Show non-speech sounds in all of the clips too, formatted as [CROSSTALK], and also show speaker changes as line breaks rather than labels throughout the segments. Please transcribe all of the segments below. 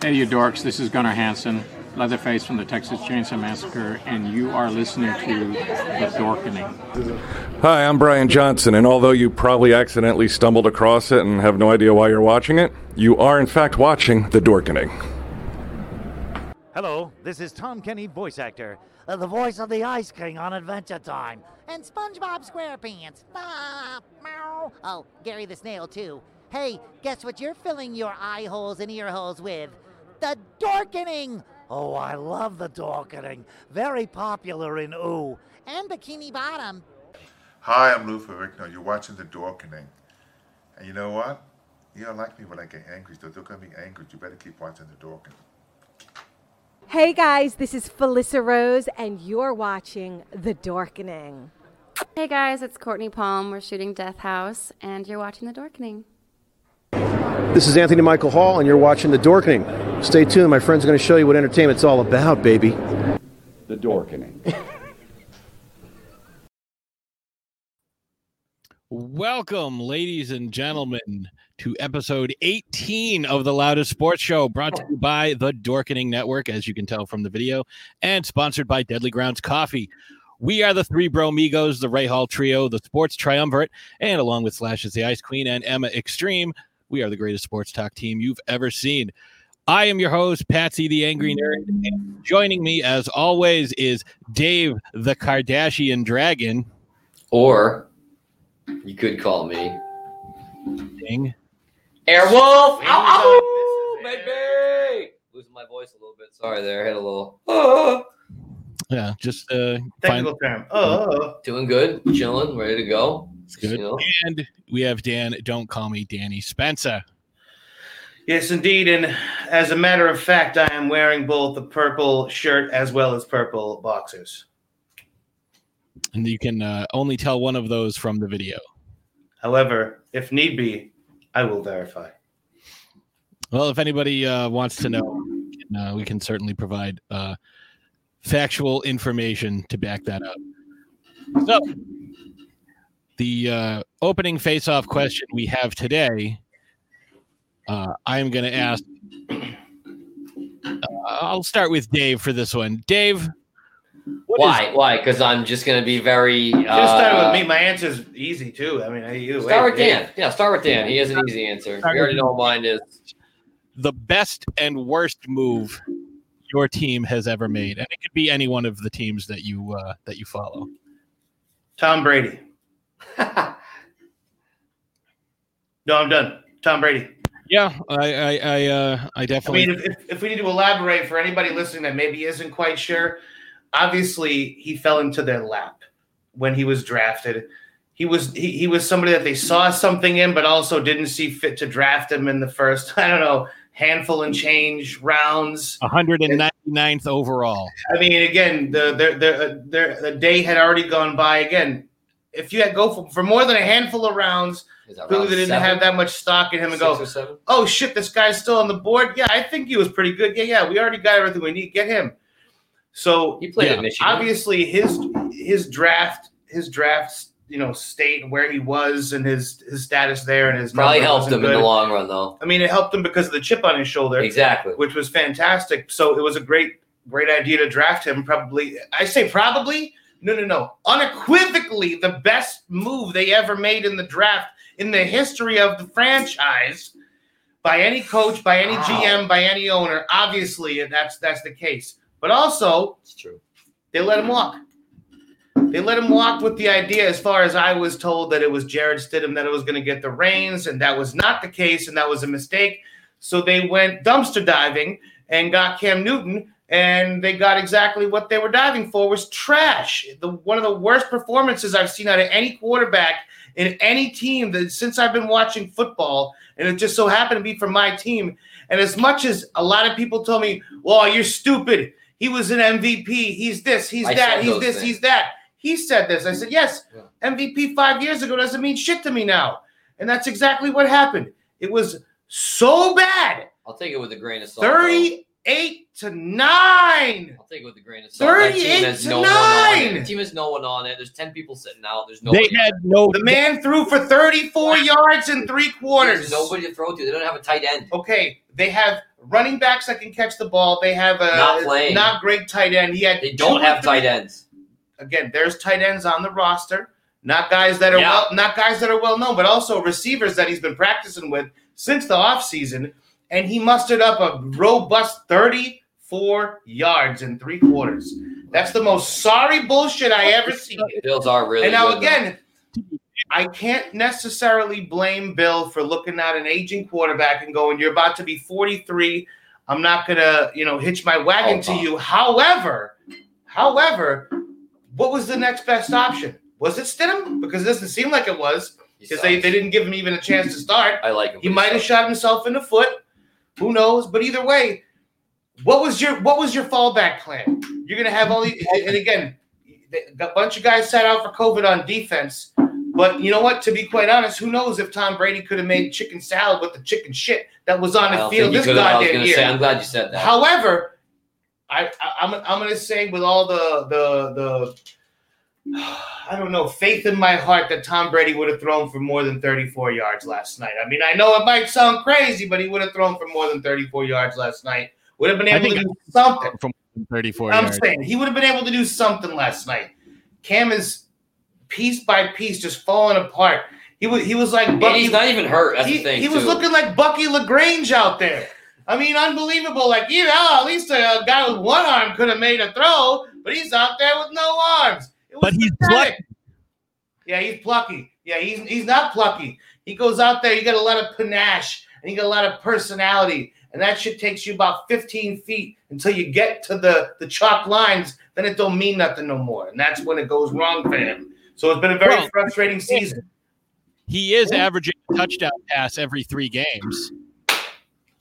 Hey, you dorks, this is Gunnar Hansen, Leatherface from the Texas Chainsaw Massacre, and you are listening to The Dorkening.
Hi, I'm Brian Johnson, and although you probably accidentally stumbled across it and have no idea why you're watching it, you are in fact watching The Dorkening.
Hello, this is Tom Kenny, voice actor, uh, the voice of the Ice King on Adventure Time.
And SpongeBob SquarePants. Ah, meow. Oh, Gary the Snail, too. Hey, guess what you're filling your eye holes and ear holes with? The Dorkening!
Oh, I love the dorkening. Very popular in Ooh.
And Bikini Bottom.
Hi, I'm Lou Ferrigno. You're watching The Dorkening. And you know what? You don't like me when I get angry, so don't get me angry. You better keep watching The Dorkening.
Hey guys, this is Felissa Rose, and you're watching The Dorkening.
Hey guys, it's Courtney Palm. We're shooting Death House, and you're watching The Dorkening.
This is Anthony Michael Hall, and you're watching The Dorkening. Stay tuned, my friend's going to show you what entertainment's all about, baby.
The Dorkening.
Welcome, ladies and gentlemen, to episode 18 of the Loudest Sports Show, brought to you by the Dorkening Network, as you can tell from the video, and sponsored by Deadly Grounds Coffee. We are the three bro migos, the Ray Hall Trio, the Sports Triumvirate, and along with Slash is the Ice Queen and Emma Extreme, we are the greatest sports talk team you've ever seen. I am your host, Patsy the Angry Nerd. And joining me, as always, is Dave the Kardashian Dragon.
Or you could call me
Ding.
Airwolf. Ow, ow, baby. Losing my voice a little bit. Sorry there. Hit a little. [LAUGHS] Oh.
Yeah, just uh,
Technical term. Oh,
Doing good. Chilling. Ready to go.
good.
You know?
And we have Dan, don't call me Danny Spencer.
yes, indeed. And as a matter of fact, I am wearing both the purple shirt as well as purple boxers.
And you can uh, only tell one of those from the video.
However, if need be, I will verify.
Well, if anybody uh, wants to know, we can, uh, we can certainly provide uh, factual information to back that up. So, the uh, opening face-off question we have today, uh, I'm going to ask. Uh, I'll start with Dave for this one. Dave, what is-
Why? Why? Because I'm just gonna be very. Uh,
Just start with me. My answer's easy too. I mean, either way.
Start with Dan. Yeah, start with Dan. He has an easy answer.
Start
We
with
already know what mine is.
the best and worst move your team has ever made, and it could be any one of the teams that you uh, that you follow.
Tom Brady. [LAUGHS] No, I'm done. Tom Brady.
Yeah, I I I, uh, I
I
definitely
mean, if, if, if we need to elaborate for anybody listening that maybe isn't quite sure, obviously he fell into their lap when he was drafted. He was he, he was somebody that they saw something in, but also didn't see fit to draft him in the first [LAUGHS] I don't know handful and change rounds.
199th overall.
I mean, again, the the the, the, the day had already gone by. Again, if you had go for, for more than a handful of rounds,
Is that
clearly
round
they didn't
seven?
have that much stock in him and
Six
go
or seven?
oh shit, this guy's still on the board. Yeah, I think he was pretty good. Yeah, yeah, we already got everything we need. Get him. So
He played
Yeah.
at Michigan.
obviously his his draft his drafts you know state and where he was and his his status there and his
Probably
number
helped him
wasn't
in the
good.
long run, though.
I mean, it helped him because of the chip on his shoulder,
Exactly.
which was fantastic. So it was a great great idea to draft him. Probably, I say probably. No, no, no. Unequivocally, the best move they ever made in the draft in the history of the franchise by any coach, by any
Wow.
GM, by any owner. Obviously, and that's that's the case. But also,
It's true.
they let him walk. They let him walk with the idea, as far as I was told, that it was Jared Stidham that it was going to get the reins, and that was not the case, and that was a mistake. So they went dumpster diving and got Cam Newton, and they got exactly what they were diving for was trash. The one of the worst performances I've seen out of any quarterback in any team that since I've been watching football, and it just so happened to be from my team. And as much as a lot of people told me, "Well, you're stupid," he was an MVP. He's this. He's
I
that.
said
He's
those
this.
things.
He's that. He said this. I said, "Yes,
Yeah.
MVP five years ago doesn't mean shit to me now," and that's exactly what happened. It was so bad.
I'll take it with a grain of salt. though.
Thirty-eight to nine.
I'll take it with a grain of salt. That team
38
has
to
no one on it.
nine.
The team has no one on it. There's ten people sitting out. There's no.
They had no
The man threw for thirty-four yards in three quarters.
There's nobody to throw to. They don't have a tight end.
okay, they have running backs that can catch the ball. They have a
Not playing.
not great tight end. He had
They don't
two or
have
three-
tight ends.
Again, there's tight ends on the roster, not guys that are
Yeah.
well, not guys that are well known, but also receivers that he's been practicing with since the offseason. And he mustered up a robust 34 yards in three quarters. That's the most sorry bullshit I ever seen.
Bills are really.
and now
good, though.
again, I can't necessarily blame Bill for looking at an aging quarterback and going, "You're about to be 43. I'm not gonna, you know, hitch my
Oh,
wagon to you." However, however, what was the next best option? Was it Stidham? Because it doesn't seem like it was, because they, they didn't give him even a chance to start.
I like him.
He might have shot himself in the foot. Who knows? But either way, what was your what was your fallback plan? You're gonna have all these, and again, a bunch of guys sat out for COVID on defense. But you know what? To be quite honest, who knows if Tom Brady could have made chicken salad with the chicken shit that was on
I
the
don't
field
think he
this
could've- I was
goddamn
gonna
year.
say, I'm glad you said that.
However, I, I I'm I'm gonna say with all the the the I don't know, faith in my heart that Tom Brady would have thrown for more than 34 yards last night. I mean, I know it might sound crazy, but he would have thrown for more than 34 yards last night. Would have been
I
able
think
to do something.
from 34
I'm
yards.
saying he would have been able to do something last night. Cam is piece by piece just falling apart. He was he was like Bucky.
he's not even hurt, that's the
he,
thing,
he was
too.
looking like Bucky Lagrange out there. I mean, unbelievable. Like you know, at least a guy with one arm could have made a throw, but he's out there with no arms. It was but he's plucky. Yeah, he's plucky. Yeah, he's he's not plucky. He goes out there. You got a lot of panache and you got a lot of personality, and that shit takes you about 15 feet until you get to the the chalk lines. Then it don't mean nothing no more, and that's when it goes wrong for him. So it's been a very
Well,
frustrating season.
He is averaging a touchdown pass every three games.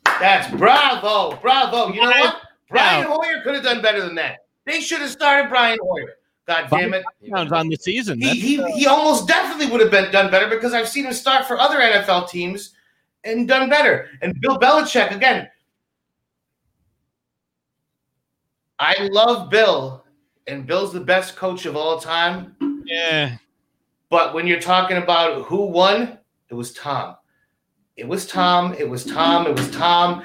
That's bravo, bravo. You know what? Brian
Now-
Hoyer could have done better than that. They should have started Brian Hoyer. God damn it.
Touchdowns on the season.
He,
That's-
he, he almost definitely would have been done better because I've seen him start for other NFL teams and done better. And Bill Belichick, again, I love Bill, and Bill's the best coach of all time.
Yeah.
But when you're talking about who won, it was Tom. It was Tom. It was Tom. It was Tom.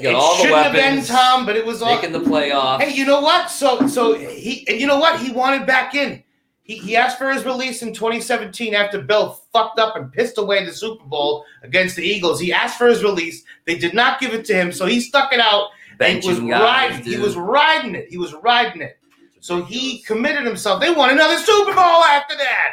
You got all the
shouldn't have been
weapons,
Tom, but it was all
making the playoffs.
Hey, you know what? So so he and you know what? He wanted back in. He, he asked for his release in 2017 after Bill fucked up and pissed away the Super Bowl against the Eagles. He asked for his release. They did not give it to him, so he stuck it out. and he was
Benching guys,
riding. He
dude.
was riding it. He was riding it. So he committed himself. They won another Super Bowl after that.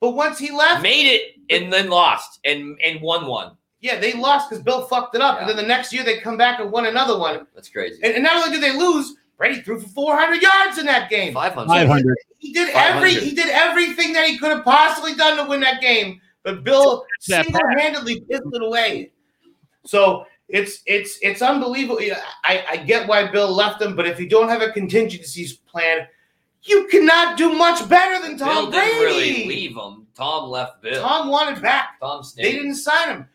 But once he left,
made it and then lost and and won one.
yeah, they lost because Bill fucked it up. And then the next year they come back and won another one.
That's crazy.
And, and not only did they lose, Brady threw for 400 yards in that game.
500.
500.
He did every
500.
he did everything that he could have possibly done to win that game, but Bill
That
single handedly pissed it away. So it's it's it's unbelievable. Yeah, I, I get why Bill left him, but if you don't have a contingencies plan, you cannot do much better than Tom
Bill
Brady.
didn't really leave him. Tom left Bill.
Tom wanted back.
Tom
They
stayed.
didn't sign him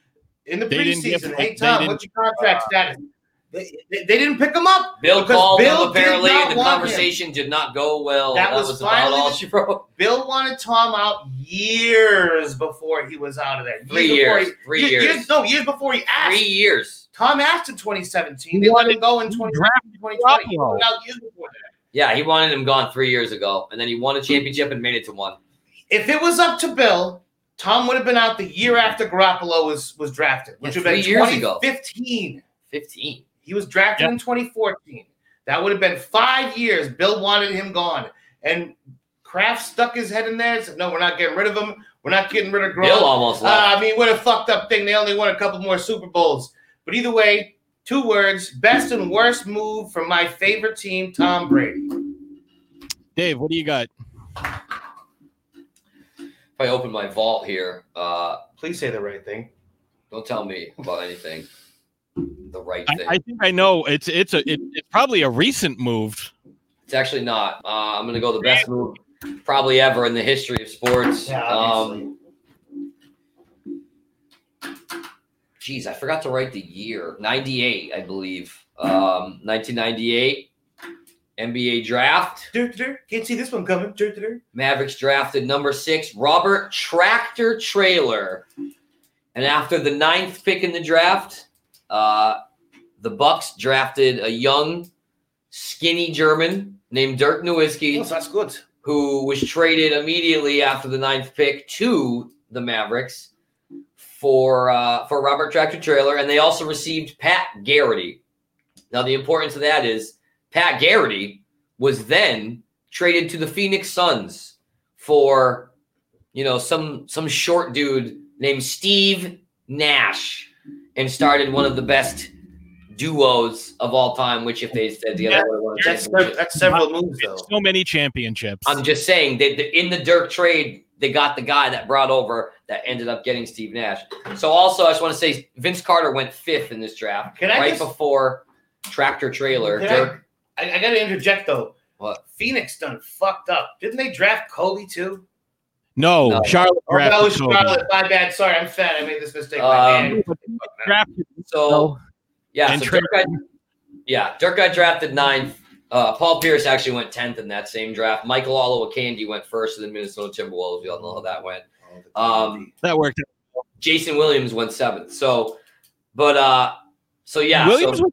in the
They didn't give
preseason.
him-
Hey
they
Tom,
didn't-
what's your contract status? Uh, They, they, they didn't pick him up.
Bill
because
called
Bill
him
did
apparently,
not
and the
want him.
conversation did not go well.
That was
about
finally
all
the-
she wrote.
Bill wanted Tom out years before he was out of there.
Three
before
years.
he-
Three
ye-
years.
No, years before he asked.
Three years.
Tom asked in 2017. They let him go in 2020. 2020. He was out years before that.
Yeah, he wanted him gone three years ago, and then he won a championship and made it to one.
If it was up to Bill, Tom would have been out the year after Garoppolo was was drafted, which
Yeah,
would have
three
been
years ago.
2015.
15.
He was drafted in 2014. That would have been five years. Bill wanted him gone. And Kraft stuck his head in there and said, No, we're not getting rid of him. We're not getting rid of Gronk.
Bill almost left.
Uh, I mean, what a fucked up thing. They only won a couple more Super Bowls. But either way, two words best and worst move from my favorite team, Tom Brady.
Dave, what do you got?
If I open my vault here, uh,
please say the right thing.
Don't tell me about anything. The right
I,
thing.
I think I know. It's it's a it, it's probably a recent move.
It's actually not. Uh, I'm going to go the best move probably ever in the history of sports. um, geez, I forgot to write the year. 98, I believe. Um, 1998, NBA draft.
Can't see this one coming.
Mavericks drafted number six, Robert Tractor Trailer. And after the ninth pick in the draft, uh,
the Bucks drafted a young, skinny German named Dirk Nowitzki.
Oh, that's good.
Who was traded immediately after the ninth pick to the Mavericks for uh, for Robert Tractor Trailer, and they also received Pat Garrity. Now, the importance of that is Pat Garrity was then traded to the Phoenix Suns for you know some some short dude named Steve Nash, and started one of the best duos of all time. Which, if they stayed together, would have won a
That's,
championship.
that's several moves though.
So many championships.
I'm just saying that the, in the Dirk trade, they got the guy that brought over that ended up getting Steve Nash. So also, I just want to say Vince Carter went fifth in this draft,
Can I
right
just-
before tractor trailer.
Can I-
Dirk,
I, I got to interject though.
What?
Phoenix done fucked up. Didn't they draft Kobe too?
No,
No.
Charlotte
Or Oh, that was
drafted Kobe.
Charlotte. My bad. Sorry, I'm fat. I made this mistake. My
Um,
bad.
Drafted-
so yeah,
And
so
trade-
Dirk got, yeah, Dirk got drafted ninth. Uh, Paul Pierce actually went tenth in that same draft. Michael Olowokandi went first to the Minnesota Timberwolves. We all know how that went. Um,
That worked.
Jason Williams went seventh. So, but uh, so yeah,
Williams
so,
was,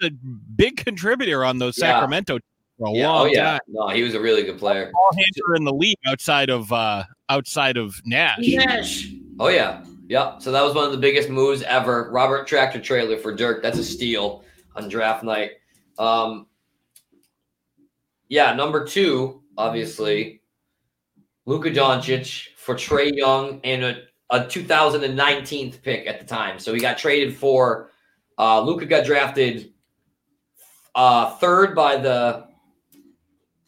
was a big contributor on those
Yeah.
Sacramento teams for a
yeah,
long
oh yeah,
time.
no, he was a really good player.
Ball handler in the league outside of uh, outside of Nash.
Nash.
Oh yeah, yeah. So that was one of the biggest moves ever. Robert Tractor Trailer for Dirk. That's a steal on draft night. Um, yeah, number two, obviously, Luka Doncic for Trey Young and a, a 2019 pick at the time. So he got traded for. Uh, Luka got drafted uh, third by the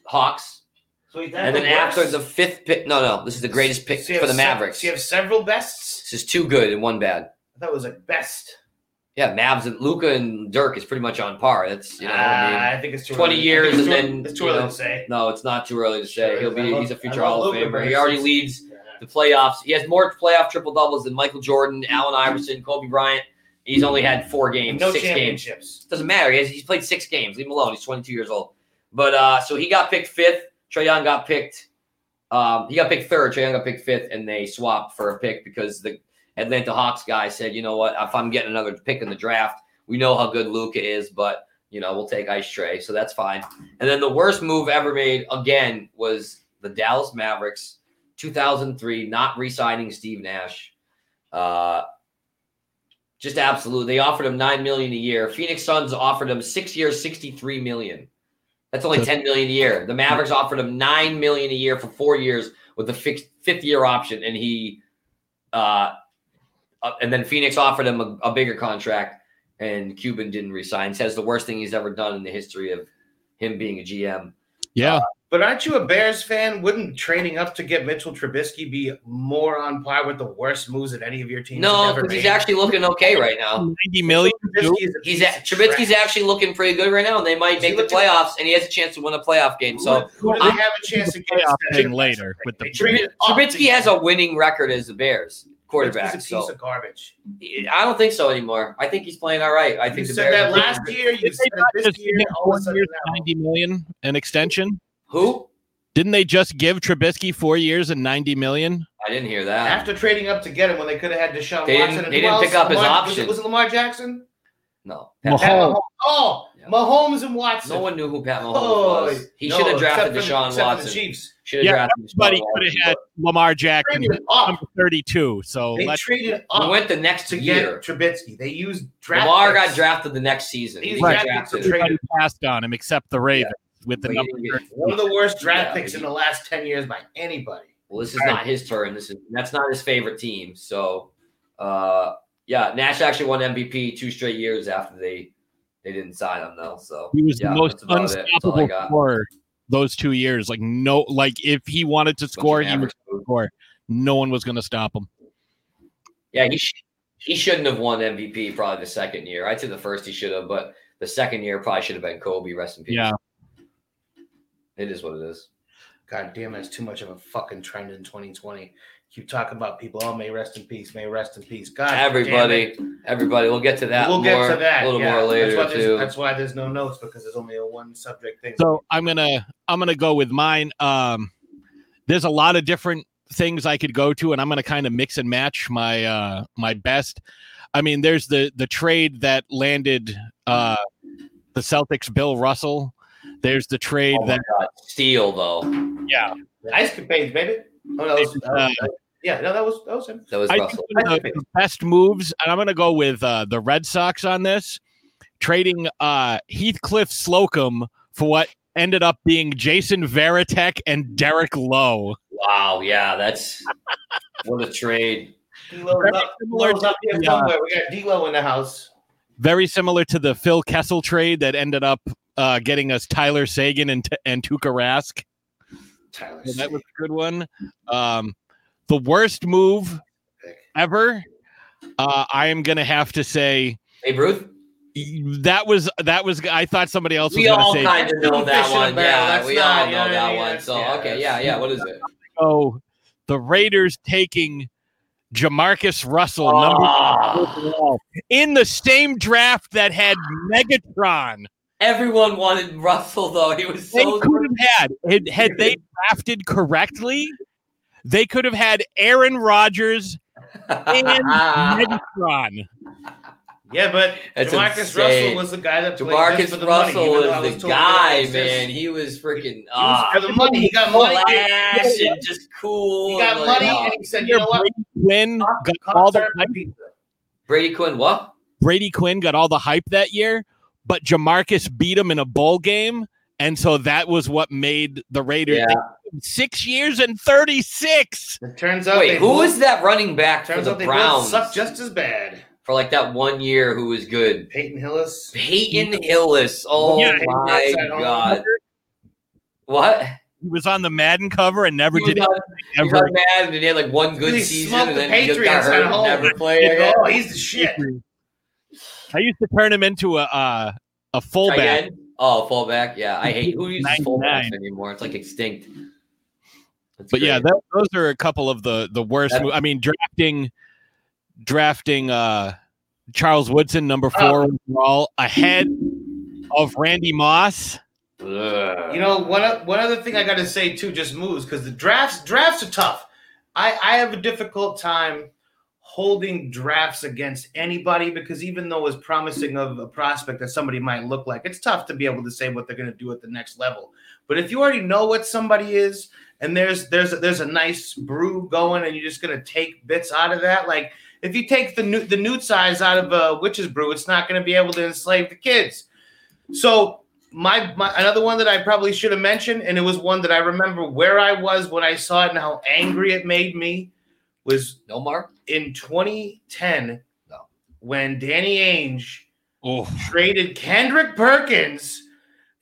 Hawks.
So he got
And then
the worst.
after the fifth pick, no, no, this is the greatest pick
So you
for
have
the
sev-
Mavericks.
So you have several bests.
This is two good and one bad.
That was like best.
Yeah, Mavs and Luca and Dirk is pretty much on par. That's you know, what
Ah,
I mean,
I think it's too
twenty
early.
years
I think
and
it's too-
then
it's too
you
early
know,
to say.
No, it's not too early to say.
Sure,
He'll
I
be
love-
he's a future
I love
Hall of
Luka,
Famer.
but
He already
it's-
leads the playoffs. He has more playoff triple doubles than Michael Jordan, Allen Iverson, Kobe Bryant. He's only had four games,
No
six games.
championships.
Doesn't matter. He has, he's played six games. Leave him alone. He's 22 years old. But uh, so he got picked fifth. Trae Young got picked. Um, he got picked third. Trae Young got picked fifth, and they swapped for a pick because the Atlanta Hawks guy said, "You know what? If I'm getting another pick in the draft, we know how good Luca is, but you know we'll take Ice Trey, so that's fine." And then the worst move ever made again was the Dallas Mavericks, 2003, not re-signing Steve Nash. Uh, just absolute. They offered him nine million a year. Phoenix Suns offered him six years, sixty-three million. That's only
That's-
ten million a year. The Mavericks offered him nine million a year for four years with the fixed fifth year option, and he, uh, uh, and then Phoenix offered him a, a bigger contract, and Cuban didn't resign. Says the worst thing he's ever done in the history of him being a Uh, GM.
Yeah.
But aren't you a Bears fan? Wouldn't trading up to get Mitchell Trubisky be more on par with the worst moves that any of your teams?
No,
have ever
because he's
made?
actually looking okay right now.
90 million.
Trubisky is a
He's
piece
at,
of
Trubisky's
trash.
actually looking pretty good right now, and they might
Is he
make the
looking-
playoffs, and he has a chance to win a playoff game. So
Who do they
I-
have a chance to get
Playoff
instead?
thing later with the
They traded up to
Trubisky
get
has a winning record as the Bears quarterback.
It's a piece
So
of garbage.
I don't think so anymore. I think he's playing all right. I
You
think the
said
Bears
that last year. You
Did
said
they not
it this
just
year.
give him
All of
four
a sudden,
years, ninety million an extension?
Who?
Didn't they just give Trubisky four years and ninety million?
I didn't hear
now.
that.
after trading up to get him when they could have had Deshaun
They didn't-
Watson. and
they
who
didn't
else?
pick up his
Lamar-
option.
Was it, was it Lamar Jackson?
No.
Mahomes.
Pat-
Pat Mahomes. Oh,
Yeah.
Mahomes and Watson.
No one knew who Pat Mahomes
Oh,
was. He
no,
should have
except
drafted
for-
Deshaun
except for the
Watson.
Chiefs.
Should have
Yeah,
drafted Deshaun
But he could
Watson.
have had Lamar Jackson
Traded up.
number thirty-two. So
They
let's
traded
We
up
went the next
to
year.
get Trubisky. They used draft.
Lamar got
picks.
drafted the next season.
He's
He
drafted to
got drafted.
trade-
everybody passed on him except the Ravens with the
But he
number.
didn't get-
32.
One of the worst draft
Yeah,
picks
he-
in the last ten years by anybody.
Well, this is not his turn. This is that's not his favorite team. So, uh, yeah, Nash actually won MVP two straight years after they they didn't sign him though. So
He was
yeah,
the most
that's about it. That's all I
unstoppable
got.
scorer those two years. Like no, like if he wanted to
Bunch of
score, he would
average moves.
score. No one was going to stop him.
Yeah, he sh- he shouldn't have won MVP probably the second year. I'd say the first he should have, but the second year probably should have been Kobe. Rest in peace.
Yeah.
It is what it is.
God damn, that's too much of a fucking trend in 2020. Keep talking about people. Oh, may rest in peace. May rest in peace. God, damn
everybody,
it.
everybody. We'll get to that.
We'll
more,
get to that
a little
yeah.
more later
That's why,
too.
there's, that's why there's no notes because there's only a one subject thing.
So I'm gonna I'm gonna go with mine. Um, there's a lot of different things I could go to, and I'm gonna kind of mix and match my uh my best.
I mean, there's the the trade that landed uh, the Celtics Bill Russell. There's the trade
Oh my
that
God. Steal though.
yeah.
Ice Capades, baby. Oh, that was, that was-
Uh,
yeah, no, that was that was him.
That was
I think uh,
Russell.
one of the best moves, and I'm going to go with uh, the Red Sox on this, trading uh, Heathcliff Slocum for what ended up being Jason Veritek and Derek Lowe.
Wow. Yeah,
[LAUGHS]
that's what a trade.
D-Lo's up, D-Lo's up here
to the, uh,
somewhere. We got D-Lo in the house.
Very similar to the Phil Kessel trade that ended up uh, getting us Tyler Sagan and, and Tuka Rask.
Tyler.
So that was a good one. Um, the worst move ever. Uh, I am going to have to say
Hey, Ruth.
that was that was. I thought somebody else
We
was going
all
to say
kind of know that
Fishing
one.
barrel,
Yeah,
that's
we
not-
all
yeah,
know that
yeah,
one.
that's-
So
yeah,
okay,
that's-
yeah, yeah. What is it?
So the Raiders taking Jamarcus Russell
Ah.
number two overall, in the same draft that had Megatron.
Everyone wanted Russell though. He was
They
so
could have had had, had
[LAUGHS]
they drafted correctly. They could have had Aaron Rodgers and Megatron.
Yeah, but
That's
Jamarcus
insane.
Russell was the guy that played just for
Jamarcus
the
Russell
money, even though I
was the
told you I
guy,
was
man.
just-
He was freaking
He was
ah,
for the money. He got money.
cool ass and just cool.
He got
and like,
money,
ah.
and he said, "You know what?
Quinn got
Cops
all the
are
hype.
pizza."
Brady Quinn, what?
Brady Quinn got all the hype that year, but Jamarcus beat him in a bowl game, and so that was what made the Raiders
Yeah.
six years and thirty six.
It turns out
Wait,
they
who
both-
was that running back for
Turns
the
out they both
Browns
suck just as bad.
for like that one year? Who was good?
Peyton Hillis.
Peyton Hillis. Oh
Yeah, he
my
was at home.
god! What?
He was on the Madden cover and never
He was
did
on- he was
ever.
on Madden and he had like one good
He
season
smoked
and
the
then he just got
Patriots
hurt
at
and
home.
never played again.
Oh, he's the shit.
I used to turn him into a uh, a
Tight
fullback.
end? Oh, fullback. Yeah, I hate who uses
99.
fullbacks anymore. It's like extinct. That's
But yeah,
great.
tho- those are a couple of the the worst.
That-
mo- I mean, drafting drafting uh, Charles Woodson number four overall ahead of Randy Moss.
Ugh.
You know, one o- one other thing I got to say too, just moves because the drafts drafts are tough. I I have a difficult time holding drafts against anybody because even though it's promising of a prospect that somebody might look like, it's tough to be able to say what they're going to do at the next level. But if you already know what somebody is and there's there's a, there's a nice brew going and you're just going to take bits out of that, like if you take the new the newt size out of a witch's brew, it's not going to be able to enslave the kids. So my, my another one that I probably should have mentioned, and it was one that I remember where I was when I saw it and how angry it made me, was
no mark.
in 2010 when Danny Ainge
Oh,
traded Kendrick Perkins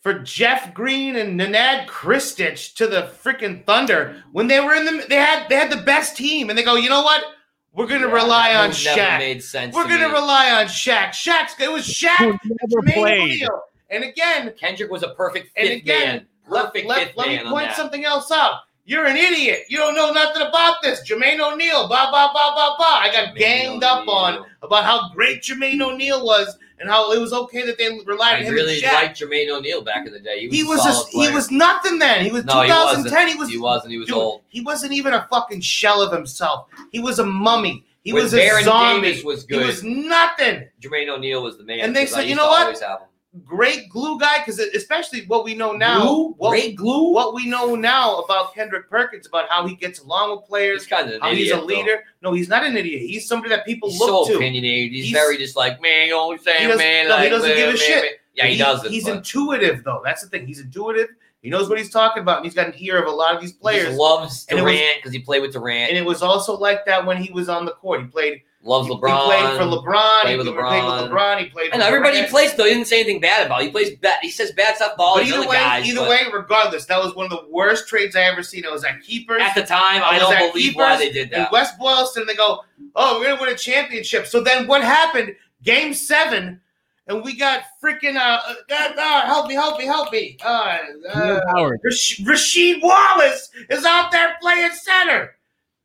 for Jeff Green and Nanad Kristich to the freaking Thunder when they were in the they had they had the best team, and they go, you know what? We're gonna
Yeah,
rely
that
on
move never
Shaq.
Made sense.
We're
to
gonna
me.
rely on Shaq. Shaq's it was
who
Shaq.
never
Jermaine
played.
O'Neal. And again,
Kendrick was a perfect
And
fifth
again,
man. Perfect
let,
fifth
let
man
me
on
point
that.
something else out. You're an idiot. You don't know nothing about this. Jermaine O'Neal, blah, blah, blah, blah, blah. I got
Jermaine
ganged up on
O'Neal.
about how great Jermaine O'Neal was and how it was okay that they relied on
I
him.
really
and Shaq.
liked Jermaine O'Neal back in the day.
he
He
was
was, a solid
just, he
player.
was nothing then. He was
No, he
2010. He was,
He wasn't. He was
dude,
old.
He wasn't even a fucking shell of himself. He was a mummy. He
When
was a
Baron
zombie.
Davis was
He
good.
was nothing.
Jermaine O'Neal was the man.
And they
'cause I
said, you
used
know
to
what?
always have him.
great glue guy because especially what we know now,
Glue?
what,
Great glue?
what we know now about Kendrick Perkins about how he gets along with
He's
players,
kind of an
how
idiot.
he's a
though.
leader. No, he's not an idiot. He's somebody that people
He's
look
so
to.
opinionated. He's,
He's-
very just like, man, you know what I'm
He
saying,
doesn't-
man.
no, he
like,
doesn't
man,
give a
man,
shit.
man." Yeah, he,
He-
doesn't.
He's
but
intuitive though. That's the thing. He's intuitive. He knows what he's talking about, and he's got an ear of a lot of these
He just
players.
loves
And it was-
Durant because he played with Durant.
And it was also like that when he was on the court. He played.
loves
he,
LeBron.
He played for LeBron.
Played
he
with
played
LeBron.
with LeBron. He played.
And
with
everybody he
Durant.
plays though. He didn't say anything bad about. It. He plays bad. He says bad stuff about all
But
these
either
other
way,
guys.
either
but
way, regardless, that was one of the worst trades I ever seen. It was at keepers.
at the time,
I
I
was at
don't believe why
Keepers
they did
in
that.
West Boylston, they go, "Oh, we're gonna win a championship." So then, what happened? Game seven, and we got freaking uh, uh, God, uh, help me, help me, help me. Uh, uh,
Howard.
Rash- Rasheed Wallace is out there playing center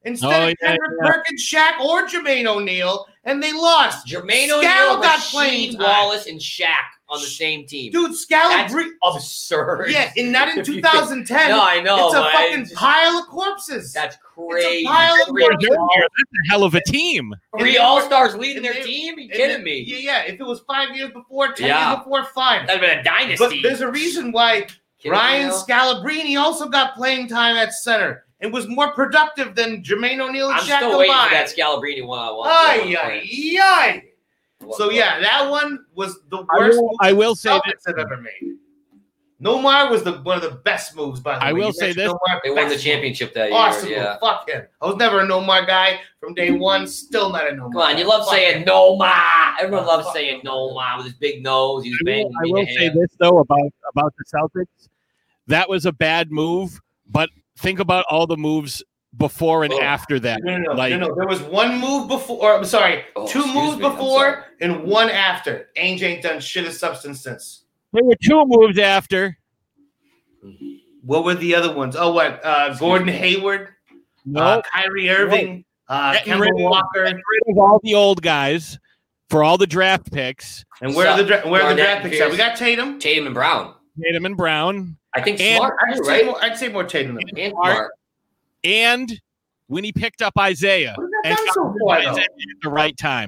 instead
Oh,
of
yeah,
Kendrick
yeah.
Perkins, Shaq, or Jermaine O'Neal, and they lost.
Ah, Jermaine
Scal
O'Neal,
got
Rasheed
playing time.
Wallace, and Shaq on the same team.
Dude, Scalabrini.
absurd.
Yeah, and
[LAUGHS]
not in
If you
2010.
think- No, I know,
It's a
but I
fucking pile of corpses.
That's
crazy. It's a pile of
That's
corpses.
a hell of a team.
Three All Stars leading their team? you
And
kidding
it-
me?
Yeah, yeah. If it was five years before, ten
Yeah.
years before, fine.
That'd have been a dynasty.
But there's a reason why
Kidding
Ryan
me now?
Scalabrine also got playing time at center and was more productive than Jermaine O'Neal and
I'm
Shaq
still waiting for that
combined.
Scalabrini one on one.
Ay, ay, ay. So yeah, that one was the worst.
will- I will say
Celtics have ever made. Nomar was the one of the best moves. By the
I
way,
will
You
say
mentioned
this.
Nomar,
They won the
best
championship
move.
that year,
Awesome, move.
yeah.
fuck him. I was never a Nomar guy from day one. Still not a Nomar.
Come on, you love saying no ma. Everyone loves saying no ma with his big nose. He's
I
banging
will, I
me
will
to
say
hand.
this though about about the Celtics, that was a bad move. But think about all the moves before and after that.
Oh, No, no, no,
like
no, no. There was one move before. Or, I'm sorry,
Oh,
two
excuse
moves
me, I'm
before and one after. Ainge ain't done shit of substance since.
there were two moves after.
What were the other ones? Oh, what? Uh, Gordon Hayward, uh,
Nope.
Kyrie Irving, uh,
Getting
Kemba
rid of-
Walker.
rid of all the old guys for all the draft picks.
And where are the dra- where are the draft picks? At? We got Tatum,
Tatum and Brown,
Tatum and Brown.
I think
And-
Smart
I'd
too,
say
right?
more- I'd say more Tatum than
And
Smart.
Smart.
And when he picked up Isaiah, and
done so
got
far,
Isaiah
though?
at the right time.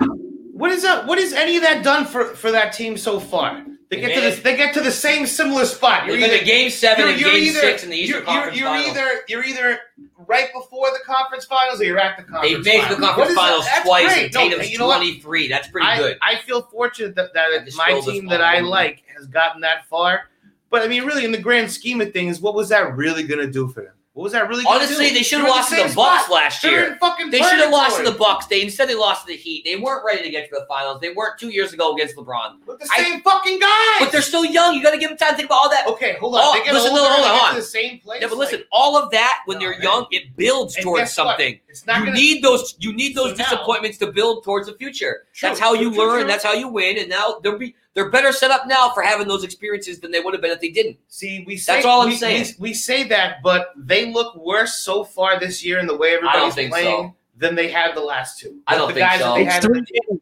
What is that? What is any of that done for for that team so far? They get to
Man.
this. They get to the same similar spot.
They've been to game seven and game six in the Eastern
you're,
Conference
you're,
Finals.
either you're either right before the conference finals or you're at the
They've
conference.
made it to
finals.
the
What
conference
is that?
finals
That's
twice,
great.
and
No,
Tatum's
you know what?
23. That's pretty
I,
good.
I feel fortunate that, that
just
my
filled us
team
all
that I
in.
like has gotten that far. But I mean, really, in the grand scheme of things, what was that really going to do for them? What was that really? gonna
Honestly,
do?
they should
They
have
were in
lost to
same
the Bucks
spot.
last
They were
year.
in fucking
They should have lost to the
purgatory.
Bucks. They instead they lost to the Heat. They weren't ready to get to the finals. They weren't two years ago against LeBron.
With the same fucking guys.
But they're still young. You got to give them time to think about all that.
Okay, hold on.
All-
They get
listen,
older
no, hold
and they
on,
get
hold on.
to the same place.
Yeah, but listen, all of that when they're young, it builds
And
towards
guess what?
something.
It's not
you
gonna-
need those. You need those
So now-
disappointments to build towards the future.
True,
that's how
true,
you
true,
learn.
true.
That's how you win. And now they're be, they're better set up now for having those experiences than they would have been if they didn't.
See, we say,
that's all I'm
we,
saying.
We, we say that, but they look worse so far this year in the way everybody's
think
playing
so.
than they had the last two.
I don't
the
think
guys
so.
That they
It's
had
three, games.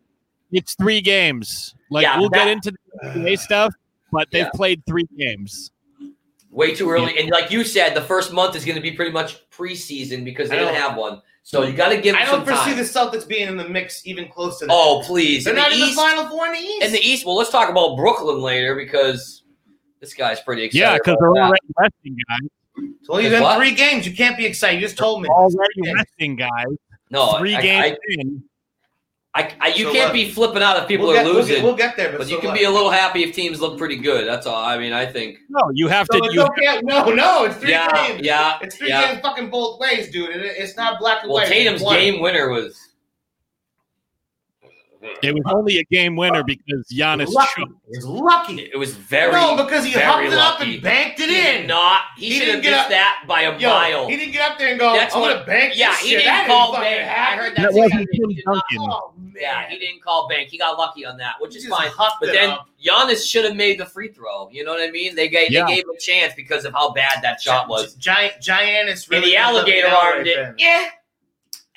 It's three games. Like
Yeah,
we'll
that-
get into the NBA stuff, but they've
Yeah.
played three games.
Way too early. And like you said, the first month is going to be pretty much preseason because they
I
don't
don't-
have one. So you got to give. Them
I don't
some
foresee
time.
the Celtics being in the mix even close to that.
Oh please!
They're
in
not
the
in
East,
the Final Four in the East.
in the East. Well, let's talk about Brooklyn later because this guy's pretty excited.
yeah, because
about
they're
that.
already resting guys.
It's only
Is
been
what?
three games. You can't be excited. You just told me.
Already resting guys.
No,
three
I-
games
I-
in.
I, I, you
So
can't
what?
be flipping out if people
We'll
are
get- we'll
losing.
get- we'll get there, but so
you can
what?
be a little happy if teams look pretty good. That's all. I mean, I think.
No, you have
So
to.
it's
You
okay. No, no, it's three
yeah,
games.
yeah,
It's three
yeah.
games fucking both ways, dude. It, it's not black and
Well,
white. It's
Tatum's
one.
game winner was
it was only a game winner because Giannis
Lucky.
choked.
It's lucky.
it was very
no, because he
very
huffed it up
lucky.
and banked it
He did
in.
Not he,
He
should have
didn't get
missed
up-
that by a
Yo,
mile.
he didn't get up there and go,
That's
I'm
what-
gonna Oh, bank
yeah,
this
he
shit.
didn't
That
call
fucking
bank. I
happen.
heard
That
That's
wasn't
exactly-
Tim Duncan.
Oh, man.
yeah, he didn't call bank. He got lucky on that, which
He
is
just
fine.
huffed
But
it
then
up.
Giannis should have made the free throw. You know what I mean? They gave
Yeah.
they gave him a chance because of how bad that shot was.
Giant, giant. It's
And
really good
the
stuff
alligator
now,
armed
right
it.
there.
Yeah.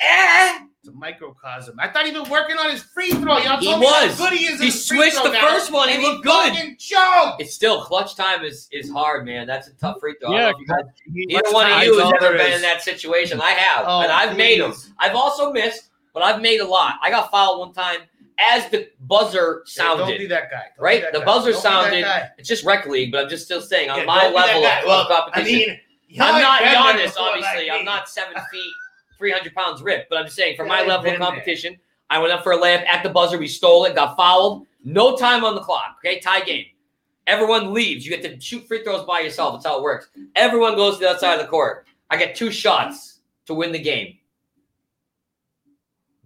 Eh.
It's a microcosm. I thought he was working on his free throw. Y'all
He
told me
was.
how good he is.
He switched the first one. He looked good.
Joe.
It's still clutch time is is hard, man. That's a tough free throw. I don't know
Yeah,
if you guys-
he-
Either one of
time
you
is
has
all
ever
there
been
is.
in that situation. I have,
Oh,
and I've made them.
please.
I've also missed, but I've made a lot. I got fouled one time as the buzzer sounded.
Don't be that guy. Don't be
right,
that
the
guy.
buzzer
Don't be that
sounded.
guy.
It's just rec league, but I'm just still saying on
Yeah,
my
don't be that
level
guy.
of,
Well,
of competition.
I mean, y'all
I'm
ain't
not
been there
Giannis,
before
obviously.
like
I'm
me.
not seven feet, 300 pounds ripped, but I'm just saying, for
Yeah,
my
I've
level of
been there.
competition, I went up for a layup at the buzzer. We stole it, got fouled. No time on the clock. Okay, tie game. Everyone leaves. You get to shoot free throws by yourself. That's how it works. Everyone goes to the outside of the court. I get two shots to win the game.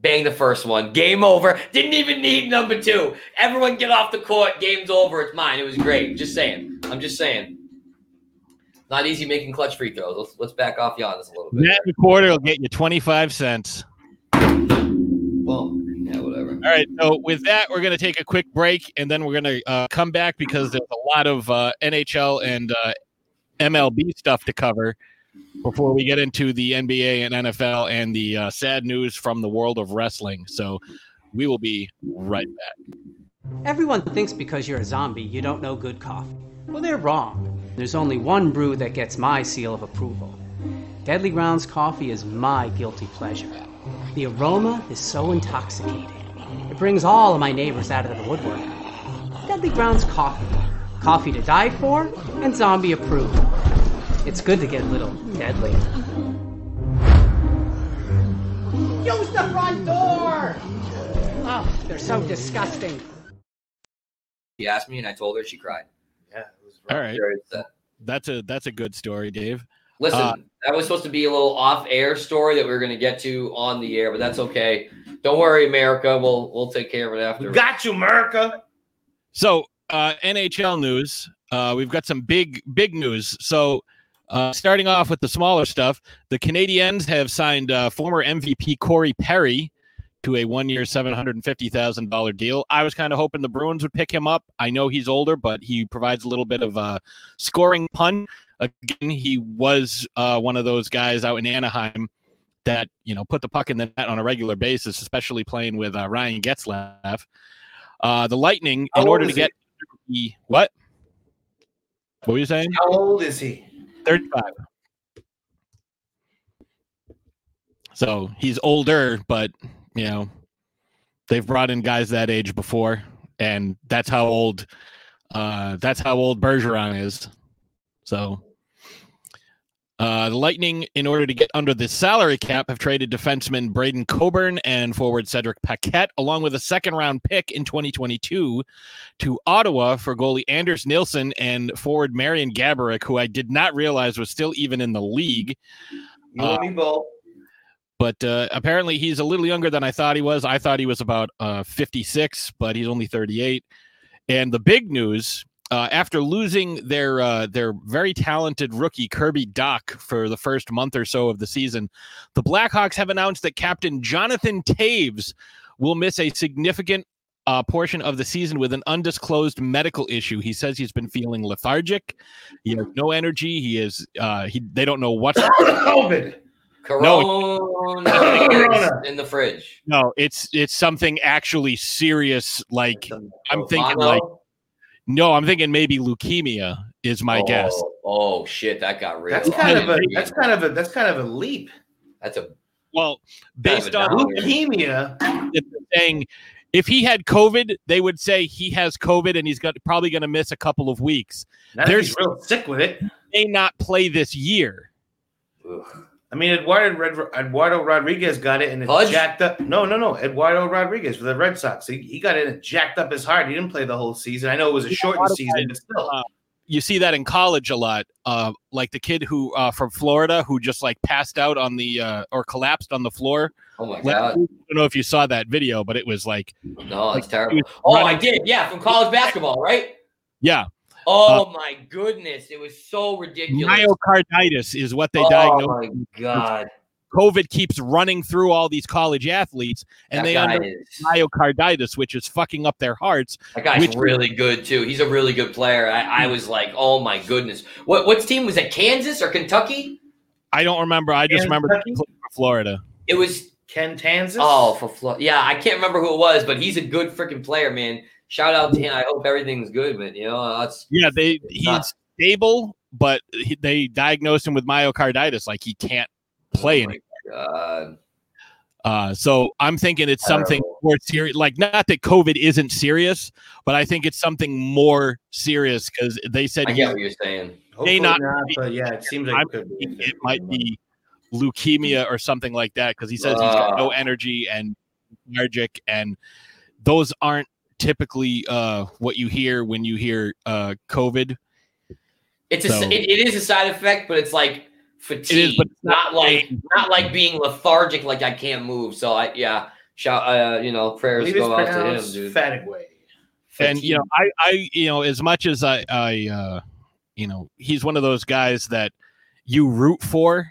Bang the first one. Game over. Didn't even need number two. Everyone get off the court. Game's over. It's mine. It was great. Just saying. I'm just saying. Not easy making clutch free throws. Let's let's back off Giannis a little bit.
That and a quarter will get you twenty five cents.
Boom.
Yeah, whatever.
All right. So with that, we're going to take a quick break, and then we're going to uh, come back because there's a lot of uh, NHL and uh, MLB stuff to cover before we get into the NBA and NFL and the uh, sad news from the world of wrestling. So we will be right back.
Everyone thinks because you're a zombie, you don't know good coffee. Well, they're wrong. There's only one brew that gets my seal of approval. Deadly Grounds coffee is my guilty pleasure. The aroma is so intoxicating. It brings all of my neighbors out of the woodwork. Deadly Grounds coffee. Coffee to die for and zombie approved. It's good to get a little deadly.
Use the front door!
Oh, they're so disgusting.
She asked me, and I told her. She cried.
Yeah.
All right. That's a that's a good story, Dave.
Listen,
Uh,
that was supposed to be a little off-air story that we were going to get to on the air, but that's okay. Don't worry, America. We'll we'll take care of it after.
Got you, America.
So uh, NHL news. Uh, we've got some big big news. So uh, starting off with the smaller stuff, the Canadiens have signed uh, former MVP Corey Perry to a one-year, seven hundred and fifty thousand dollar deal. I was kind of hoping the Bruins would pick him up. I know he's older, but he provides a little bit of a scoring pun. Again, he was uh, one of those guys out in Anaheim that you know put the puck in the net on a regular basis, especially playing with uh, Ryan Getzlaff. Uh, the Lightning,
How
in
old
order to
is he?
get the what? What were you saying?
How old is he?
Thirty-five. So he's older, but you know, they've brought in guys that age before, and that's how old uh that's how old Bergeron is. So uh, the Lightning, in order to get under the salary cap, have traded defenseman Braden Coburn and forward Cedric Paquette, along with a second round pick in 2022 to Ottawa for goalie Anders Nilsson and forward Marion Gaborik, who I did not realize was still even in the league.
You and me
uh,
both.
But uh, apparently, he's a little younger than I thought he was. I thought he was about uh, 56, but he's only 38. And the big news uh, after losing their uh, their very talented rookie Kirby Doc for the first month or so of the season, the Blackhawks have announced that Captain Jonathan Taves will miss a significant uh, portion of the season with an undisclosed medical issue. He says he's been feeling lethargic. He has no energy. He is. Uh, he. They don't know what's
COVID.
Corona
Corona.
in the fridge.
No, it's it's something actually serious. Like I'm thinking,
mono?
like no, I'm thinking maybe leukemia is my
oh,
guess.
Oh shit, that got real.
That's kind of a that's kind of a that's kind of a leap.
That's a
well based on
leukemia.
If they're saying if he had COVID, they would say he has COVID and he's got probably going to miss a couple of weeks.
Now he's real sick with it.
May not play this year.
I mean, Eduardo, Red- Eduardo Rodriguez got it and it
Fudge?
jacked up. No, no, no. Eduardo Rodriguez for the Red Sox. He, he got in and jacked up his heart. He didn't play the whole season. I know it was a
Yeah,
shortened
Eduardo
season, but still.
Oh
you see that in college a lot. Uh, like the kid who uh, from Florida who just like passed out on the uh, or collapsed on the floor.
Oh my
Like,
God.
I don't know if you saw that video, but it was like
no, it's
he
terrible.
was
Oh, I
running-
did. Yeah, from college basketball, right?
Yeah,
Oh
Uh,
my goodness, it was so ridiculous.
myocarditis is what they
Oh
diagnosed.
my God.
COVID keeps running through all these college athletes, and
That
they
guy
under myocarditis, which is fucking up their hearts.
That guy's
which- Hmm.
really good too. He's a really good player. I, I was like, oh my goodness. What what team was that? Kansas or Kentucky?
I don't remember. I just remember that he played for Florida.
It was
Ken Tanzas.
Oh, for Florida. Yeah, I can't remember who it was, but he's a good freaking player, man. Shout out to him. I hope everything's good, but you know, that's
Yeah, they
not-
he's stable, but he, they diagnosed him with myocarditis, like he can't play anymore.
God.
Uh, so I'm thinking it's something
Oh.
more serious. Like not that COVID isn't serious, but I think it's something more serious because they said
I
he
get what you're saying.
may
Hopefully
not.
not, but yeah, it seems like
I'm
it could be.
thinking it might be leukemia or something like that because he says he's got
Uh,
no energy and lethargic, and those aren't typically uh, what you hear when you hear uh, COVID.
It's a,
So-
it, it is a side effect, but it's like fatigue,
but it's
not, like not like being lethargic, like I can't move. So I yeah, shout uh, you know prayers
Maybe it's
go out to him,
pronounced
dude.
Fatigway.
and you know i i you know as much as i i uh you know he's one of those guys that you root for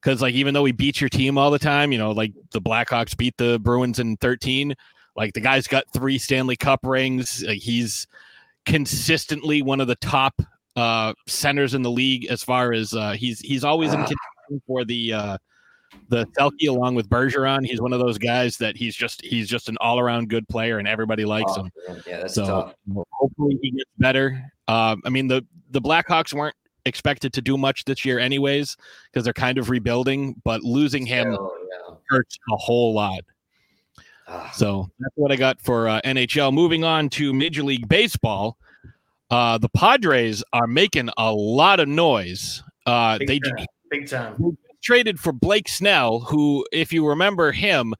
because like even though he beats your team all the time you know like the blackhawks beat the bruins in 13 like the guy's got three stanley cup rings like he's consistently one of the top uh centers in the league as far as uh he's he's always in contention for the uh
the Selkie along with Bergeron. He's one of those guys that he's just he's just an all around good player and everybody likes
Oh,
him.
man. Yeah, that's
so
tough.
hopefully he gets better. Um, I mean the the Blackhawks weren't expected to do much this year anyways because they're kind of rebuilding, but losing him hurts a whole lot.
Ah.
So that's what I got for uh, NHL. Moving on to Major League Baseball, uh, the Padres are making a lot of noise. Uh, they did
Big time.
traded for Blake Snell, who, if you remember him,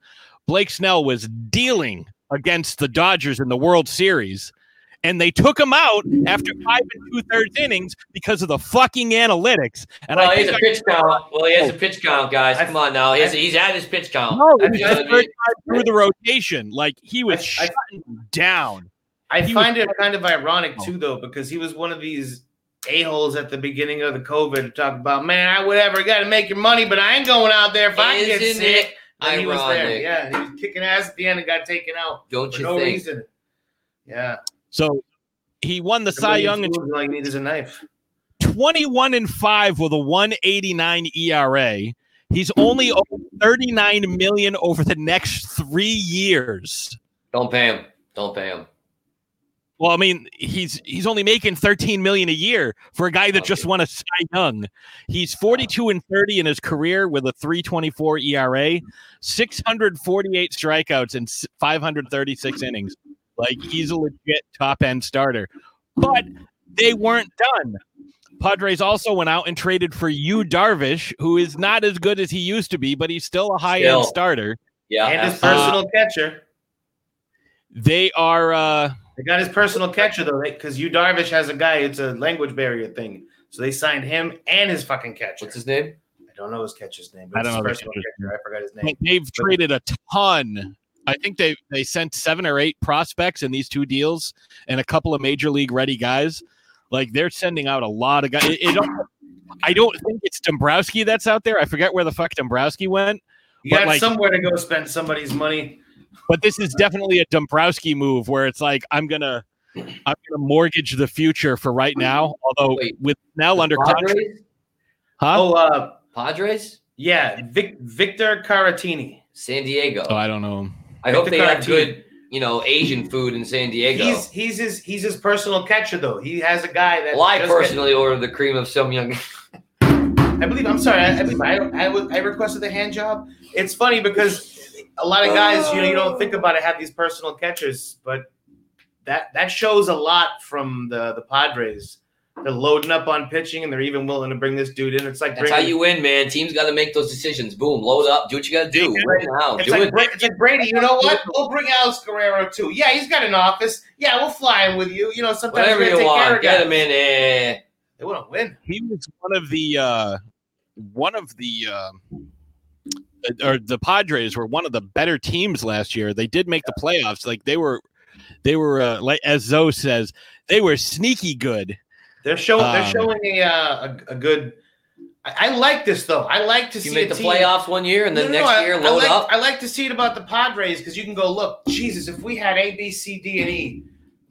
Blake Snell was dealing against the Dodgers in the World Series, and they took him out after five and two thirds innings because of the fucking analytics. And
well,
I
he has
think
a
I- Oh.
pitch count. Well, he has a pitch count, guys. Come on now. He has, he's at his pitch count.
No, it
That's
was
the
the
other
third
thing.
time through the rotation. Like he was shutting down.
I
He was-
find it kind of ironic too, though, because he was one of these a holes at the beginning of the COVID talking about, man, I whatever, got to make your money, but I ain't going out there if I get
Isn't
sick.
it
And he was there.
ironic?
Yeah, he was kicking ass at the end and got taken out.
Don't
for
you
no
think?
reason. Yeah.
So he won the Cy Young in
all you need is a knife.
21 and 5 with a 189
E
ERA. He's only over 39 million over the next 3 years.
Don't pay him. Don't pay him.
Well, I mean, he's he's only making 13 million a year for a guy that just won a Cy Young. He's
Uh,
42 and 30 in his career with a 3.24 ERA, 648 strikeouts and s- 536 innings. Like he's a legit top end starter. But they weren't done. Padres also went out and traded for you Darvish, who is not as good as he used to be, but he's still a high
Still.
end starter.
Yeah,
and his
absolutely.
personal catcher.
They are. uh
They got his personal catcher though, because you Darvish has a guy. It's a language barrier thing, so they signed him and his fucking catcher. What's
his name?
I don't know his catcher's
I
name. But it's
don't know
his
the
personal
catcher's
catcher. I forgot his name.
But they've traded a ton. I think they they sent seven or eight prospects in these two deals, and a couple of major league ready guys. Like they're sending out a lot of guys. It, it don't- I don't think it's Dombrowski that's out there. I forget where the fuck Dombrowski went.
You got somewhere to go spend somebody's money.
but this is definitely a Dombrowski move where it's like I'm gonna I'm gonna mortgage the future for right now. Although with Snell under contract,
Padres?
huh?
Oh, uh,
Padres?
Yeah, Vic, Victor Caratini.
San Diego.
oh, I don't know. him.
I hope they
Victor
have
Caratini.
good, you know, Asian food in San Diego.
He's he's his he's his personal catcher though. He has a guy that.
well, I
just-
personally ordered the cream of
[LAUGHS]
some young.
I believe. I'm sorry. I, I believe I, I was- I requested the hand job. It's funny because a lot of guys, you know, you don't think about it, have these personal catchers, but that that shows a lot from the the Padres. They're loading up on pitching, and they're even willing to bring this dude in. It's like
That's [LAUGHS] how
bringing-
you win, man. Teams got to make those decisions. Boom, load up, do what you got to do. Win now,
It's
do
like,
it.
Bra- it's like Brady. You know what? We'll bring Alex Guerrero too. Yeah, he's got an office. Yeah, we'll fly him with you. You know, sometimes
Whatever
you gotta
you
take care
want,
of
get
guys.
him in. Eh.
They want to win.
he was one of the uh one of the uh, or the Padres were one of the better teams last year. They did make the playoffs. Like they were they were uh, like as Zoe says, they were sneaky good.
They're showing.
Um,
they're showing a, uh, a a good. I, I like this though. I like to
You
see
make
a
the
team-
playoffs one year and then
No, no, no,
next
I-
year
I,
load
like,
up.
I like to see it about the Padres because you can go look. Jesus, if we had A, B, C, D, and E,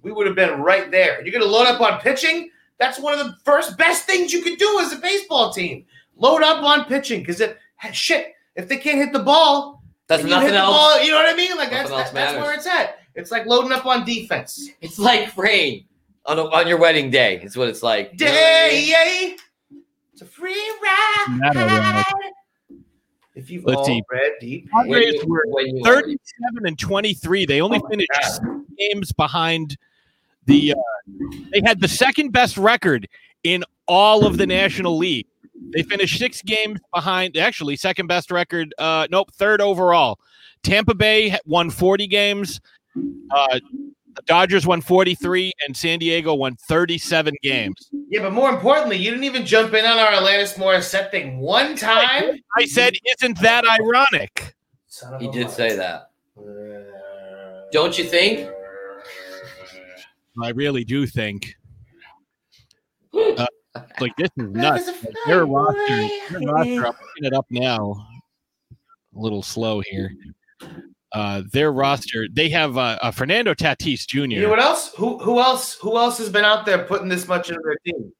we would have been right there. You're going to load up on pitching. That's one of the first best things you can do as a baseball team. Load up on pitching because it shit. If they can't hit the ball,
That's
they can
nothing
hit the
else.
ball, you know what I mean? Like that's
Nothing else
that, that's where
matters.
it's at. It's like loading up on defense.
It's like rain on, a, on your wedding day. It's what it's like. You know what I mean?
Day, it's a free ride. If you've
Let's
all
see.
read deep,
Padres were
when you-
37 and 23. They
Oh,
only finished six games behind the uh, they had the second best record in all of the National League. They finished six games behind actually second best record uh nope, third overall. Tampa Bay had- won 40 games. Uh the Dodgers won 43 and San Diego won 37 games.
Yeah, but more importantly, you didn't even jump in on our Alanis Morissette
[LAUGHS]
thing one time.
I said, isn't that ironic?
He did say that. Don't you think?
I really do think. Uh, like this is nuts. Like, Their roster, their roster. I'm looking it up now. A little slow here. Uh, their roster. They have uh, uh, Fernando Tatis Jr.
You know what else? Who who else? Who else has been out there putting this much into their team?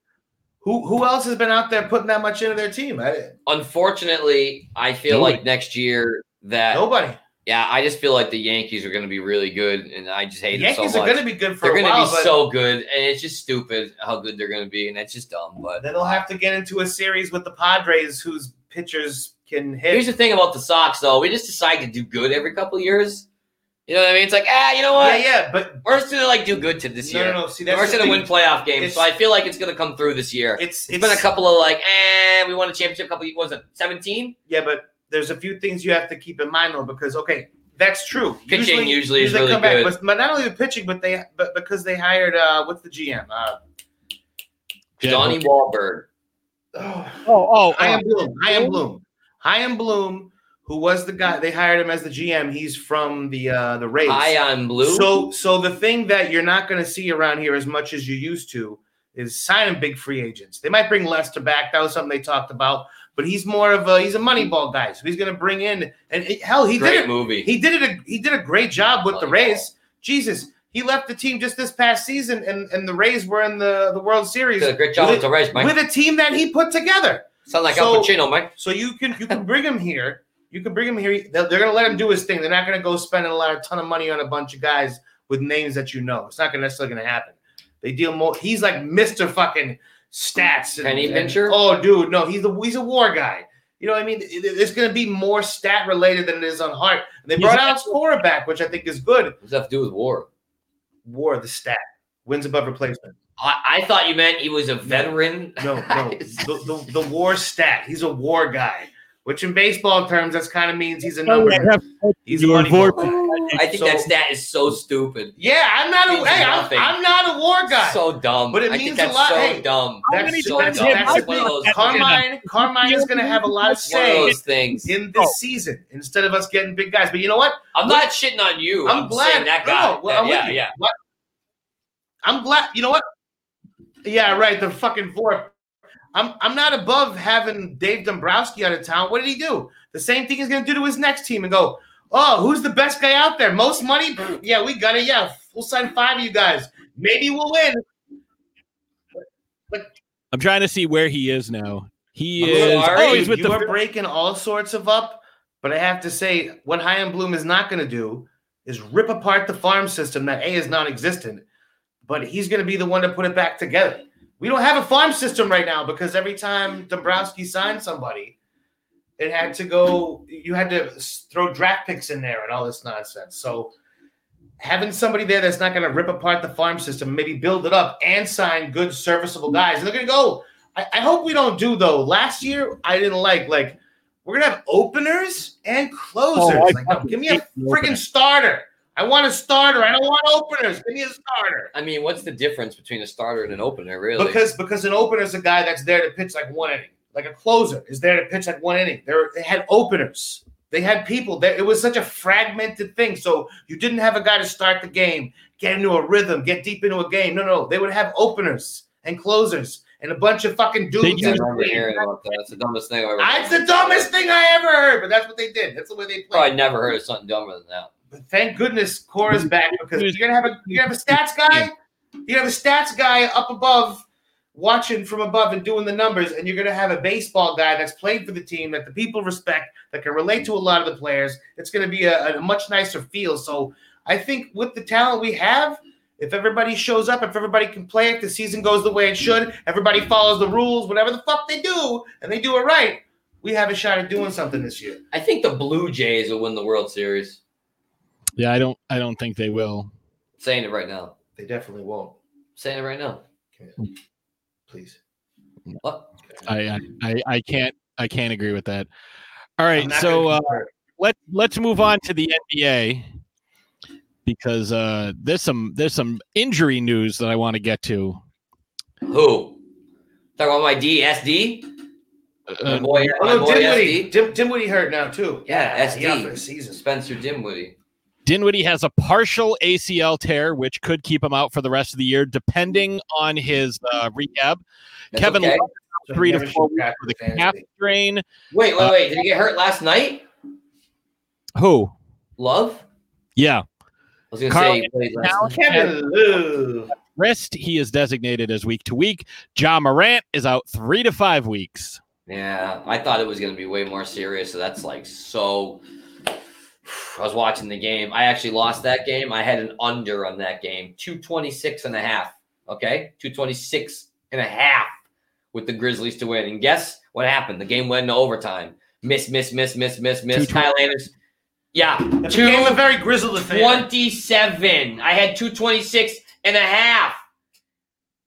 Who who else has been out there putting that much into their team? I,
Unfortunately, I feel
Nobody.
like next year that
Nobody.
Yeah, I just feel like the Yankees are going to be really good, and I just hate
The Yankees
them so
are
much.
going to be good for
they're
a
gonna
while,
be
but
so good, and it's just stupid how good they're going to be, and that's just dumb. But
then they'll have to get into a series with the Padres, whose pitchers can hit.
Here's the thing about the Sox, though. We just decide to do good every couple of years. You know what I mean? It's like, ah, you know what?
Yeah, yeah, but
we're just gonna like do good to this
No,
year.
no, no, see, that's
we're just
the
gonna win
thing.
playoff games.
It's-
So I feel like it's gonna come through this year.
It's
it's been a couple of like, eh, we won a championship. couple. Was it seventeen?
Yeah, but there's a few things you have to keep in mind though, because okay, that's true.
Pitching usually is really
back,
good.
but, but not only the pitching, but they but because they hired uh what's the GM? Uh,
Johnny Wahlberg.
Oh, oh,
I am Bloom. I am Bloom. I am Bloom, who was the guy they hired him as the GM. He's from the uh the Rays.
I am Bloom?
So so the thing that you're not going to see around here as much as you used to is signing big free agents. They might bring Lester back. That was something they talked about. But he's more of a he's a money ball guy, so he's going to bring in and it- hell he
Great
did it.
movie.
He did it. A, he did a great job with the
Moneyball.
Rays. Jesus, he left the team just this past season, and and the Rays were in the the World Series.
Did a great job with
a-
the Rays, Mike.
with a team that he put together.
Sound like Al Pacino, Mike.
So you can you can bring him here. You can bring him here. They're, they're going to let him do his thing. They're not going to go spending a lot of ton of money on a bunch of guys with names that you know. It's not gonna, necessarily going to happen. They deal more. He's like Mister fucking stats. And,
Penny
and-
pincher?
oh, dude, no, he's a he's a war guy. You know what I mean? It- it- It's going to be more stat related than it is on heart. And they
He's
brought
a-
Alex Cora back, which I think is good. What
does that have to do with war?
War, the stat wins above replacement.
I, I thought you meant he was a veteran. [LAUGHS]
No, no. the, the, the war stat. He's a war guy, which in baseball terms, that's kind of means he's a
Oh,
number. He's a money ball guy.
I think
So-
that stat is so stupid.
Yeah, I'm not
Means
a hey, I'm,
nothing.
I'm not a war guy.
So dumb.
But it
I
means
think
a
that's
lot.
so
hey,
dumb.
That's,
so
that's,
dumb.
that's,
one of those
Carmine. Carmine is going to have a lot of
One
say
of those things. Oh.
in this season instead of us getting big guys. But you know what?
I'm not shitting on you. I'm, saying that
no,
guy.
no, well, I'm
yeah,
with you.
yeah.
What? I'm glad. You know what? Yeah, right. The fucking fourth. I'm I'm not above having Dave Dombrowski out of town. What did he do? The same thing he's going to do to his next team and go, oh, who's the best guy out there? Most money? [CLEARS THROAT] Pfft, Yeah, we got it. Yeah, we'll sign five of you guys. Maybe we'll win.
I'm trying to see where he is now. He
I'm
is.
sorry,
Oh, he's with
you are
the.
breaking all sorts of up, but I have to say, what High and Bloom is not going to do is rip apart the farm system that A is non-existent, but he's going to be the one to put it back together. We don't have a farm system right now because every time Dombrowski signed somebody, it had to go. You had to s- throw draft picks in there and all this nonsense. So having somebody there that's not going to rip apart the farm system, maybe build it up and sign good, serviceable guys. And they're going to go. I, I hope we don't do though. Last year, I didn't like like we're gonna have openers and closers.
Oh, I
like, no,
fucking
give me a
hate the opener.
freaking starter. I want a starter. I don't want openers. Give me a starter.
I mean, what's the difference between a starter and an opener, really?
Because because an opener is a guy that's there to pitch like one inning. Like a closer is there to pitch like one inning. There they had openers. They had people there. It was such a fragmented thing. So you didn't have a guy to start the game, get into a rhythm, get deep into a game. No, no, they would have openers and closers and a bunch of fucking dudes.
I
in
remember
between.
hearing about that. That's the dumbest thing I ever.
That's the dumbest thing I ever heard, but that's what they did. That's the way they played.
Probably never heard of something dumber than that.
But thank goodness Cora's back because you're gonna have a you have a stats guy, you have a stats guy up above watching from above and doing the numbers, and you're gonna have a baseball guy that's played for the team that the people respect, that can relate to a lot of the players. It's gonna be a, a much nicer feel. So I think with the talent we have, if everybody shows up, if everybody can play, if the season goes the way it should, everybody follows the rules, whatever the fuck they do, and they do it right, we have a shot at doing something this year.
I think the Blue Jays will win the World Series.
Yeah, I don't. I don't think they will.
saying it right now.
They definitely won't.
saying it right now.
Please.
What?
I I, I, I can't. I can't agree with that. All right,
I'm not
so
gonna
uh,
convert.
let let's move on to the NBA because uh, there's some there's some injury news that I want to get to.
Who? Talking about my DSD?
Uh,
my boy, my
Oh, no,
boy
Dimwitty.
SD.
Dim, Dimwitty hurt now too.
Yeah,
he's out for the
SD.
season.
Spencer Dimwitty.
Dinwiddie has a partial ACL tear, which could keep him out for the rest of the year, depending on his uh, rehab.
That's
Kevin
okay.
Love,
So
three to
never
four
shoot
weeks
back
with
for
a calf
fantasy.
strain.
Wait, wait,
Uh,
wait. Did he get hurt last night?
Who?
Love?
Yeah.
was going to
Carl-
say, Blaze
Now
Larson.
Kevin Rest. He is designated as week to week. John Morant is out three to five weeks.
Yeah, I thought it was going to be way more serious. So that's like so. [SIGHS] I was watching the game. I actually lost that game. I had an under on that game, 226 and a half. Okay. 226 and a half with the Grizzlies to win. And guess what happened? The game went into overtime. Miss, miss, miss, miss, miss, miss. Highlanders. Yeah. Two,
became a very grizzled affair.
27. I had 226 and a half.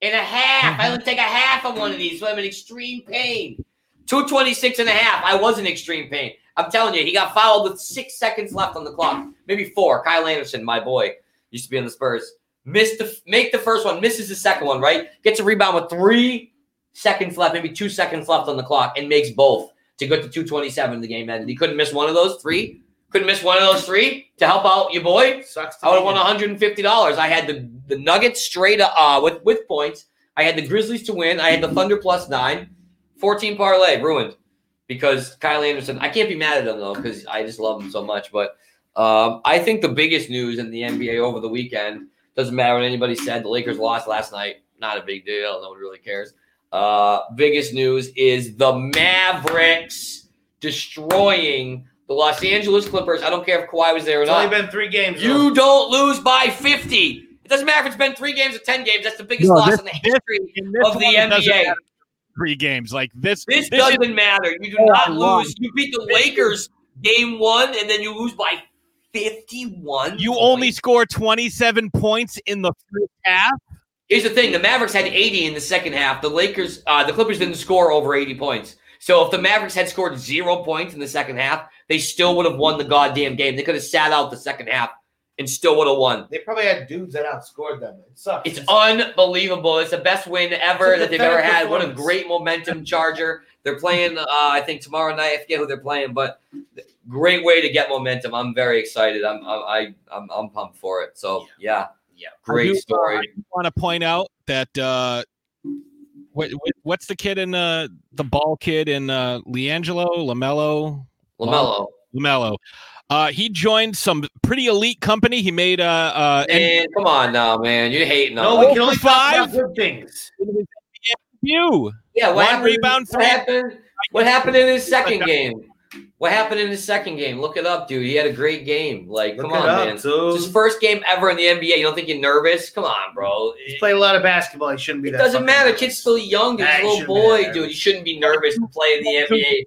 And a half. I would take a half of one of these. So I'm in extreme pain. 226 and a half. I was in extreme pain. I'm telling you, he got fouled with six seconds left on the clock. Maybe four. Kyle Anderson, my boy, used to be on the Spurs. Missed the make the first one, misses the second one, right? Gets a rebound with three seconds left, maybe two seconds left on the clock, and makes both to go to 227. The game ended. He couldn't miss one of those three. Couldn't miss one of those three to help out your boy.
Sucks to
I would have
be
won
you.
150. dollars I had the the Nuggets straight uh with with points. I had the Grizzlies to win. I had the Thunder plus nine. 14 parlay ruined because Kyle Anderson. I can't be mad at him though because I just love him so much. But um, I think the biggest news in the NBA over the weekend doesn't matter what anybody said. The Lakers lost last night. Not a big deal. No one really cares. Uh, biggest news is the Mavericks destroying the Los Angeles Clippers. I don't care if Kawhi was there or
It's
not.
only been three games.
You don't lose by 50. It doesn't matter if it's been three games or 10 games. That's the biggest
No,
loss
this-
in the history of the
one doesn't
NBA.
matter. Three games like this.
This,
is-
doesn't matter. You do
Oh,
not
long.
lose. You beat the Lakers game one, and then you lose by 51.
You only score 27 points in the first half.
Here's the thing: the Mavericks had 80 in the second half. The Lakers, uh, the Clippers didn't score over 80 points. So if the Mavericks had scored zero points in the second half, they still would have won the goddamn game. They could have sat out the second half and still would have won.
They probably had dudes that outscored them. It sucks.
It's unbelievable. It's the best win ever
It's a
that they've ever
pathetic
had. What a
performance.
great momentum charger. They're playing, uh, I think, tomorrow night. I forget who they're playing, but great way to get momentum. I'm very excited. I'm I, I, I'm, I'm pumped for it. So, yeah. Yeah. Great
I do, uh, I
story.
do want to point out that uh, what, what- what's the kid in uh, the ball kid in uh, Leangelo Lamelo
LaMelo.
Lamelo. Uh, he joined some pretty elite company. He made uh, uh
Man, come on now, man. You're hating on
No,
me.
we can only talk about
good things.
you.
Yeah, what
One
happened,
rebound,
What happened, what happened in his second game? What happened in his second game? Look it up, dude. He had a great game. Like, come
it
on,
up,
man. It's his first game ever in the NBA. You don't think you're nervous? Come on, bro.
He's played a lot of basketball. He shouldn't be.
It
that
doesn't
fucking
matter.
nervous.
Kid's still young. Dude.
Nah,
He's
he
a little
shouldn't be that
boy, dude. You shouldn't be nervous to play in the NBA.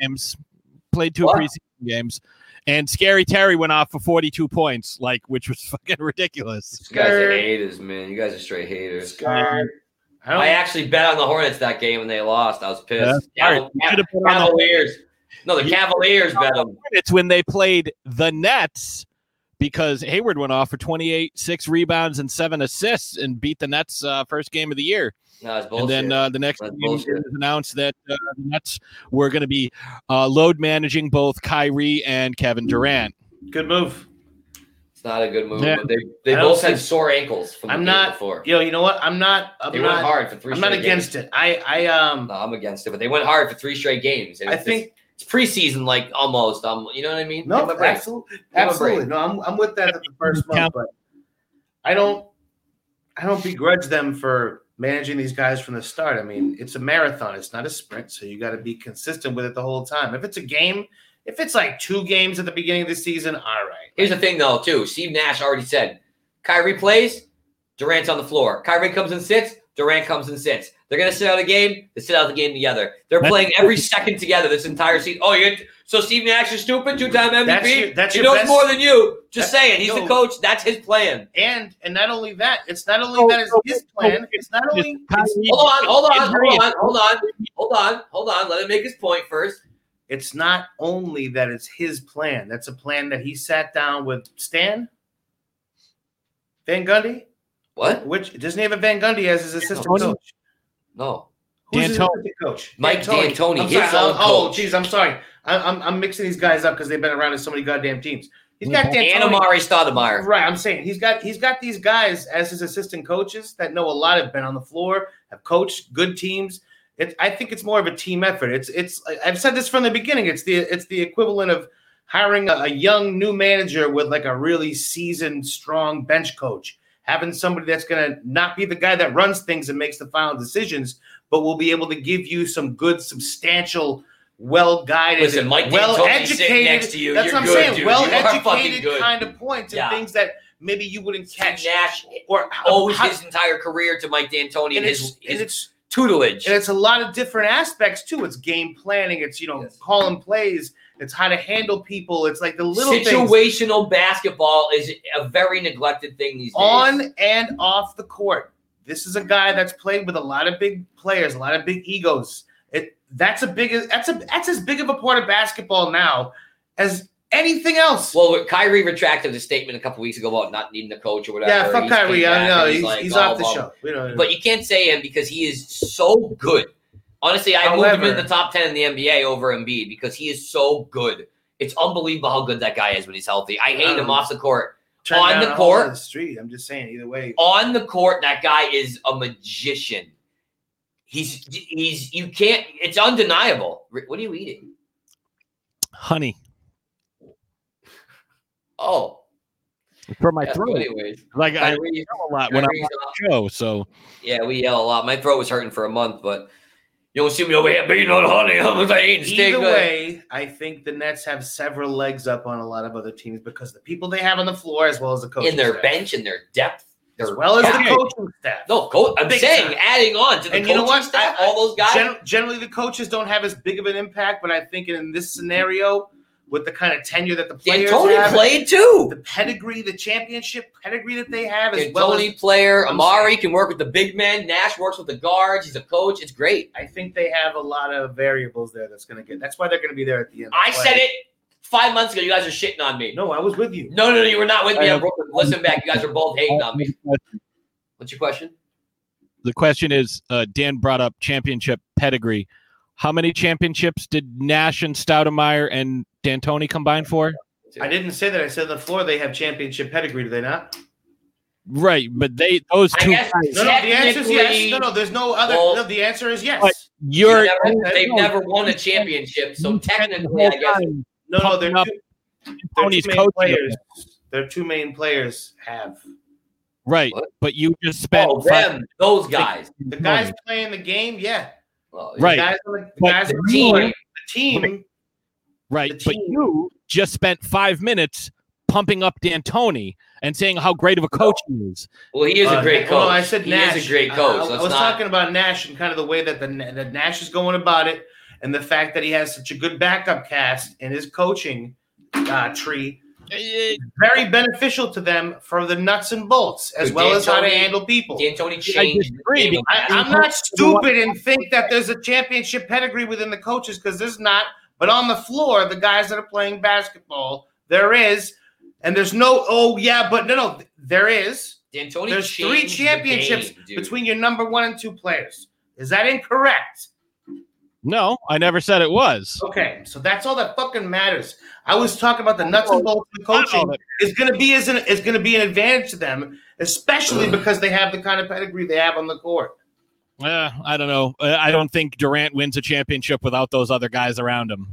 games, played two preseason games, and Scary Terry went off for 42 points, like which was [LAUGHS] fucking ridiculous.
You guys are haters, man. You guys are straight haters. I, actually bet on the Hornets that game and they lost. I was pissed.
Yeah, sorry.
Caval-
You should've bet on the-
Cavaliers. No, the Cavaliers bet them.
It's when they played the Nets because Hayward went off for 28, six rebounds, and seven assists and beat the Nets uh, first game of the year.
No, it's
And
bullshit.
then uh, the next
That's
game
bullshit.
it was announced that uh, the Nets were going to be uh, load managing both Kyrie and Kevin Durant.
Good move.
It's not a good move.
Yeah.
But they they
I don't
both had
see-
sore ankles from the
I'm
game
not.
before.
Yo, you know what? I'm not. I'm
They
not,
went hard for three
I'm not
straight
against
games.
it. I. I um.
No, I'm against it, but they went hard for three straight games. and
I
it's-
think-
it's preseason, like almost. Um, you know what I mean? Give
No,
them a break.
absolutely,
Give them a
absolutely.
break.
No, I'm, I'm with that at the first month, but I don't, I don't begrudge them for managing these guys from the start. I mean, it's a marathon; it's not a sprint, so you got to be consistent with it the whole time. If it's a game, if it's like two games at the beginning of the season, all right.
Here's the thing, though, too. Steve Nash already said Kyrie plays, Durant's on the floor. Kyrie comes and sits, Durant comes and sits. They're going to sit out a game, they sit out the game together. They're
That's-
playing every second together this entire season. Oh, you're so Steve Nash is stupid, two time MVP.
That's your- that's
he
your
knows
best-
more than you. Just
That-
saying, he's
no.
the coach. That's his plan.
And and not only that, it's not only that is his plan. It's not only. it's-
Hold on, hold on, hold on, hold on, hold on, hold on. Let him make his point first.
It's not only that it's his plan. That's a plan that he sat down with Stan, Van Gundy.
What?
Which doesn't he have a Van Gundy as his assistant
D'Antoni.
coach?
No.
Who's his
D'Antoni.
assistant coach?
Mike D'Antoni,
I'm
his
sorry.
own
Oh,
coach.
jeez, I'm sorry. I, I'm I'm mixing these guys up because they've been around in so many goddamn teams. He's got D'Antoni.
And Amari Stoudemire.
Right, I'm saying he's got he's got these guys as his assistant coaches that know a lot, have been on the floor, have coached good teams. It, I think it's more of a team effort. It's it's I've said this from the beginning. It's the it's the equivalent of hiring a, a young new manager with like a really seasoned, strong bench coach, having somebody that's going to not be the guy that runs things and makes the final decisions, but will be able to give you some good, substantial, well guided,
Listen, Mike
well
D'Antoni's sitting
educated.
next to you.
That's
You're
what I'm
good,
saying.
dude.
Well
You are fucking
educated
good.
kind of points and
Yeah.
things that maybe you wouldn't catch.
Nash
or
owes
how-
his entire career to Mike D'Antoni and,
And
his,
it's-
his
and it's-
tutelage.
And it's a lot of different aspects too. It's game planning. It's you know calling plays. It's how to handle people. It's like the little things
Situational basketball is a very neglected thing these days.
on and off the court. This is a guy that's played with a lot of big players, a lot of big egos. It that's a big that's a that's as big of a part of basketball now as anything else.
Well, Kyrie retracted the statement a couple weeks ago about not needing a coach or whatever.
Yeah, fuck
He's
Kyrie.
came
I
back
know.
and
He's-
like, oh,
he's
blah,
off the
blah,
show.
blah.
We don't-
But you can't say him because he is so good. Honestly, I moved him in
However-
the top ten in the NBA over Embiid because he is so good. It's unbelievable how good that guy is when he's healthy. I hate him
Um,
off the court.
Turn
On
down
the
a hole in
court,
the street. I'm just saying. Either way,
on the court, that guy is a magician. He's he's you can't. It's undeniable. Rick, What are you eating?
Honey.
Oh,
For my
Yeah,
throat.
anyways.
like I
Kyrie-
yell a lot when I
Kyrie's
watch the show, so
yeah, we yell a lot. My throat was hurting for a month, but you don't see me over here beating on honey. [LAUGHS] I'm like eating steak.
Either
but-
way, I think the Nets have several legs up on a lot of other teams because the people they have on the floor, as well as the coach,
in their bench and their depth, their
as well as
Okay.
the coaching staff.
No, coach. I'm
Big
saying
time.
adding on to the
and you know
coaching
what?
staff,
I- I-
all those guys.
gen- generally, the coaches don't have as big of an impact, but I think in this scenario, with the kind of tenure that the players
D'Antoni
have,
played too.
The pedigree, the championship pedigree that they have, as
D'Antoni
well as
player.
I'm
Amari
saying-
can work with the big men. Nash works with the guards. He's a coach. It's great.
I think they have a lot of variables there that's going to get. That's why they're going to be there at the end.
I said it five months ago. You guys are shitting on me.
No, I was with you.
No, no, you were not with me.
I-
I broke- Listen back. You guys are both hating on me. What's your question?
uh, the question is uh, Dan brought up championship pedigree. How many championships did Nash and Stoudemire and D'Antoni combine for?
I didn't say that. I said on the floor they have championship pedigree. Do they not?
Right, but they those two. guys-
No, no, the answer is yes. No, no, there's no other.
Well-
no, the answer is yes.
But you're
They've never, they've never won a championship, so technically, I guess.
No, no, they're two, they're
Tony's
two main
coaching
players. Their two main players have
right, but you just spent
Oh,
five-
them, those guys.
the guys playing the game. Yeah,
Well,
The
Right.
guys on the, the
But
guys
the
on the team.
team-
The team.
right, but you just spent five minutes pumping up D'Antoni and saying how great of a coach he is.
Well, he is a
Uh,
great coach.
well, I said
he
Nash.
is a great
I-
coach.
I, I
Let's
was
not.
talking about Nash and kind of the way that the that Nash is going about it, and the fact that he has such a good backup cast in his coaching uh, tree. Very beneficial to them for the nuts and bolts, as
Dude,
well as how to
D'Antoni-
handle people.
D'Antoni changed. the game of-
I, I'm not stupid and think that there's a championship pedigree within the coaches because there's not. But on the floor, the guys that are playing basketball, there is, and there's no. Oh yeah, but no, no, there is.
D'Antoni
There's three
changed the
championships
game, dude.
between your number one and two players. Is that incorrect?
No, I never said it was.
Okay, so that's all that fucking matters. I was talking about the nuts and bolts of the coaching is going to be is an, is going to be an advantage to them, especially because they have the kind of pedigree they have on the court.
Uh, I don't know. Uh, I don't think Durant wins a championship without those other guys around him.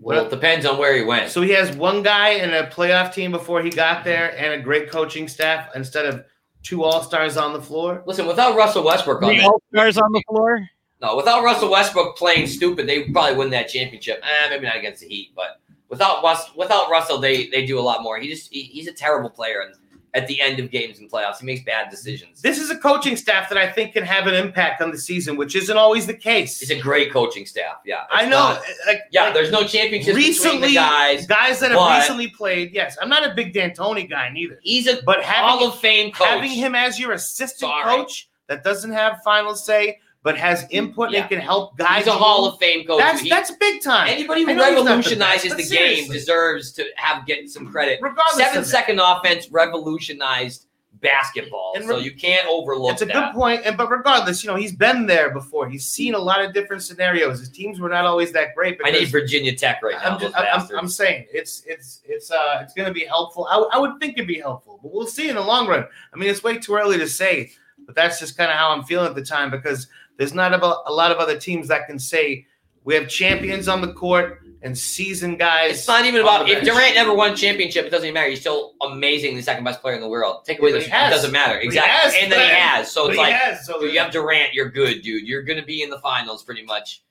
Well, it depends on where he went.
So he has one guy and a playoff team before he got there, and a great coaching staff instead of two all stars on the floor.
Listen, without Russell Westbrook on
Three
that,
All Stars on the floor.
no, without Russell Westbrook playing stupid, they probably win that championship. Eh, maybe not against the Heat, but without Rus- without Russell, they they do a lot more. He just he, he's a terrible player, and at the end of games and playoffs, he makes bad decisions.
This is a coaching staff that I think can have an impact on the season, which isn't always the case.
It's a great coaching staff. Yeah,
I
it's
know. eh,
not-
like,
yeah, there's no championships between the
recently
guys.
that have
but
recently played. Yes, I'm not a big D'Antoni guy neither.
He's a
but having,
Hall of Fame coach.
having him as your assistant
Sorry.
coach that doesn't have final say but has input
Yeah.
and can help guys.
He's a Hall of Fame coach.
That's
He-
that's big time.
Anybody
I know
who
he's not the best,
revolutionizes
but
the game
seriously.
deserves to have get some credit.
Regardless of that.
seven second offense revolutionized basketball,
And
so
re-
you can't overlook
It's a
that.
good point, and but regardless, you know he's been there before. He's seen a lot of different scenarios. His teams were not always that great.
I
Because
need Virginia Tech right now.
I'm, just,
those
I'm- I'm-
bastards.
I'm saying it's it's it's uh it's going to be helpful. I, I would think it'd be helpful, but we'll see in the long run. I mean, it's way too early to say, but that's just kind of how I'm feeling at the time because there's not about a lot of other teams that can say We have champions on the court and seasoned guys.
It's not even
on
about
the
if
bench.
Durant never won a championship, it doesn't even matter. He's still amazingly second best player in the world. Take away
But
the
he has.
it doesn't matter.
But he
Exactly.
has,
and then he
but-
has. So
but
it's
he
like
has, so
dude, you have Durant, you're good, dude. You're gonna be in the finals pretty much.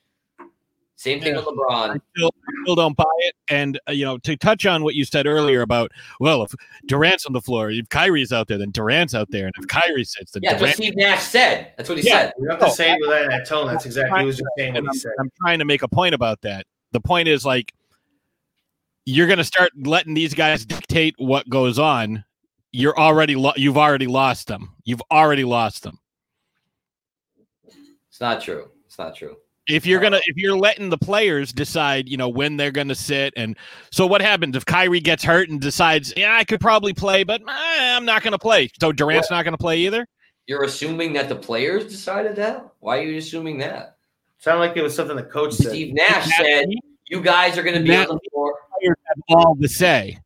Same thing with LeBron.
still, still don't buy it. And uh, you know, to touch on what you said earlier about well, if Durant's on the floor, if Kyrie's out there, then Durant's out there, and if Kyrie sits, then
Yeah, that's what
Durant.
Steve Nash said. That's what he said.
You have to say it with that, that tone. That's exactly what he was just saying. What
And
he
I'm,
said.
I'm trying to make a point about that. The point is like you're going to start letting these guys dictate what goes on. You're already lo- you've already lost them. You've already lost them.
It's not true. It's not true. Uh,
If you're gonna, if you're letting the players decide, you know when they're gonna sit, and so what happens if Kyrie gets hurt and decides, yeah, I could probably play, but eh, I'm not gonna play. So Durant's not gonna play either.
You're assuming that the players decided that? Why are you assuming that?
Sounded like it was something the coach said.
Steve Nash said you guys are gonna be on the floor.
Players have all the say.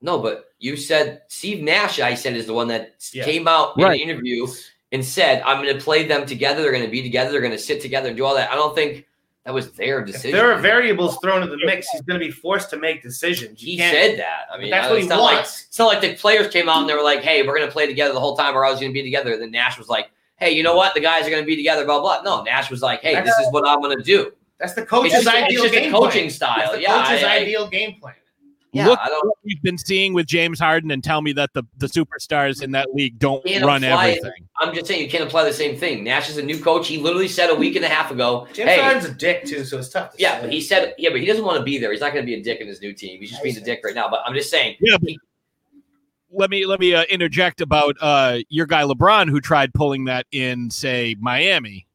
No, but you said Steve Nash, I said, is the one that s-
Yeah.
came out
Right.
in an interview and said, I'm going to play them together. They're going to be together. They're going to sit together and do all that. I don't think that was their
If
decision.
there are variables thrown in the mix, he's going to be forced to make decisions. You
he
can't-
said that. I
But
mean,
that's
I-
what
it's
he
not like,
wants.
it's not like the players came out and they were like, hey, we're going to play together the whole time or I was going to be together. then Nash was like, hey, you know what? The guys are going to be together, blah, blah. No, Nash was like, hey, this is what I'm going to do.
That's the coach's
It's just- it's
ideal
just the
game
coaching
plan.
style.
That's the
Yeah,
coach's
I- I-
ideal game plan.
Yeah,
Look
I
at what we've been seeing with James Harden, and tell me that the the superstars in that league don't
can't
run
apply it.
everything.
I'm just saying you can't apply the same thing. Nash is a new coach. He literally said a week and a half ago,
James
hey,
Harden's a dick too, so it's tough. To
Yeah,
say.
but he said, yeah, but he doesn't want to be there. He's not going to be a dick in his new team. He's just being a dick right now. But I'm just saying,
Yeah, but let me let me uh, interject about uh, your guy LeBron who tried pulling that in, say Miami.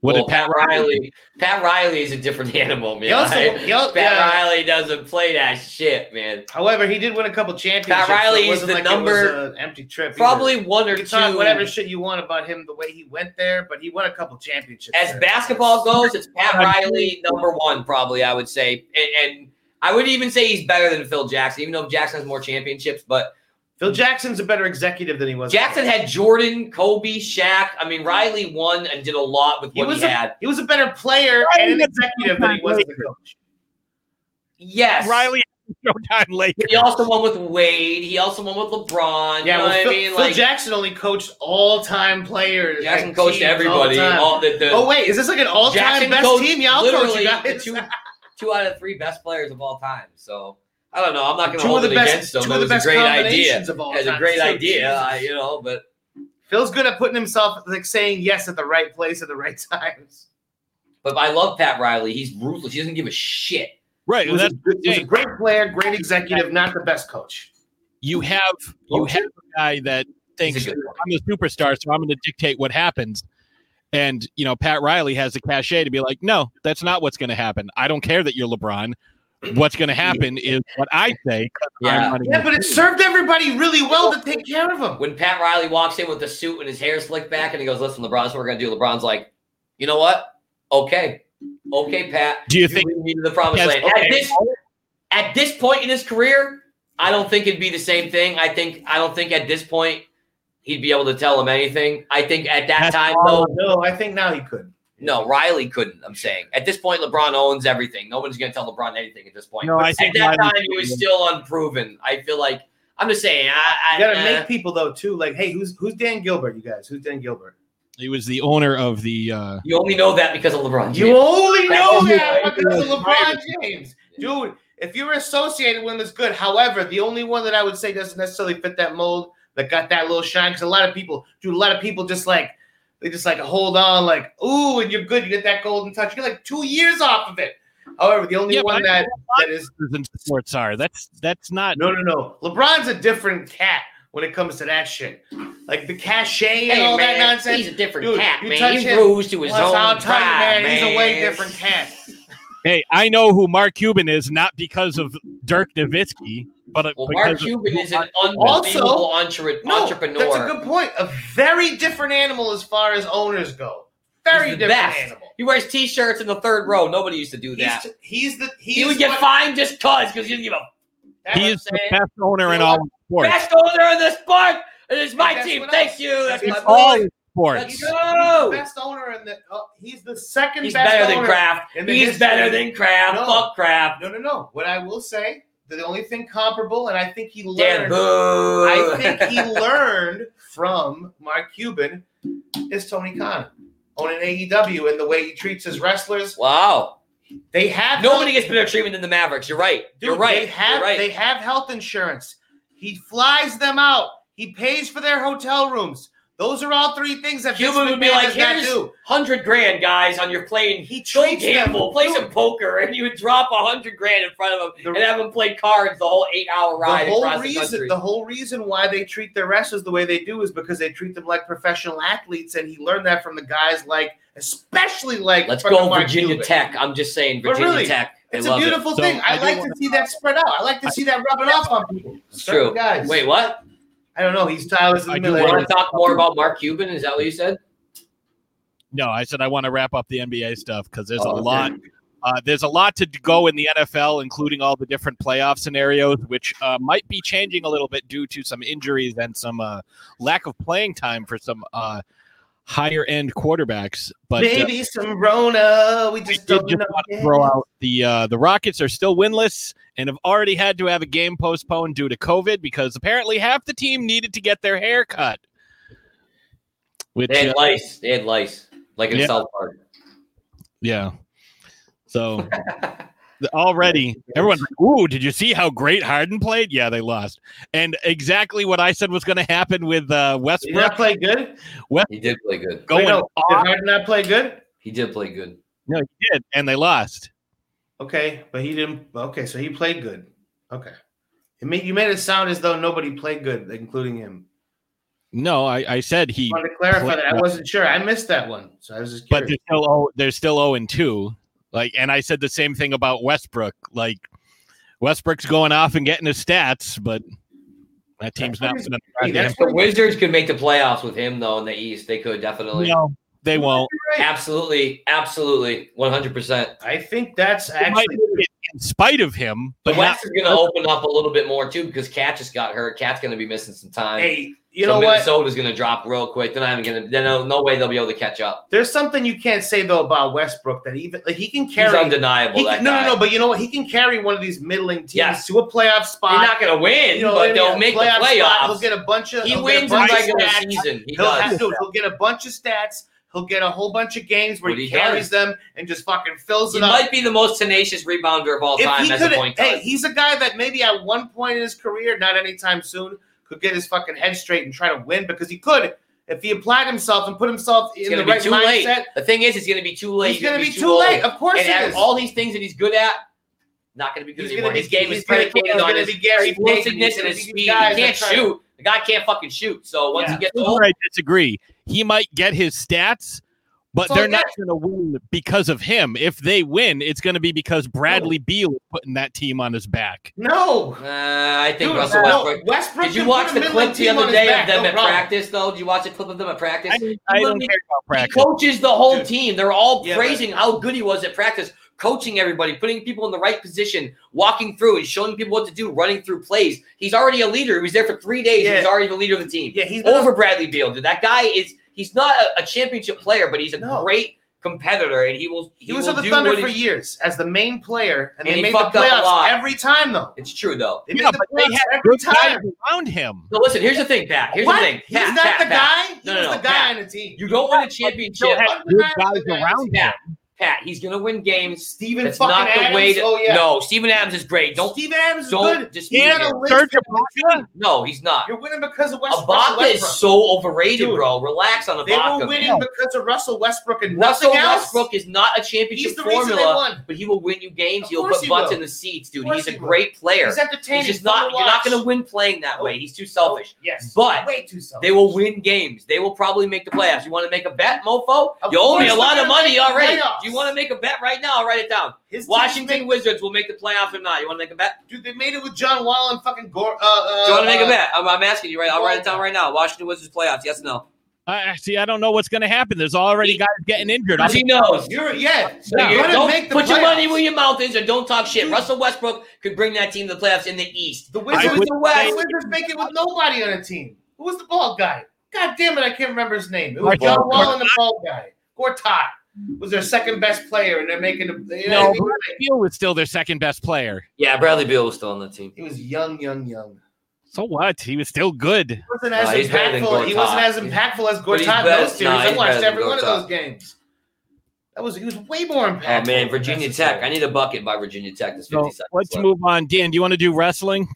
What
well,
did Pat, Riley?
Riley? Pat Riley is a different [LAUGHS] animal, man.
He also-
I-
he al-
Pat
yeah.
Riley doesn't play that shit, man.
However, he did win a couple championships.
Pat Riley
so it
is
wasn't
the
like
number-
It was an empty trip. either.
Probably one or
You can talk
two.
whatever shit you want about him, the way he went there, but he won a couple championships.
As
there.
basketball goes, it's Pat Riley number one, probably. I would say, and, and I would even say he's better than Phil Jackson, even though Jackson has more championships. But
Phil Jackson's a better executive than he was.
Jackson had Jordan, Kobe, Shaq. I mean, Riley won and did a lot with
He
what
was,
he
a,
had.
he was a better player and an executive than he was as a coach.
Yes,
Riley [LAUGHS] Showtime Lakers.
He also won with Wade. He also won with LeBron. you
Yeah,
know
well,
what
Phil,
I mean?
Phil
Like,
Jackson only coached all-time players.
Jackson
and
coached
teams all
everybody,
time.
all the- the-
oh wait, is this like an all-time
Jackson
best
coached
team? Yeah, I'll coach
literally
you guys.
the two, two out of three best players of all time. So I don't know. I'm not going to
Two of
hold
the
it
best-
against them.
two
It
of the
was
best
a great idea.
combinations
It
of all
was a
time,
great
too,
idea,
Jesus.
I- you know. But
Phil's good at putting himself like saying yes at the right place at the right times.
but I love Pat Riley. He's ruthless. He doesn't give a shit.
Right.
He
Well,
was, a,
that's
good- he was a great player, great executive, not the best coach.
you have you have a guy that thinks
He's a good
I'm a superstar, so I'm going to dictate what happens. And you know, Pat Riley has the cachet to be like, no, that's not what's going to happen. I don't care that you're LeBron. What's going to happen is what I say. 'cause
Yeah.
I'm running
Yeah, but it served everybody really well to take care of him.
When Pat Riley walks in with the suit and his hair slicked back, and he goes, "Listen, LeBron, that's what we're going to do." LeBron's like, "You know what? Okay, okay, Pat.
Do you think-
lead me to the promised
Yes,
land?"
okay.
At this at this point in his career, I don't think it'd be the same thing. I think I don't think at this point he'd be able to tell him anything. I think at that time
Oh,
though,
no, I think now he could.
no, Riley couldn't. I'm saying at this point, LeBron owns everything. Nobody's gonna tell LeBron anything at this point.
No, I
at
think
that
Riley-
time he was still unproven. I feel like I'm just saying. I, I
You gotta
uh,
make people though too. Like, hey, who's who's Dan Gilbert? You guys, who's Dan Gilbert?
He was the owner of the. Uh,
you only know that because of LeBron.
You
James.
only know
That's-
that because of LeBron James, dude. If you're associated with him, it's good. However, the only one that I would say doesn't necessarily fit that mold that got that little shine because a lot of people, dude, a lot of people just like they just like hold on, like ooh, and you're good. You get that golden touch. You get like two years off of it. However, the only
Yeah, but
one
I-
that that is
in sports are. That's that's not.
no, no, no. LeBron's a different cat when it comes to that shit. Like the cachet and
Hey,
all
man,
that nonsense.
he's a different
Dude,
cat,
you
man.
touch
He
him
rules to his
once,
own
I'll tell you,
pride,
He's a way
man.
different cat.
Hey, I know who Mark Cuban is, not because of Dirk Nowitzki, but uh,
Well,
because
Mark
of
Cuban
who
is an
Mark Cuban is.
unbelievable entre-
No,
entrepreneur.
that's a good point. A very different animal as far as owners go. Very
He's the
different
best.
animal.
He wears t-shirts in the third row. Nobody used to do that.
He's, he's the he's
he would get
what-
fined just cause because he didn't give a
that's
He
what
is
I'm
the
saying.
best owner in all of sports.
best owner in this park. It is my
That's
team.
what
Thank
else-
you. That's
that's
my
what
boy.
all sports.
Let's go!
He's the best owner in the. oh, he's the second
He's
best
better than
owner
Kraft.
in the
He's
history.
better than Kraft.
No.
Fuck Kraft.
No, no, no. What I will say, the only thing comparable, and I think he learned.
Dan Boo.
I think
[LAUGHS]
he learned from Mark Cuban is Tony Khan owning AEW E and the way he treats his wrestlers.
Wow.
They have
Nobody gets better treatment than the Mavericks. You're right.
Dude,
You're right.
They have
You're right.
they have health insurance. He flies them out. He pays for their hotel rooms. Those are all three things that
Cuban
Vince
would be
McMahon
like,
does not
here's
do.
hundred grand, guys, on your plane. He play
treats them.
gamble, play some poker, and you would drop a hundred grand in front of him and have him play cards the whole eight hour ride
the whole
across the
reason
country.
the whole reason why they treat their wrestlers the way they do is because they treat them like professional athletes, and he learned that from the guys like especially like
Let's
fucking
go
Mark
Virginia
Cuban.
Tech. I'm just saying
But
Virginia
really,
Tech. I
It's a
love it.
beautiful thing. I, like to see that spread out. I like to see that rubbing off on people.
It's
Certain
true.
Guys.
Wait, what?
I don't know. He's Tyler's in the
I do
middle.
Want to talk more about Mark Cuban? Is that what you said?
No, I said I want to wrap up the NBA stuff because there's
Oh,
a
okay.
lot. Uh, there's a lot to go in the NFL, including all the different playoff scenarios, which uh, might be changing a little bit due to some injuries and some uh, lack of playing time for some uh, higher end quarterbacks. But uh,
Maybe some Rona. We just
did
don't
just
know.
want to throw out the uh, the Rockets are still winless and have already had to have a game postponed due to COVID because apparently half the team needed to get their hair cut. Which
They
uh,
had lice. They had lice, like in
Yeah.
South Park.
yeah, so the- already everyone's like, "Ooh, did you see how great Harden played? Yeah, they lost." And exactly what I said was going to happen with uh,
Did he not
Westbrook.
play good?
He
Westbrook
did play good.
going
Wait, no.
off.
Did Harden not play good?
He did play good.
No, he did, and they lost.
Okay, but he didn't. Okay, so he played good. Okay, it made, you made it sound as though nobody played good, including him.
No, I, I said he.
I wanted to clarify
played
that. I
well.
wasn't sure. I missed that one, so I was just
but
curious.
they're still oh, they're still zero and two. Like, and I said the same thing about Westbrook. Like, Westbrook's going off and getting his stats, but that team's not going
Hey,
to
that's
The Wizards could make the playoffs with him though in the East. They could definitely.
No, they won't.
Absolutely, absolutely, one hundred percent.
I think that's
They might
actually
make it in spite of him,
The
but not,
West is going to open up a little bit more too because Cat just got hurt. Cat's going to be missing some time.
hey. You
so
know what?
Minnesota's going to drop real quick. They're not even going to. Then no, no way they'll be able to catch up.
There's something you can't say though about Westbrook that even like, he can
He's
carry.
undeniable.
he
that
can- no,
guy.
no, no. But you know what? He can carry one of these middling teams
Yes.
to a playoff spot.
They're not going to win,
You know,
but
maybe
they'll
a
make
playoff
the
spot,
playoffs.
He'll get a bunch of.
he
he'll get a
wins in
bunch of
regular
stats.
season. He
He'll, have
does.
to, he'll get a bunch of stats. He'll get a whole bunch of games where
But
he,
he
carries
does.
them and just fucking fills
He
it up.
might be the most tenacious rebounder of all
If
time
he
as a
could,
point guard.
hey, he's a guy that maybe at one point in his career, not anytime soon, could get his fucking head straight and try to win because he could if he applied himself and put himself
it's
in
going
the
to
right
be too
mindset.
late. The thing is, it's going to be too late.
He's gonna be too
old.
late. Of course
and
it
at
is.
all these things that he's good at, not going to be good
He's
anymore.
gonna be
his game is
he's gonna-
predicated
he's
on
gonna
his
be Gary Payton. He's
explosiveness and
gonna
his
be
speed.
these
He
guys
can't
that try to-
shoot. The guy can't fucking shoot. So once
Yeah.
he gets
Here's
old,
where I disagree. He might get his stats, but
That's all
they're
I
not going to win because of him. If they win, it's going to be because Bradley Beal is putting that team on his back.
No,
uh, I think
Dude,
Russell
no,
Westbrook.
Westbrook
Did you
can
watch
put a
the
middling
clip the
team on
other
his
day
back,
of them
no
at
problem.
practice? Though, did you watch a clip of them at practice?
I,
He
I don't
literally-
care about
He
practice.
coaches the whole team. They're all
Yeah, but-
praising how good he was at practice, coaching everybody, putting people in the right position, walking through and showing people what to do, running through plays. He's already a leader. He was there for three days. and
Yeah.
He's already the leader of the team.
Yeah, he's not-
over Bradley Beal. Dude, that guy is. He's not a, a championship player, but he's a
No.
great competitor, and he will.
He, was
will
on the
do
Thunder
what he-
for years as the main player, and,
And
they
he
made the
fucked up a
playoffs
lot.
every time, though.
It's true though.
They
Yeah,
made the
but they
playoffs
had
every
good guys
time.
around him.
No, listen. Here's the thing, Pat. Here's
What?
the thing.
He's
Pat,
not
Pat,
the
Pat.
guy.
No,
he
no,
was
no,
the guy
Pat.
on the team.
You don't win a championship.
They had good guys around him.
Pat, Pat, he's gonna win games.
Steven
That's
fucking
not the
Adams.
way to.
oh yeah.
No, Steven Adams is great. Don't
Steven Adams is
don't
good.
just-
You
Yeah,
gotta list
Serge
him.
Ibaka?
No, he's not.
You're winning because of West- Russell
Ibaka
Westbrook.
is so overrated,
Dude.
bro. Relax on
they were
Ibaka.
winning
No.
because of Russell Westbrook and
Russell
nothing else.
Westbrook is not a
He's
championship
the reason they
formula,
won.
but he will win you games.
Of
He'll
course
put
he
butts
will.
in the seats, dude.
Of course
He's a
he will.
great player.
He's entertaining.
He's just
fun to
not. You're not
watch. Oh,
going to win playing that way. He's too selfish.
Yes,
But
way too selfish.
They will win games. They will probably make the playoffs. You want to make a bet, mofo?
Of
you owe me
course
a
they're
lot of
gonna
money
make the
already.
playoffs.
Do you want to make a bet right now? I'll write it down.
His team
Washington
made-
Wizards will make the playoffs or not. You want to make a bet?
dude, they made it with John Wall and fucking Gore. Uh, uh,
Do you want to make a
uh,
bet? I'm, I'm asking you right. I'll write it down right now. Washington Wizards playoffs. Yes, no.
I, I see. I don't know what's going to happen. There's already
He-
guys getting injured.
Because he knows.
You're yeah. So
Yeah.
you're gonna
Don't
make the
put your
playoffs.
money where your mouth is, and don't talk shit.
Dude.
Russell Westbrook could bring that team to the playoffs in the East.
The Wizards,
would
the West.
say-
Wizards make it with nobody on a team. Who was the bald guy? God damn it, I can't remember his name. It was
Gortat.
John Wall and the ball guy. Gortat was their second best player, and they're making the. You know what I
No,
mean?
Bradley Beal was still their second best player.
Yeah, Bradley Beal was still on the team.
He was young, young, young.
So what? He was still good.
He wasn't as impactful. He wasn't as impactful as
But he's
Gortat in
better-
those series.
nah,
I
he's
watched
better than
every one of
Gortat.
those games. That was he was way more impactful.
Oh man, Virginia Tech. I need a bucket by Virginia Tech. There's 50
So
seconds.
let's
left.
move on. Dan, do you want to do wrestling?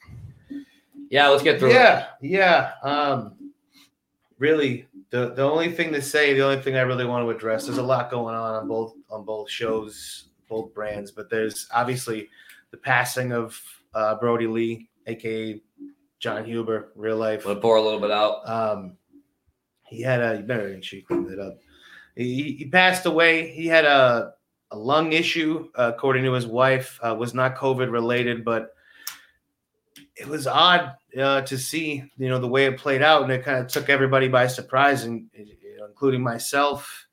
Yeah, let's get through it.
yeah, yeah. Um, really, the the only thing to say, the only thing I really want to address, there's a lot going on on both on both shows, both brands, but there's obviously the passing of uh, Brody Lee, aka John Huber, real life.
We'll pour a little bit out.
Um, he had a. You better make sure you clean that up. He, he passed away. He had a a lung issue, uh, according to his wife, uh, was not COVID related, but it was odd uh, to see, you know, the way it played out, and it kind of took everybody by surprise, and you know, including myself.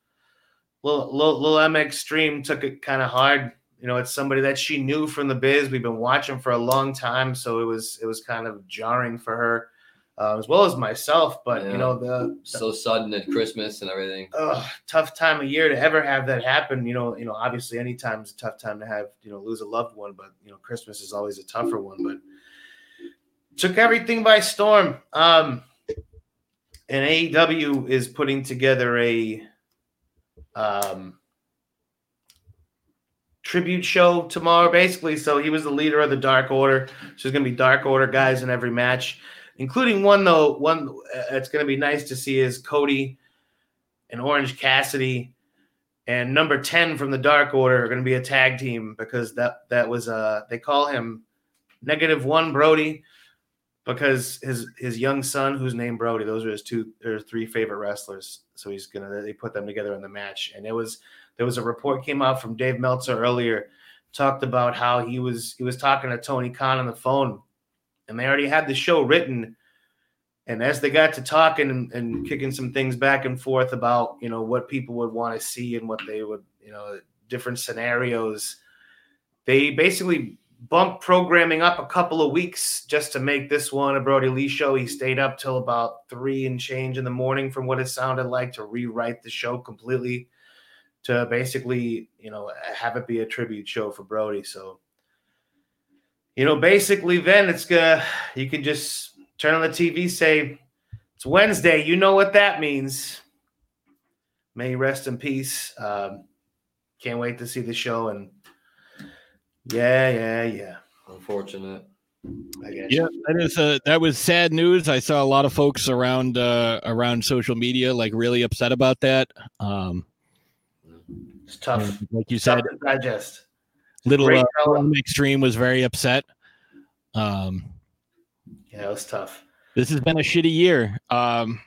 Lil, Lil, Lil M Extreme took it kind of hard. You know, it's somebody that she knew from the biz. We've been watching for a long time, so it was it was kind of jarring for her, uh, as well as myself. But
Yeah.
you know, the
So sudden at Christmas and everything.
ugh, tough time of year to ever have that happen. You know, you know, obviously any time's a tough time to have, you know, lose a loved one, but you know, Christmas is always a tougher one. But took everything by storm. Um and AEW is putting together a um tribute show tomorrow, basically. So he was the leader of the Dark Order. So there's gonna be Dark Order guys in every match, including one though. One uh, it's gonna be nice to see is Cody and Orange Cassidy and number 10 from the Dark Order are going to be a tag team because that that was uh they call him negative 1 Brody because his his young son who's named Brody those are his two or three favorite wrestlers so he's going to they put them together in the match and it was there was a report came out from Dave Meltzer earlier talked about how he was he was talking to Tony Khan on the phone and they already had the show written and as they got to talking and, and kicking some things back and forth about you know what people would want to see and what they would you know different scenarios they basically bumped programming up a couple of weeks just to make this one a brody lee show he stayed up till about three and change in the morning from what it sounded like to rewrite the show completely to basically you know have it be a tribute show for brody so you know, basically, then it's gonna you can just turn on the TV, say it's Wednesday. You know what that means. May you rest in peace. Um, can't wait to see the show. And yeah, yeah, yeah.
Unfortunate.
I guess.
Yeah, that is uh that was sad news. I saw a lot of folks around uh, around social media like really upset about that. Um,
It's tough.
like you
Tough
said,
to digest.
little
Great
uh,
fellow.
Lil extreme was very upset. Um,
Yeah, it was tough.
this has been a shitty year. Um,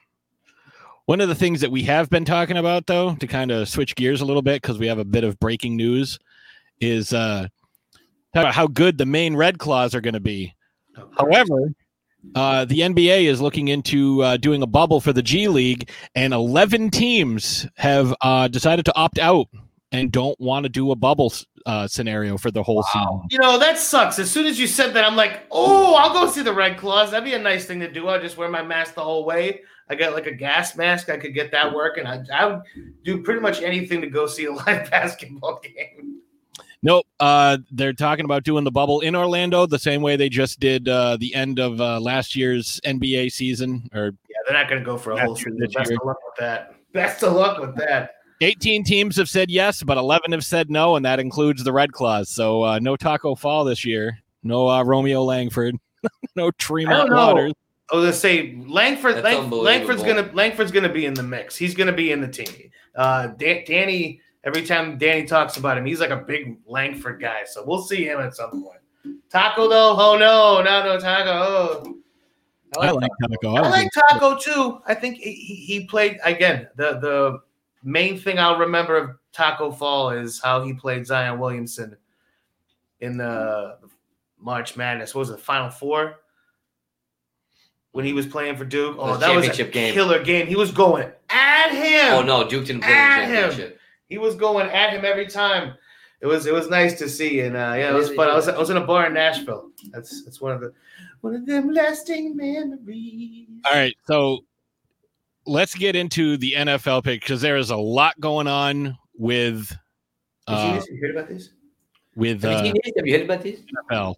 one of the things that we have been talking about, though, to kind of switch gears a little bit because we have a bit of breaking news, is uh, talk about how good the main Red Claws are going to be.
Oh,
However, uh, the NBA is looking into uh, doing a bubble for the G League, and 11 teams have uh, decided to opt out and don't want to do a bubble uh, scenario for the whole season.
You know that sucks. As soon as you said that, I'm like, oh, I'll go see the Red Claws. That'd be a nice thing to do. I'll just wear my mask the whole way. I got like a gas mask. I could get that working. I, I would do pretty much anything to go see a [LAUGHS] live basketball game.
Nope. Uh, they're talking about doing the bubble in Orlando the same way they just did uh, the end of uh, last year's NBA season. Or
Yeah, [LAUGHS] they're not going to go for a
That's
whole
true
season.
this
Best
year.
of luck with that. Best of luck with that.
18 teams have said yes, but 11 have said no, and that includes the Red Claws. So uh, no Taco Fall this year. No uh, Romeo Langford. no
I don't
Tremont
know.
Waters.
I was gonna say Langford.
That's
Lang- Langford's
unbelievable.
gonna Langford's gonna be in the mix. He's gonna be in the team. Uh, Dan- Danny. Every time Danny talks about him, he's like a big Langford guy. So we'll see him at some point. Taco though, oh no, no, no Taco. Oh.
I like Taco.
I
don't
like
think-
Taco too. I think he, he he played again. The the main thing I'll remember of Taco Fall is how he played Zion Williamson in the March Madness. What was it, Final Four? When he was playing for Duke. Oh,
The
that was a
championship game.
killer game. He was going at him.
Oh no, Duke didn't play
at
the
him.
championship.
He was going at him every time. It was it was nice to see, and uh, yeah, it was fun. I was I was in a bar in Nashville. That's that's one of the one of them lasting memories.
All right. So let's get into the NFL pick because there is a lot going on with uh,
Did you hear about this?
with
Have you
uh,
seen this? Have you heard about this?
NFL.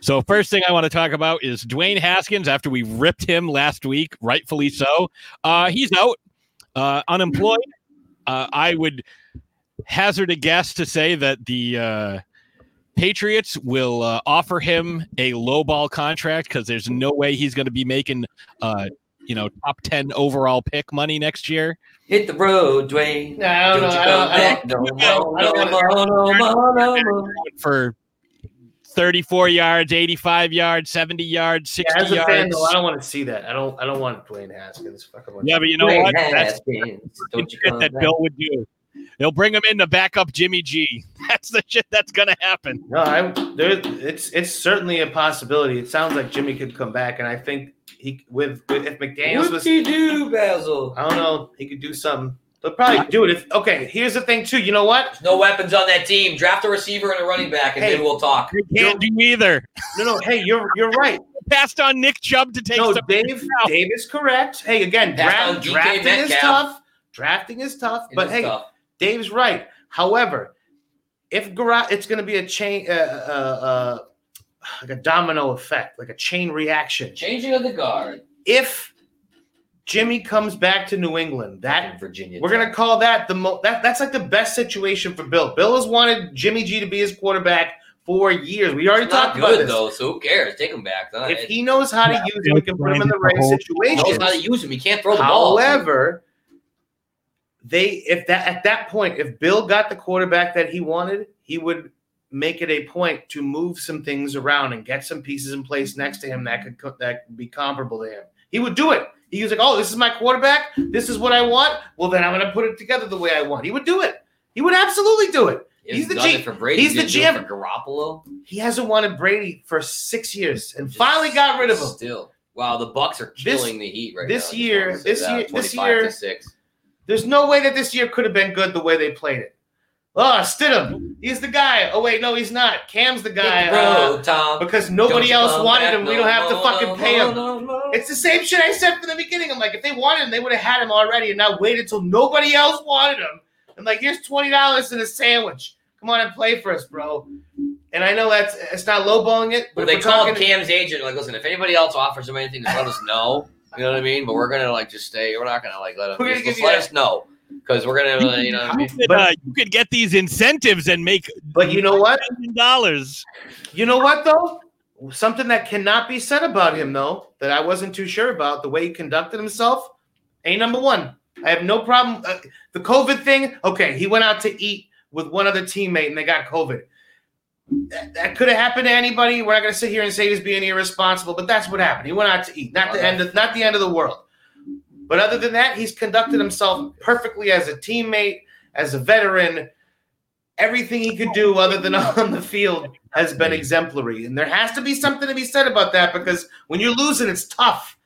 So first thing I want to talk about is Dwayne Haskins. After we ripped him last week, rightfully so, uh, he's out, uh, unemployed. Uh, I would hazard a guess to say that the uh, Patriots will uh, offer him a lowball contract because there's no way he's going to be making, uh, you know, top ten overall pick money next year.
Hit the road, Dwayne.
No, no,
Don't you
I
go
don't- I
back. No,
don't-
no,
I
no,
don't-
no, no,
oh,
no, no, no.
for 34 yards, 85 yards, 70 yards, 60
As a
yards.
fan, though, I don't want to see that. I don't. I don't want Dwayne Haskins. Fuck, I want-
yeah, but you know
Dwayne
what? That's
the
shit that Bill would do. They'll bring him in to back up Jimmy G. That's the shit that's going to happen.
No, I, there, it's it's certainly a possibility. It sounds like Jimmy could come back, and I think he with, with if McDaniel's was
Whoopsie do, Basil.
I don't know, he could do something. They'll probably do it. If okay, here's the thing too. You know what?
No weapons on that team. Draft a receiver and a running back, and
Hey.
then we'll talk.
Can't do either.
No, no. Hey, you're you're right.
Passed on Nick Chubb to take.
No, Dave. Dave is correct. Hey, again,
Passed
draft,
on DK
drafting is
Metcalf.
tough. Drafting is tough.
It
but
is
hey,
tough.
Dave's right. However, if Garat, it's going to be a chain, uh, uh, uh, like a domino effect, like a chain reaction.
Changing of the guard.
if Jimmy comes back to New England, that
Virginia,
we're gonna call that the mo- that that's like the best situation for Bill. Bill has wanted Jimmy G to be his quarterback for years. We already
It's not
talked about
good
this.
though, so who cares? Take him back. Huh?
If he knows how to use him, we can put him in the right situation.
knows how to use him, he can't throw the ball.
However, they if that at that point, if Bill got the quarterback that he wanted, he would make it a point to move some things around and get some pieces in place next to him that could co- that could be comparable to him. He would do it. He was like, "Oh, this is my quarterback. This is what I want. Well, then I'm going to put it together the way I want." He would do it. He would absolutely do it. He's the
done
G.
it for Brady.
He's the
didn't do it
GM.
for Garoppolo.
He hasn't wanted Brady for six years and finally got rid of him.
Still, wow, the Bucks are killing the Heat right
this
now.
year-
Just wanted to say
this
that.
year- this
25 to
year-
six.
There's no way that this year could have been good the way they played it. Oh, Stidham, he's the guy. Oh wait, no, he's not. Cam's the guy.
Hit the road,
uh,
Tom.
because nobody
Don't you
else
come
wanted
back,
him. we
no
don't have to
more,
fucking pay
no
him.
more, no more.
It's the same shit I said from the beginning. I'm like, if they wanted him, they would have had him already, and now waited till nobody else wanted him. I'm like, here's twenty dollars and a sandwich. Come on and play for us, bro. And I know that's it's not lowballing it, but
But
if
they
we're
called
talking-
Cam's agent like, listen, if anybody else offers him anything, just let us know. You know what I mean? But we're gonna like just stay. We're not gonna like let him.
We're gonna
Just,
give
just
you
let
that-
us know because we're gonna, uh, you know, what I mean?
But, uh, you could get these incentives and make.
But you know what?
Dollars.
You know what though? Something that cannot be said about him though, that I wasn't too sure about the way he conducted himself. A number one, I have no problem. Uh, the COVID thing, okay, he went out to eat with one other teammate and they got COVID. That, that could have happened to anybody. We're not going to sit here and say he's being irresponsible, but that's what happened. He went out to eat. Not the end. Of, not the end of the world. But other than that, he's conducted himself perfectly as a teammate, as a veteran. Everything he could do other than [LAUGHS] on the field has been exemplary. And there has to be something to be said about that because when you're losing, it's tough.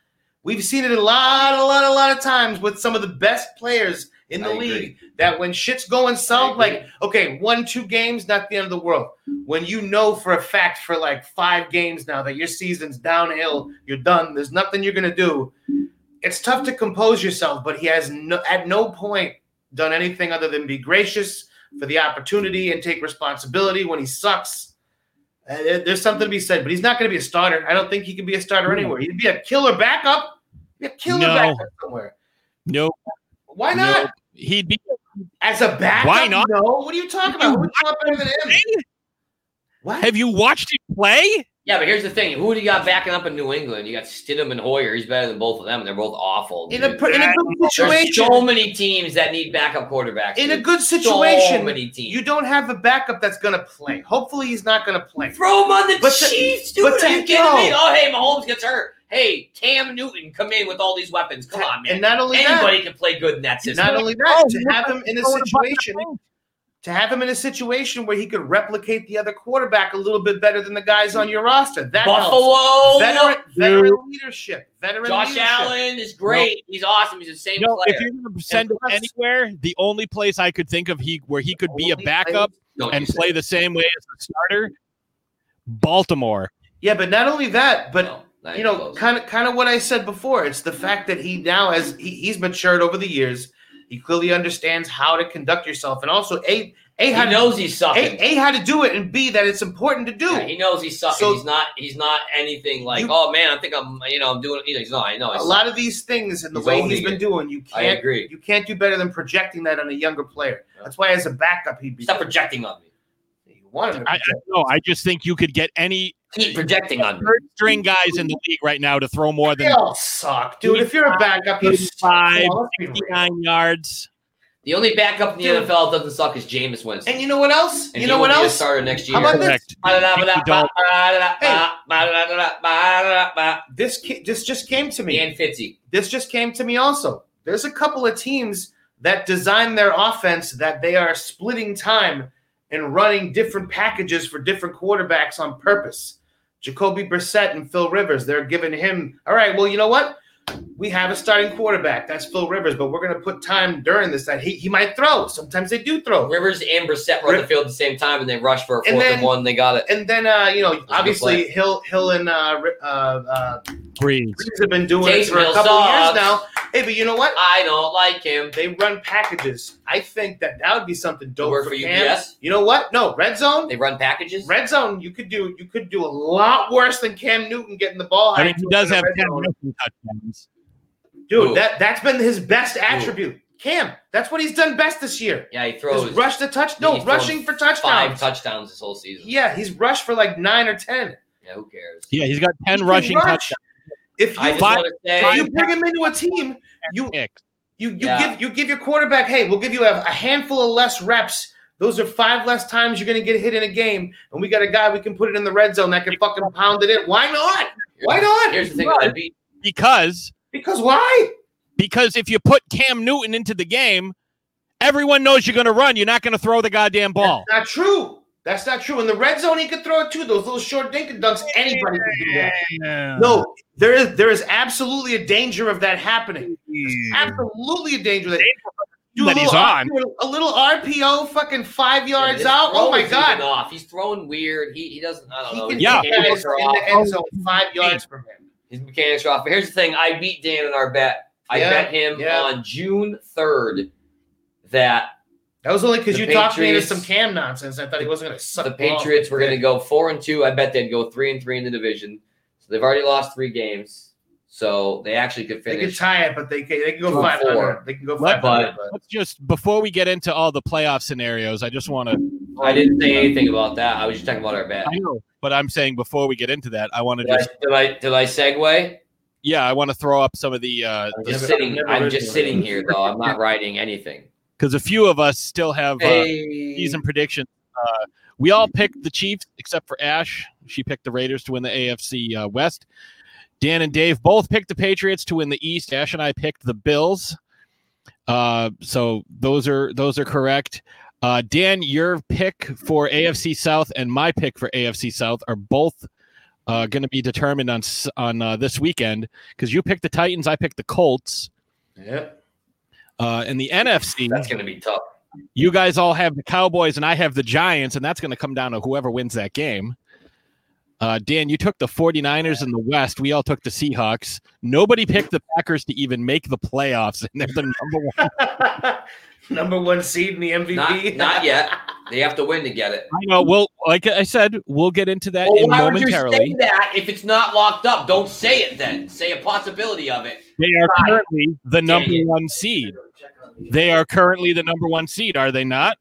We've seen it a lot, a lot, a lot of times with some of the best players in the
I agree.
league that when shit's going south, like, okay, one, two games, not the end of the world. When you know for a fact for like five games now that your season's downhill, you're done, there's nothing you're going to do it's tough to compose yourself, but he has no, at no point done anything other than be gracious for the opportunity and take responsibility when he sucks. Uh, there- there's something to be said, but he's not going to be a starter. I don't think he can be a starter anywhere. He'd be a killer backup. He'd be a killer
No.
backup somewhere.
No.
Why not?
He'd be
As a backup.
Why not?
No. What are you talking about? Who's not better than him?
Have you watched him play?
Yeah, but here's the thing: who do you got backing up in New England? You got Stidham and Hoyer. He's better than both of them. They're both awful.
In a
dude.
pr- in a good
There's
situation.
so many teams that need backup quarterbacks.
In a
dude.
good
So
situation,
many teams.
you don't have a backup that's going to play. Hopefully, he's not going to play.
Throw him on the
But to-
Chiefs, dude.
but to
Are you kidding
go-
me? Oh, hey, Mahomes gets hurt. Hey, Cam Newton, come in with all these weapons. Come on, man.
And not only that-
anybody can play good in that system.
Not only
oh,
that, to have him in a situation, to have him in a situation where he could replicate the other quarterback a little bit better than the guys on your roster. That
Buffalo!
helps. veteran, veteran leadership, veteran
Josh
leadership.
Allen is great. He's awesome. He's the same
No,
player.
if you're going to send him anywhere, the only place I could think of he where he could be a backup
Don't
and play the same way as the starter, Baltimore.
Yeah, but not only that, but
Not
you
even
know,
close.
kind of kind of what I said before. It's the fact that he now has he, he's matured over the years. He clearly understands how to conduct yourself, and also a a
He
how
knows
to,
he's sucking.
A, a how to do it, and b that it's important to do.
Yeah, he knows he's sucking.
So-
he's not. He's not anything like. oh man, I think I'm. You know, I'm doing. You know, he's not. I know.
a
he's
lot
sucking.
of these things and the
He's
way
owning
he's been
it.
doing, you
I
can't
agree.
You can't do better than projecting that on a younger player. That's why as a backup, he'd be
stop projecting on me.
You want him to
I, I don't know. I just think you could get any
keep projecting on me.
third string guys in the league right now to throw more
They
than
all suck, dude. If you're a backup, you suck.
35,
Come on, let's be real.
69 yards.
The only backup in the
Dude.
NFL that doesn't suck is Jameis Winston.
And you know what else?
And
you
he
know
will
what
be a
else?
starter next
How about
year.
this?
Ba-da-da-ba-da, ba-da-da-da-ba-da-da-ba-da-da-ba.
This ki- this just came to me.
And Fitzy.
This just came to me also. There's a couple of teams that design their offense that they are splitting time and running different packages for different quarterbacks on purpose. Jacoby Brissett and Phil Rivers, they're giving him, all right, well, you know what? We have a starting quarterback. That's Phil Rivers, but we're going to put time during this that he, he might throw. Sometimes they do throw.
Rivers and Brissett were on the field at the same time, and they rushed for a
And
fourth and
then-
one. They got it.
And then, uh, you know, obviously
play.
Hill, Hill and uh, Ri- uh, uh,
Breeze.
Breeze have been doing it
Taysom
for a
Hill
couple of years
sucks.
now. Hey, but you know what?
I don't like him.
They run packages. I think that that would be something dope
work
for,
for
fans.
UPS?
You know what? No, red zone.
They run packages.
Red zone. You could do. You could do a lot worse than Cam Newton getting the ball.
I mean,
high
he
to
does
him
have
in the red
10
zone.
rushing touchdowns.
Dude,
Ooh.
that that's been his best attribute. Cam, that's what he's done best this year.
Yeah, he
Is
throws.
rush the touch. No,
he's thrown
rushing for
Five
touchdowns.
touchdowns this whole season.
Yeah, he's rushed for like nine or ten.
Yeah, who cares?
Yeah, he's got 10
He can
rushing
rush.
touchdowns.
If you
I just
Five-
want to
if
say
you bring him into a team, you
Picks.
You you
Yeah.
give you give your quarterback, hey, we'll give you a, a handful of less reps. Those are five less times you're gonna get hit in a game, and we got a guy we can put it in the red zone that can fucking pound it in. Why not? Why not?
Here's the thing:
Why?
I beat
Because
Because why?
because if you put Cam Newton into the game, everyone knows you're going to run. You're not going to throw the goddamn ball.
Not true. That's not true. In the red zone, he could throw it too. Those little short dink and dunks, anybody can do that. No, there is there is absolutely a danger of that happening. There's absolutely a danger of that. Do a
That he's
little-
on.
do A little RPO, fucking five yards
His
out. Oh
throw
my
is
god.
even Off. He's throwing weird. He he doesn't. I don't
He
know.
can
His
Yeah.
yeah. in
mechanics are off.
the end zone five yards from him.
His mechanics are off. But here's the thing: I beat Dan in our bet. I
Yeah,
bet him
yeah.
on June third that
That was only because
The
you talked me into
Patriots-
some Cam nonsense. I thought he wasn't going to suck.
the
ball.
Patriots were going to go four and two. I bet they'd go three and three in the division. So they've already lost three games. So they actually could
They could
finish.
tie it, but they can, they can
Two
go
and
five hundred.
four.
They can go
But-
five hundred.
Let's just before we get into all the playoff scenarios, I just want to.
I didn't say anything about that. I was just talking about our bet.
I know, but I'm saying before we get into that, I want to
Did I,
just
did I did I segue?
yeah, I want to throw up some of the uh
I'm
Never-
just sitting.
never
I'm
written
just
one.
sitting here though. I'm not writing anything.
because a few of us still have uh, season predictions. Uh, we all picked the Chiefs except for Ash. She picked the Raiders to win the AFC uh, West. Dan and Dave both picked the Patriots to win the East. Ash and I picked the Bills. Uh, so those are those are correct. Uh, Dan, your pick for AFC South and my pick for AFC South are both uh, going to be determined on s- on uh, this weekend because you picked the Titans, I picked the Colts.
Yep.
Uh, and the NFC,
That's going to be tough.
you guys all have the Cowboys and I have the Giants, and that's going to come down to whoever wins that game. Uh, Dan, you took the 49ers in the West. We all took the Seahawks. Nobody picked the Packers to even make the playoffs, and they're the number one.
Number one seed in the
Not
MVP.
not yet. They have to win to get it.
I know. Well, like I said, we'll get into that
Well,
in
why would you say
momentarily.
that if it's not locked up? Don't say it then. Say a possibility of it.
They are currently the number
it.
one seed. They are currently the number one seed, are they not?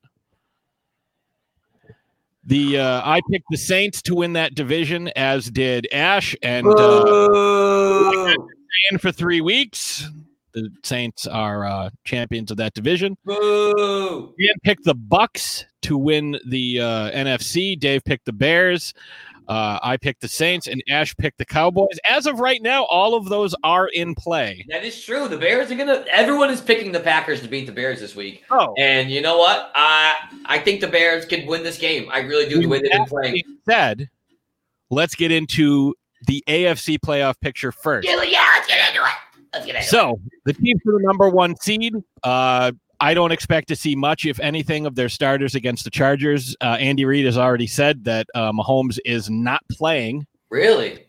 The uh, I picked the Saints to win that division, as did Ash and. Uh,
Boo!
in for three weeks. The Saints are uh, champions of that division.
Boo!
Dan picked the Bucks to win the uh, NFC. Dave picked the Bears. Uh, I picked the Saints, and Ash picked the Cowboys. As of right now, all of those are in play.
That is true. The Bears are gonna. Everyone is picking the Packers to beat the Bears this week.
Oh,
And you know what? I I think the Bears can win this game. I really do. The way they've been playing.
said, let's get into the AFC playoff picture first.
Yeah, yeah, let's get into it. Let's get into it.
So the Chiefs are the number one seed. Uh, I don't expect to see much, if anything, of their starters against the Chargers. Uh, Andy Reid has already said that uh, Mahomes is not playing.
Really?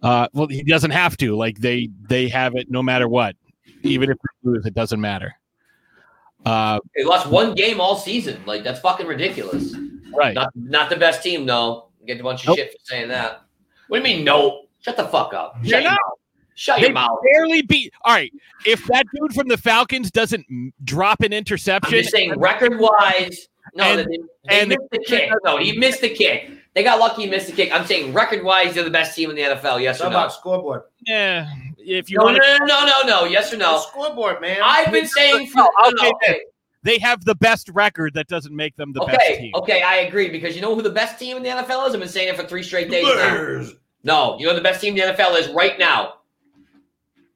Uh, well, he doesn't have to. Like they they have it no matter what, even if we lose, it doesn't matter. Uh,
They lost one game all season. Like that's fucking ridiculous.
Right.
Not not the best team though. Get a bunch of shit for saying that. What do you mean? No. Shut the fuck up. Shut
You're not.
your mouth. Shut
they
your mouth.
barely beat. All right, if that dude from the Falcons doesn't m- drop an
I'm
interception,
just saying, record wise, no,
And-
they, they
and-
missed the kick. No, he missed the kick. They got lucky, he missed the kick. I'm saying, record wise, they're the best team in the NFL. Yes or
How
no?
about scoreboard?
Yeah. eh, If you
No,
want
no, no, no, no, no. Yes or no?
Scoreboard, man.
I've been saying for
no, I'll
no,
say
no, okay.
this. they have the best record, that doesn't make them the best
Okay,
team.
okay, I agree because you know who the best team in the NFL is. I've been saying it for three straight days now. No, you know who the best team in the NFL is right now.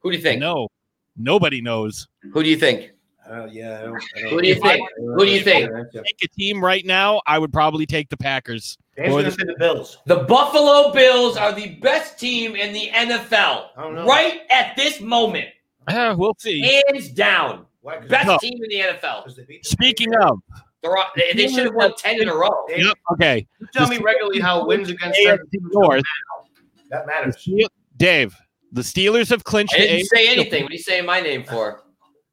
Who do you think?
No, nobody knows.
Who do you think?
Oh yeah. I don't, I don't-
Who do you think? Who do you think?
Take a team right now, I would probably take the Packers.
Dave's
Or
gonna
the-
say The Buffalo Bills are the best team in the NFL right at this moment,
Ah, we'll see.
hands down. Best
No.
team in the NFL.
Speaking of,
They're on- they, they should have won ten in a row.
Yep, okay.
Tell me regularly how it wins against
AFC
them.
North.
That matters.
Steel- Dave, the Steelers have clinched.
I didn't
the
say
AFC.
anything. What are you saying my name for?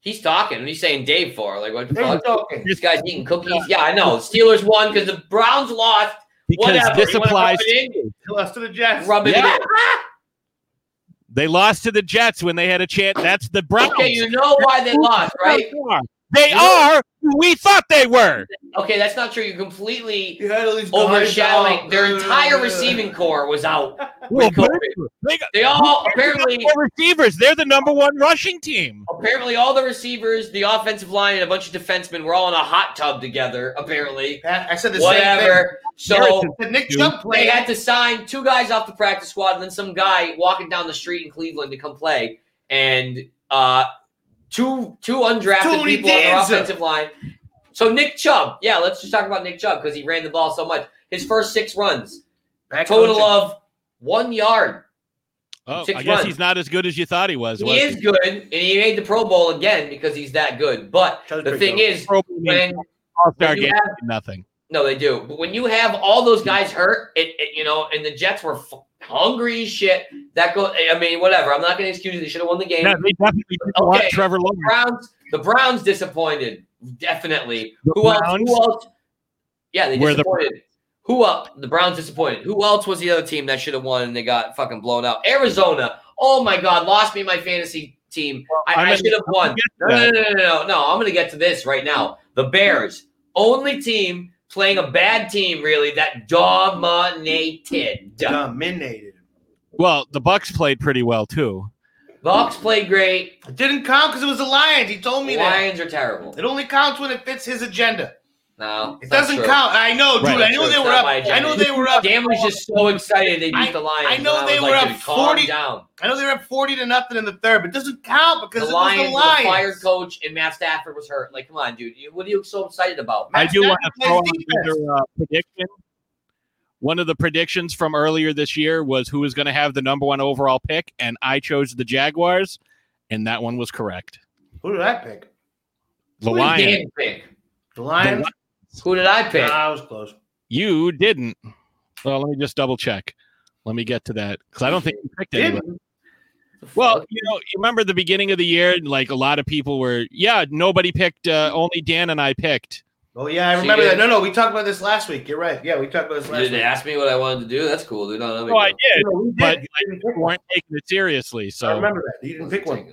He's talking. What are you saying Dave for? Like what the fuck? This guy's eating cookies. Yeah, I know. Steelers won because the Browns lost.
Because
Whatever.
this
You wanna
applies
rub it in?
They lost to the Jets.
Rub it
Yeah.
in.
They lost to the Jets when they had a chance. That's the Browns.
Okay, you know why they lost, right?
They
You know-
are who we thought they were.
Okay, that's not true. You completely
least guys
overshadowing
out.
their
No, no, no, no,
entire
no.
receiving core was out.
Well,
with COVID.
They,
They all apparently
are receivers. They're the number one rushing team.
apparently all the receivers, the offensive line, and a bunch of defensemen were all in a hot tub together. Apparently,
I said the same
whatever.
thing.
So
Did Nick Chubb play?
They had to sign two guys off the practice squad, and then some guy walking down the street in Cleveland to come play, and uh, two two undrafted
Tony
people on
Danza.
their offensive line. So Nick Chubb, yeah, let's just talk about Nick Chubb because he ran the ball so much. His first six runs,
Back
total
coaching.
of one yard.
Oh,
Six
I guess
runs.
he's not as good as you thought he was.
He
was
is good, and he made the Pro Bowl again because he's that good. But the
pretty
thing
good.
is,
Pro Bowl means
when
All-star
when you
game,
have-
nothing.
no, they do. But when you have all those guys hurt, it, it you know, and the Jets were f- hungry as shit. That go. I mean, whatever. I'm not going to excuse it. They should have won the game.
Yeah, they definitely didn't want Trevor Lawrence.
The Browns. The Browns disappointed. Definitely.
The
who
Browns?
else? Who else? Yeah, they
Were the-
disappointed. who else? The Browns disappointed. Who else was the other team that should have won and they got fucking blown out? Arizona. Oh my God, lost me my fantasy team.
I'm
I, I
gonna-
should have
I'm
won. No,
gonna
no,
get
no, no, no, no, no. I'm going to get to this right now. The Bears, only team playing a bad team, really, that dominated.
Dominated.
Well, the Bucks played pretty well too.
Bucks played great.
It didn't count because it was the Lions. He told me
Lions
that.
are terrible.
It only counts when it fits his agenda.
No,
It doesn't count. I know, dude.
Right.
I know
It's
they
not
were up.
my agenda.
I know they were up.
Gambler's just so excited they beat
I-
the Lions.
I know
and
they
was
were
like,
up
dude, calm
40
down.
I know they were up forty to nothing in the third, but it doesn't count because
the
it
Lions,
was the Lions.
the fired coach, and Matt Stafford was hurt. Like, come on, dude. You- What are you so excited about?
I do want to throw out another uh, prediction. One of the predictions from earlier this year was who was going to have the number one overall pick, and I chose the Jaguars, and that one was correct.
Who did I pick?
The
Who did
Lions.
Dan pick?
The Lions.
Lions.
Who did I pick?
Nah, I was close.
You didn't. Well, let me just double check. Let me get to that because I don't think you picked
Didn't?
anybody. Well, you know, you remember the beginning of the year, like a lot of people were, yeah, nobody picked. Uh, only Dan and I picked.
Oh yeah, I
She
remember that.
did.
No, no, we talked about this last week. You're right. Yeah, we talked about this
You
last
didn't
week.
ask me what I wanted to do. That's cool, dude. No, no,
No, I did,
No, we did.
but
You
like,
didn't
we
pick one.
weren't taking it seriously. So
I remember that. You didn't pick one.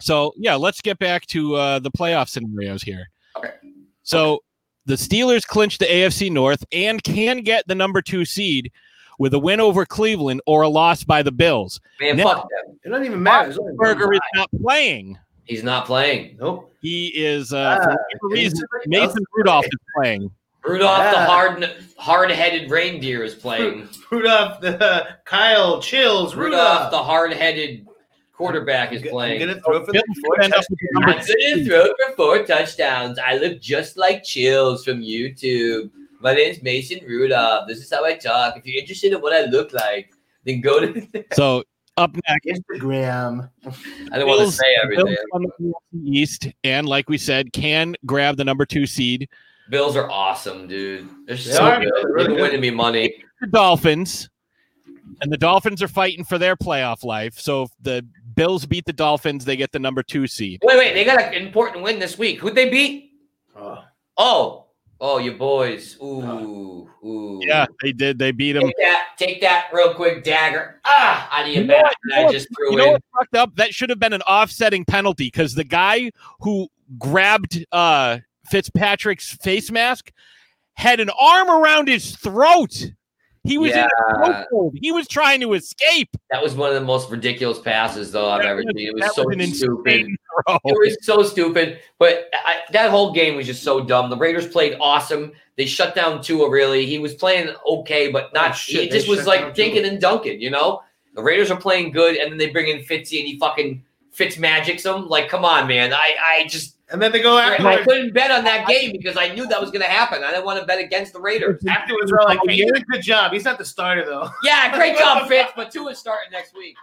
So yeah, let's get back to uh, the playoff scenarios here.
Okay.
So the Steelers clinch the AFC North and can get the number two seed with a win over Cleveland or a loss by the Bills.
Man,
Now,
fuck them.
It doesn't even matter. It's only one
Berger is
guy.
not playing.
He's not playing.
Nope.
He is uh,
Ah,
for whatever reason. Nathan Rudolph is playing.
Rudolph, the
Yeah.
hard, hard-headed reindeer, is playing.
Rudolph, the Kyle Chills.
Rudolph,
Rudolph.
the hard-headed quarterback, is
I'm
playing.
gonna throw for
Bills
the
could end up with the number
I'm gonna throw for four touchdowns. I look just like Chills from YouTube. My name's Mason Rudolph. This is how I talk. If you're interested in what I look like, then go to. [LAUGHS]
So up next.
Instagram.
I don't want to
Bills-
say everything.
Bills on the East, and like we said, can grab the number two seed.
Bills are awesome, dude. They're so
are,
good.
they're really
They've been
good.
winning me money.
The Dolphins And the Dolphins are fighting for their playoff life. So if the Bills beat the Dolphins, they get the number two seed.
Wait, wait, they got an important win this week. Who'd they beat? Oh, oh, your boys. Ooh, ooh.
Yeah, they did. They beat them.
Take that, take that real quick dagger. Ah, out of your back that I just threw
you know
in.
what's fucked up? That should have been an offsetting penalty because the guy who grabbed uh, Fitzpatrick's face mask had an arm around his throat. He was in a
Yeah.
throat hold. He was trying to escape.
That was one of the most ridiculous passes though I've ever
was-
seen. It
that
was so
was an
stupid.
insane
It
Oh,
was so stupid. But I, that whole game was just so dumb. The Raiders played awesome. They shut down Tua. Really, he was playing okay, but not.
Oh, shit,
It
they
just was
shut
like
down
dinking and dunking. You know, the Raiders are playing good, and then they bring in Fitzy, and he fucking Fitz magics them. Like, come on, man. I I just.
And then they go after
I
it.
couldn't bet on that game because I knew that was going to happen. I didn't want to bet against the Raiders.
Afterwards, we're like, hey, you did a good job. He's not the starter, though.
Yeah, great
[LAUGHS]
job, Fitz. But Tua's starting next week.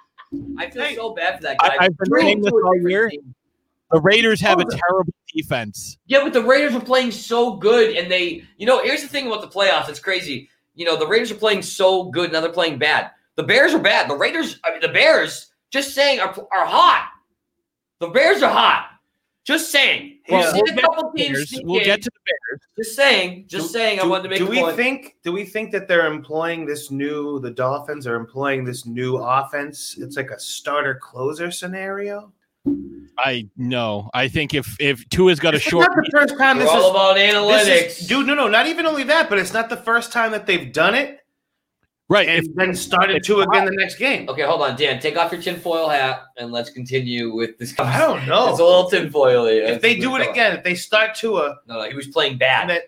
I feel so bad for that guy.
I, I've been
Tua-
saying this all year. The Raiders have a terrible defense.
Yeah, but the Raiders were playing so good, and they, you know, here's the thing about the playoffs. It's crazy. You know, the Raiders are playing so good, now they're playing bad. The Bears are bad. The Raiders, I mean, the Bears, just saying, are, are hot. The Bears are hot. Just saying. We've
Well,
seen
we'll
a
get
couple
to the
teams
Bears.
sneak
We'll
in.
get to
Just saying. Just saying. I wanted to make.
Do
a
we
point.
think? Do we think that they're employing this new? The Dolphins are employing this new offense. It's like a starter closer scenario.
I know. I think if if Tua's got a
It's
short,
not the first time
We're
this
all
is
about
this is-
analytics.
dude. No, no, not even only that, but it's not the first time that they've done it.
Right,
and then started two again the next game.
Okay, hold on, Dan. Take off your tinfoil hat and let's continue with this.
I don't know.
It's a little tinfoily.
If they do it again, if they start uh, Tua,
no, no, he was playing bad.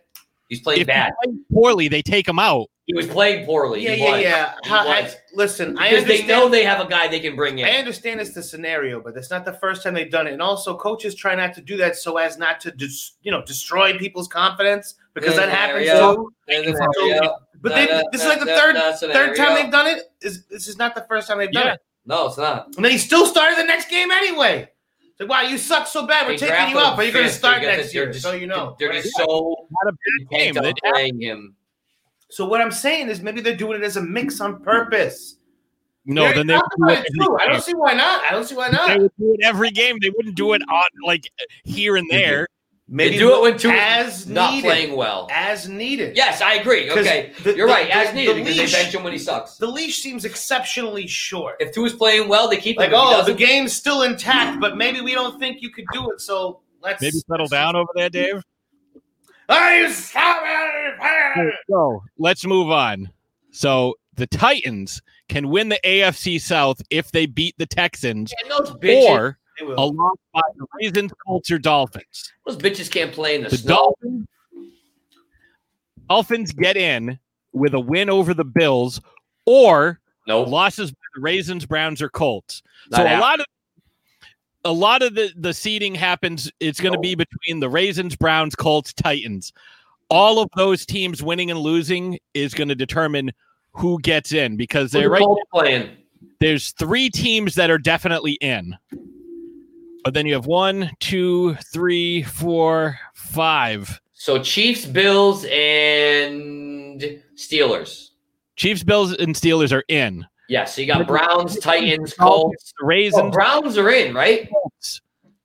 He's playing
if
bad.
he played poorly, they take him out.
He was playing poorly.
Yeah,
He
yeah,
was.
yeah.
He
Ha- I-
was.
listen, I
Because they
understand-
know they have a guy they can bring in.
I understand it's the scenario, but that's not the first time they've done it. And also, coaches try not to do that so as not to, dis- you know, destroy people's confidence because that happens too. So- but they, this is like the third third time they've done it. Is this is not the first time they've done it?
No, it's not.
And then he still started the next game anyway. It's like, wow, you suck so bad. We're
They
taking you
drafted
out, but you're going to
him fifth.
start
They got
next
the- they're
year.
just-
so you know,
they're just so
not a
bad
game, but it
playing him.
So what I'm saying is maybe they're doing it as a mix on purpose.
No,
They're
then they
talking
would do
about
it
it
every
too. I
game.
don't see why not. I don't see why not.
They would do it every game. They wouldn't do it on like here and there.
Maybe
do it when two
as
not
needed.
playing well.
As needed.
Yes, I agree.
'Cause
Okay,
the-
you're
the-
right. As
the-
needed,
the
because they
leash-
bench him when he sucks.
The leash seems exceptionally short.
If Tua's playing well, they keep
Like,
him. If he
oh, the
doesn't-
game's still intact, but maybe we don't think you could do it. So let's.
Maybe settle down over there, Dave.
I'm sorry.
So let's move on. So the Titans can win the AFC South if they beat the Texans
Yeah, those bitches-
or
They will.
along by the Raisins, Colts, or Dolphins.
Those bitches can't play in the,
The
snow.
Dolphins, Dolphins get in with a win over the Bills or losses by the Raisins, Browns, or Colts.
Not
so a
happening.
lot of a lot of the the seeding happens. It's going to be between the Raisins, Browns, Colts, Titans. All of those teams winning and losing is going to determine who gets in because
Who
they're
the
right
Colts playing.
There's three teams that are definitely in, but then you have one, two, three, four, five.
So Chiefs, Bills, and Steelers.
Chiefs, Bills, and Steelers are in.
Yeah, so you got Browns, Titans, Colts,
Raisins.
Oh, Browns are in, right?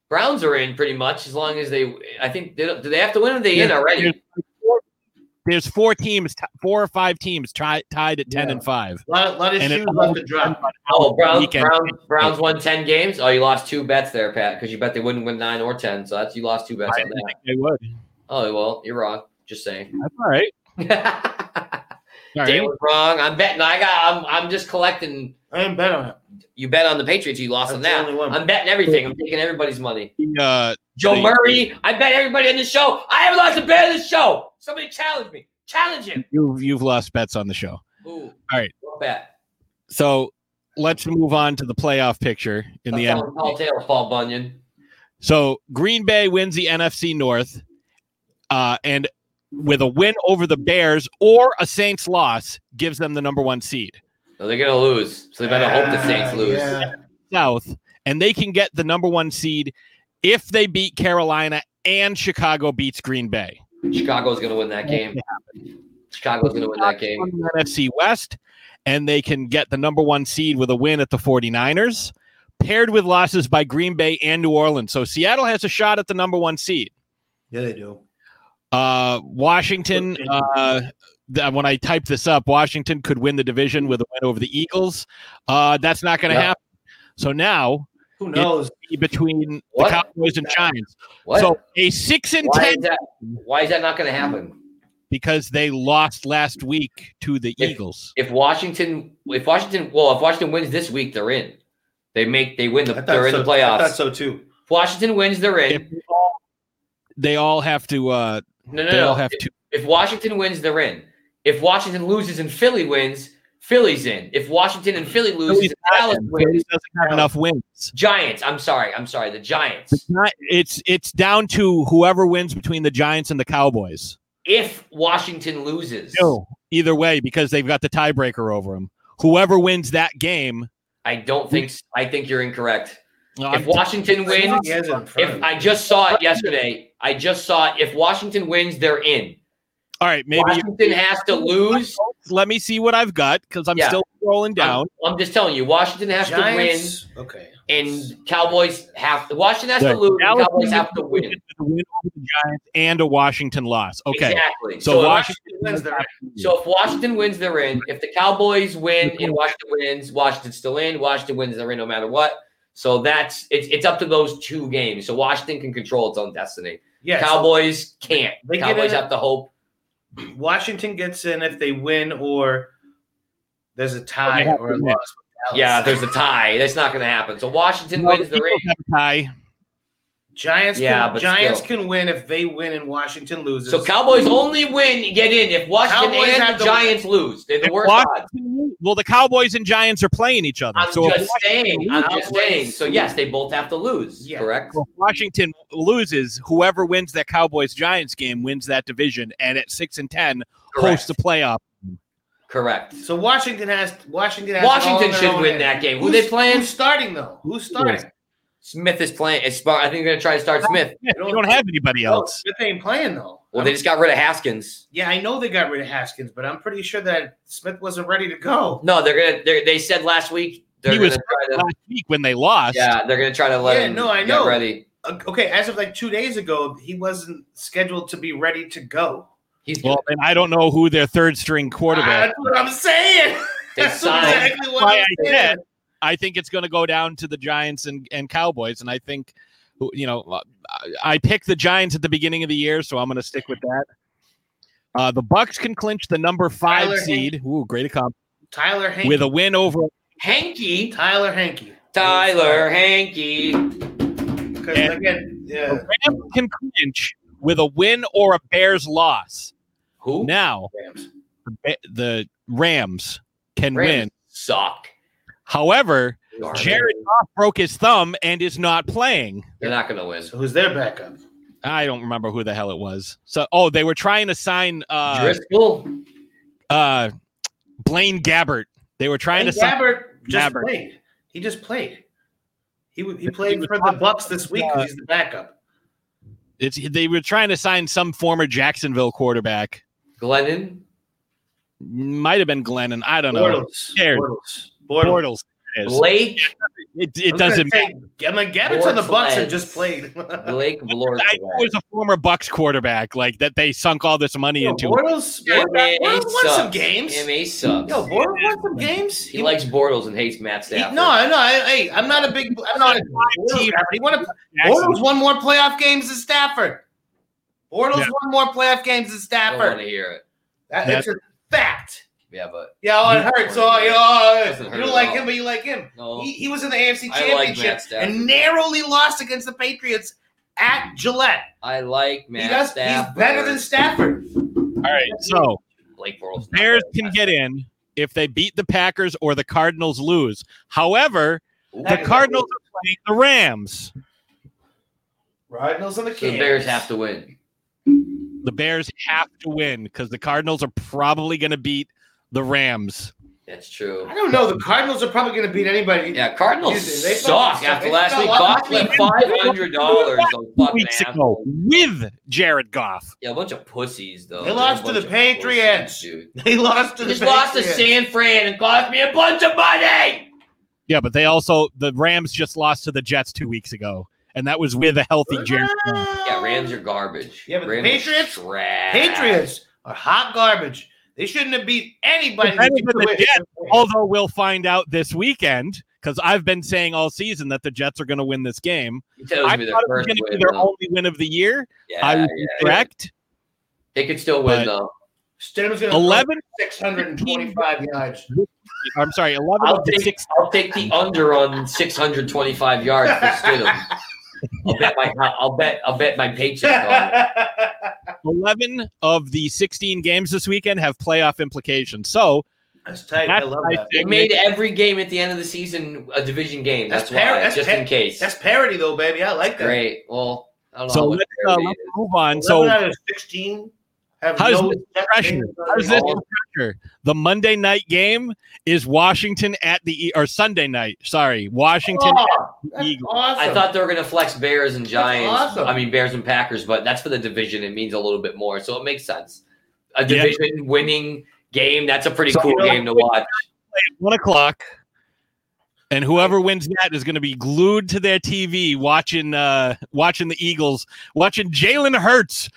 Browns are in pretty much as long as they. I think they don't, do they have to win? Or are they in already?
There's four teams, t- four or five teams tri- tied at ten and five.
A lot, lot of
And it
shoes
all
left to drop.
Oh, Browns,
Weekend.
Browns, Browns won ten games. Oh, you lost two bets there, Pat, because you bet they wouldn't win nine or ten. So that's you lost two bets
I
on
didn't
that.
think they would.
Oh well, you're wrong. Just saying.
That's all
[LAUGHS]
right. all
Dan
right.
was wrong. I'm betting. I got. I'm. I'm just collecting.
I didn't bet on it.
You bet on the Patriots. You lost on that. I'm betting everything. I'm taking everybody's money.
Uh,
Joe
the-
Murray. I bet everybody in the show. I haven't lost a bet in the show. Somebody challenge me. Challenge him.
You've you've lost bets on the show.
Ooh,
All right.
what bet?
So let's move on to the playoff picture in the end.
That's all tale, Paul Bunyan.
So Green Bay wins the NFC North, uh, and with a win over the Bears or a Saints loss, gives them the number one seed.
No, they're gonna lose. So they better hope the Saints lose.
South, and they can get the number one seed if they beat Carolina and Chicago beats Green Bay.
Chicago's gonna win that game. Chicago's going to win that game.
from the NFC West, and they can get the number one seed with a win at the 49ers, paired with losses by Green Bay and New Orleans. So Seattle has a shot at the number one seed.
Yeah, they do.
Uh, Washington, uh, th- when I typed this up, Washington could win the division with a win over the Eagles. Uh, that's not going to
Yeah.
happen. So now,
Who knows?
it's be between
What?
the Cowboys and Giants.
What?
So a six and
Why is
ten
that? Why is that not going to happen?
because they lost last week to the Eagles.
If Washington, if Washington, well, if Washington wins this week, they're in. They make, they win the, they're in
so,
the playoffs.
I thought so too.
If Washington wins, they're in.
They all have to. Uh,
No, no,
they
no.
all have
if,
to.
if Washington wins, they're in. If Washington loses and Philly wins, Philly's in. If Washington and Philly loses,
Philly's
and Dallas wins.
Philly doesn't have enough wins.
Giants. I'm sorry. I'm sorry. The Giants.
It's not- it's it's down to whoever wins between the Giants and the Cowboys.
If Washington loses,
No, either way, because they've got the tiebreaker over them. Whoever wins that game,
I don't think. s- I think you're incorrect.
No,
if
I'm-
Washington
I think
wins,
he has it in front of
if
him.
I just saw it yesterday, I just saw it. If Washington wins, they're in.
all right, maybe
Washington has to lose.
Let me see what I've got because I'm
Yeah.
still rolling down.
I'm just telling you, Washington has
Giants.
to
Okay.
win, and Cowboys have to. Washington has
Right.
to lose. and
Dallas
Cowboys
needs
have to win.
A win over the Giants and a Washington loss. Okay, So,
Exactly. So if
Washington,
wins, they're
So if Washington wins, they're in. If the Cowboys win and Washington wins, Washington's still in. Washington wins, they're in no matter what. So that's it's it's up to those two games. So Washington can control its own destiny.
Yes.
Cowboys can't.
They get
Cowboys
in-
have to hope.
Washington gets in if they win or there's a
They
tie
have
or a
to
loss. with
win.
Dallas.
Yeah, there's a tie. That's not going to happen. So Washington
No,
wins,
the
they're in.
Eagles have a tie.
Giants.
Yeah,
can,
but
Giants
still.
can win if they win and Washington loses.
So Cowboys only win, get in. If Washington
Cowboys have to
and the Giants lose, they're the
If
worst
Washington-
odds.
Well, the Cowboys and Giants are playing each other.
I'm
so if
just saying. I'm just
Cowboys-
saying. So yes, they both have to lose.
Yeah.
Correct.
Well, Washington loses, whoever wins that Cowboys Giants game wins that division, and at six and ten hosts the playoff.
Correct.
So Washington has Washington. Has it all in
Washington
their
should
own
win
hand.
that game. Who
Who's,
they playing?
Who's starting though? Who's starting?
Smith is playing. It's, I think they're going to try to start Smith.
Yeah, they don't have anybody
No,
else.
Smith ain't playing though.
Well, they just got rid of Haskins.
Yeah, I know they got rid of Haskins, but I'm pretty sure that Smith wasn't ready to go.
No, they're gonna. They're, they said last week they're
He
gonna
was
try to.
last week when they lost.
Yeah, um, they're gonna try to let
Yeah,
him.
no, I
get
know.
ready.
Uh, Okay, as of like two days ago, he wasn't scheduled to be ready to go.
He's
Well, then I don't know who their third string quarterback.
That's what I'm saying. [LAUGHS]
They
That's
signed-
exactly what
Why
I'm
I
saying.
said I think it's going to go down to the Giants and, and Cowboys, and I think who- you know uh, I- I picked the Giants at the beginning of the year, so I'm going to stick with that. Uh, the Bucks can clinch the number five
Tyler
seed. Ooh, great accomplishment
Tyler Hanky.
with a win over
Hanky,
Tyler Hanky.
Tyler Hanky.
Because
And-
again, yeah.
The Rams can clinch with a win or a Bears loss.
Who?
Now
Rams.
the Ba- the Rams can
Rams
win.
Suck.
However,
Garbage.
Jared Goff broke his thumb and is not playing.
They're not gonna win.
So who's their backup?
I don't remember who the hell it was. So oh, they were trying to sign uh
Driscoll.
uh Blaine Gabbert. They were trying
And
to sign
Gabbert just
Gabbert.
played. He just played. He, w- he
He
played
was
for the Bucks this week because he's the backup.
uh, it's they were trying to sign some former Jacksonville quarterback.
Glennon.
Might have been Glennon. I don't know.
Bortles.
Jared.
Bortles. Bortles.
Bortles. It, is.
Blake.
it,
I'm
it
gonna
doesn't
take- I'm gonna get it to the
Bortles.
Bucks and just played. [LAUGHS]
Blake Lord.
I know it was a former Bucks quarterback, like that they sunk all this money
Yo,
into.
Bortles,
Yeah,
Bortles,
man, he
Bortles won some
sucks.
games.
MA sucks.
Yo, Bortles won some games.
he likes Bortles and hates Matt
he-
Stafford.
no, I know. I- Hey, I'm not a big. I'm not a Bortles.
team.
guy, but He won a,
Jackson.
Bortles won more playoff games than Stafford. Bortles
Yeah.
won more playoff games than
I don't want
Stafford.
to hear it.
That, that's a fact.
Yeah, but
Yeah, well, it hurts. Oh, you,
Doesn't
know,
hurt
you don't
at
like
all.
him, but you like him.
no.
He, he was in the AFC
I like Matt
Championship
Stafford.
and narrowly lost against the Patriots at Gillette.
I like
he
Matt
does,
Stafford.
He's better than Stafford.
All right, so
Blake Bortles. not
Bears
better than
can
Matt
get in if they beat the Packers or the Cardinals lose. However, the
That is-
Cardinals are playing the Rams.
Cardinals and the
So
Kings.
the Bears have to win.
The Bears have to win because the Cardinals are probably going to beat the Rams.
That's true.
I don't know. The Cardinals are probably going to beat anybody.
Yeah, Cardinals
Tuesday. They
suck.
fucking
After
They
last
fell
week,
off.
Goff left five hundred dollars on fucking
weeks
ass.
ago
Oh.
with Jared Goff.
Yeah, a bunch of pussies though.
They lost to the Patriots. They lost to the
Just lost to San Fran and cost me a bunch of money.
Yeah, but they also the Rams just lost to the Jets two weeks ago, and that was with a healthy Jared. Goff.
Yeah, Rams are garbage.
Yeah, but the
Rams are
Patriots-
trash.
Patriots are hot garbage. They shouldn't have beat anybody.
Better than
They
the
beat
Jets,
the-
although we'll find out this weekend because I've been saying all season that the Jets are going to win this game.
He tells
I
me their
thought it was
first
going to be
win,
their
though.
only win of the year.
Yeah,
I would be
yeah.
correct.
They could still win
But-
though.
Stidham's going to
11
six hundred and twenty-five yards.
I'm sorry, 11
I'll
of the
take, I'll take the under on 625 yards for Stidham. I'll bet my I'll bet I'll bet my paycheck on it.
11 of the 16 games this weekend have playoff implications. So
That's tight. I love that.
They made every game at the end of the season a division game. That's,
That's par-
why,
that's
just
par-
in case.
That's parody, though, baby. I like that.
great. Well, I don't know.
so
what
let's, uh,
parody
let's
it is.
move on.
11
So
out of sixteen have
how's
no
this pressure? How's this pressure? The Monday night game is Washington at the E- or Sunday night. Sorry, Washington.
Oh,
at the
that's
Eagles.
awesome.
I thought they were going to flex Bears and Giants.
awesome.
I mean, Bears and Packers, but that's for the division. It means a little bit more, so it makes sense. A
Yeah.
division winning game. That's a pretty
So,
cool
you know,
game to watch.
at one o'clock, and whoever wins that is going to be glued to their TV watching uh watching the Eagles, watching Jalen Hurts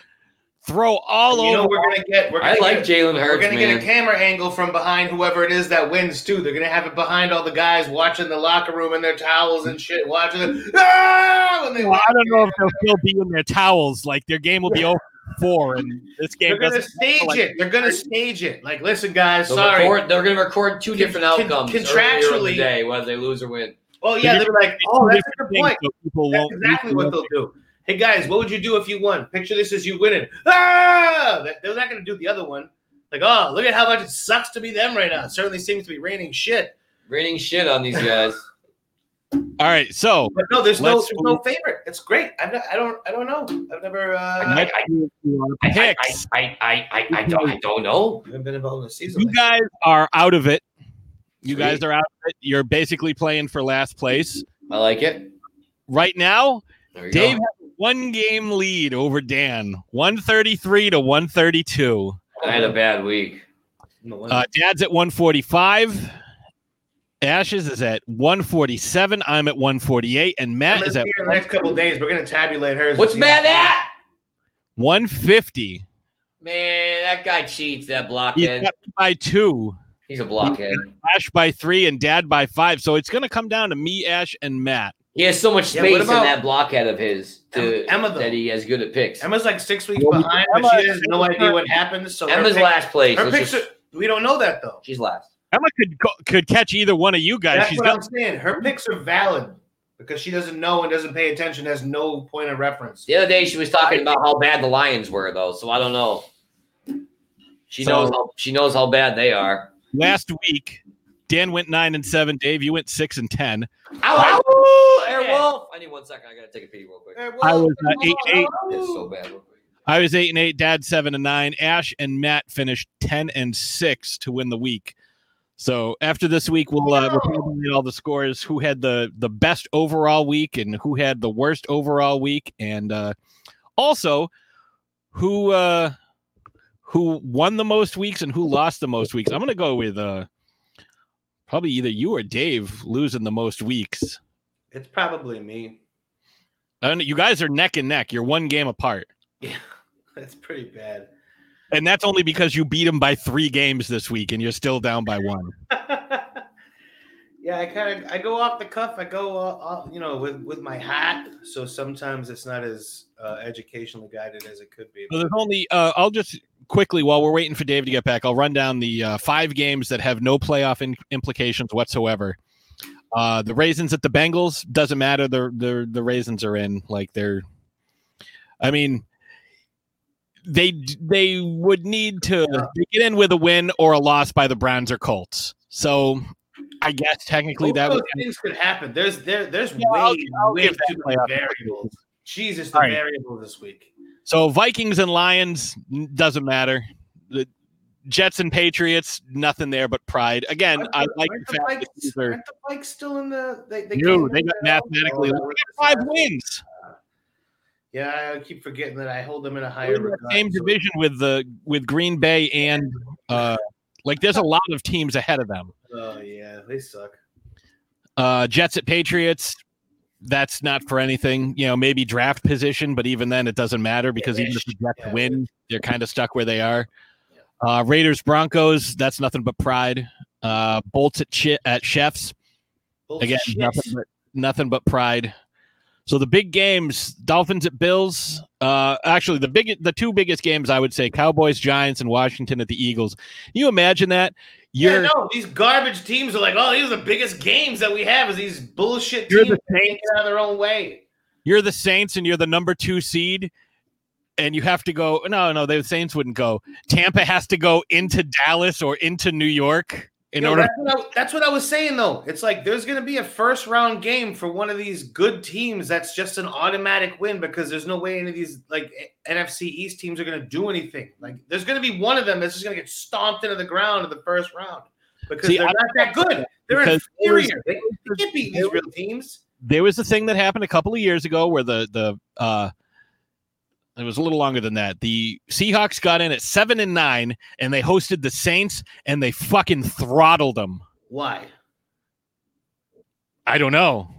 throw all
you
over.
know we're gonna get. We're gonna
I like
get-
Jalen Hurts,
We're gonna
man.
get a camera angle from behind whoever it is that wins too. They're gonna have it behind all the guys watching the locker room in their towels and shit, watching it. Ah! When they
Well,
watch,
I don't know if they'll still be in their towels. Like their game will be over at four, and this game
they're gonna
doesn't.
stage it. They're gonna stage it. Like, listen, guys,
They'll
sorry.
record- they're going to record two
Con-
different
con-
outcomes earlier in the
contractually-
day, whether they lose or win.
well, yeah, they're like, oh, that's a good point.
So people
That's
won't
exactly what they'll do. Hey guys, what would you do if you won? Picture this as you winning. Ah! That- They're not going to do the other one. Like, oh, look at how much it sucks to be them right now. It certainly seems to be raining shit.
Raining shit on these guys.
All right, so
But no, there's no,
Let's
there's no favorite. It's great. I'm not, I don't, I don't know. I've never, uh,
I,
let's
I,
do our
I, I,
picks.
I, I, I, I, don't, I don't know.
haven't been involved in the season.
You
like
guys are out of it. You guys
Sweet.
are out of it. You're basically playing for last place
I like it.
right now.
There we
Dave
go.
has a one game lead over Dan, 133 to 132.
I had a bad week.
that.
Uh, Dad's at 145. Ashes is at 147. I'm at 148. And
I'm
Matt
gonna
is
see
at
her in the next couple of days. We're going to tabulate hers.
What's Matt at?
150.
Man, that guy cheats. That
He's
blockhead.
got me by two,
He's a blockhead.
Ash by three, and Dad by five. So it's going to come down to me, Ash, and Matt.
He has so much
Yeah,
space
what about-
in that blockhead of his to,
Emma, though.
that he has good at picks.
Emma's like six weeks
Well,
behind,
Emma-
but she has no idea what happens. So her
Emma's
pick-
last place.
Her
Let's
picks.
just-
are- we don't know that though.
she's last.
Emma could go, could catch either one of you guys.
That's
She's
what
got
I'm saying. Her picks are valid because she doesn't know and doesn't pay attention. Has no point of reference.
The other day she was talking about how bad the Lions were, though. So I don't know. She
So-
knows. How, she knows how bad they are.
last week. Dan went nine and seven. Dave, you went six and ten.
Ow! ow, Air Wolf. I need one second. I gotta take a pee real quick.
I was uh, eight eight.
It's so bad. real quick.
I was eight and eight, dad seven and nine. Ash and Matt finished ten and six to win the week. So after this week, we'll uh, we'll get all the scores, who had the the best overall week and who had the worst overall week, and uh, also who uh, who won the most weeks and who lost the most weeks. I'm gonna go with uh, probably either you or Dave losing the most weeks.
It's probably me.
And you guys are neck and neck. You're one game apart.
Yeah, [LAUGHS] that's pretty bad.
And that's only because you beat them by three games this week and you're still down by one.
[LAUGHS] yeah, I kind of I go off the cuff. I go, uh, off, you know, with with my hat. So sometimes it's not as uh, educationally guided as it could be.
So there's only, uh, I'll just quickly, while we're waiting for Dave to get back, I'll run down the uh, five games that have no playoff in- implications whatsoever. Uh, the Raisins at the Bengals doesn't matter. The, the the Raisins are in. Like they're, I mean, they they would need to they get in with a win or a loss by the Browns or Colts. So I guess technically
Both
that
those
would
things could happen. There's there there's
Yeah,
way
I'll- I'll
way
give that
too many
playoff
variables. Jesus, the
All right.
variable this week.
So Vikings and Lions n- doesn't matter. The-
Jets and Patriots, nothing there but pride. Again, I like the fact that these are
Aren't the Vikes still in the? They, they
new.
came
They
in
got
the-
mathematically
Oh,
they got five wins.
Yeah, I keep forgetting that I hold them in a higher
They're in the
regard.
Same division with the with Green Bay and uh, like there's a lot of teams ahead of them.
Oh yeah, they suck.
Uh, Jets at Patriots. That's not for anything, you know. Maybe draft position, but even then, it doesn't matter because even if the Jets win, they're kind of stuck where they are. Uh, Raiders Broncos. That's nothing but pride. Uh, Bolts at chi- at Chefs.
Bolts
Again,
at Chiefs.
nothing but, nothing but pride. So the big games: Dolphins at Bills. Uh, actually, the big the two biggest games I would say: Cowboys, Giants, and Washington at the Eagles. Can you imagine that?
Yeah,
You're
no, these garbage teams are like, oh, these are the biggest games that we have. Is these bullshit
You're
teams
the
that can't get out of their own way.
you're the Saints and you're the number two seed, and you have to go. No, no, the Saints wouldn't go. Tampa has to go into Dallas or into New York in
Yo,
order.
that's, what I, that's what I was saying though. It's like there's going to be a first round game for one of these good teams. That's just an automatic win because there's no way any of these like NFC East teams are going to do anything. Like there's going to be one of them that's just going to get stomped into the ground in the first round because
See,
they're
I-
not that good. They're
because there was-
inferior. They, they can't beat these real teams.
there was a thing that happened a couple of years ago where the the uh it was a little longer than that. The Seahawks got in at seven and nine, and they hosted the Saints, and they fucking throttled them.
Why?
I don't know.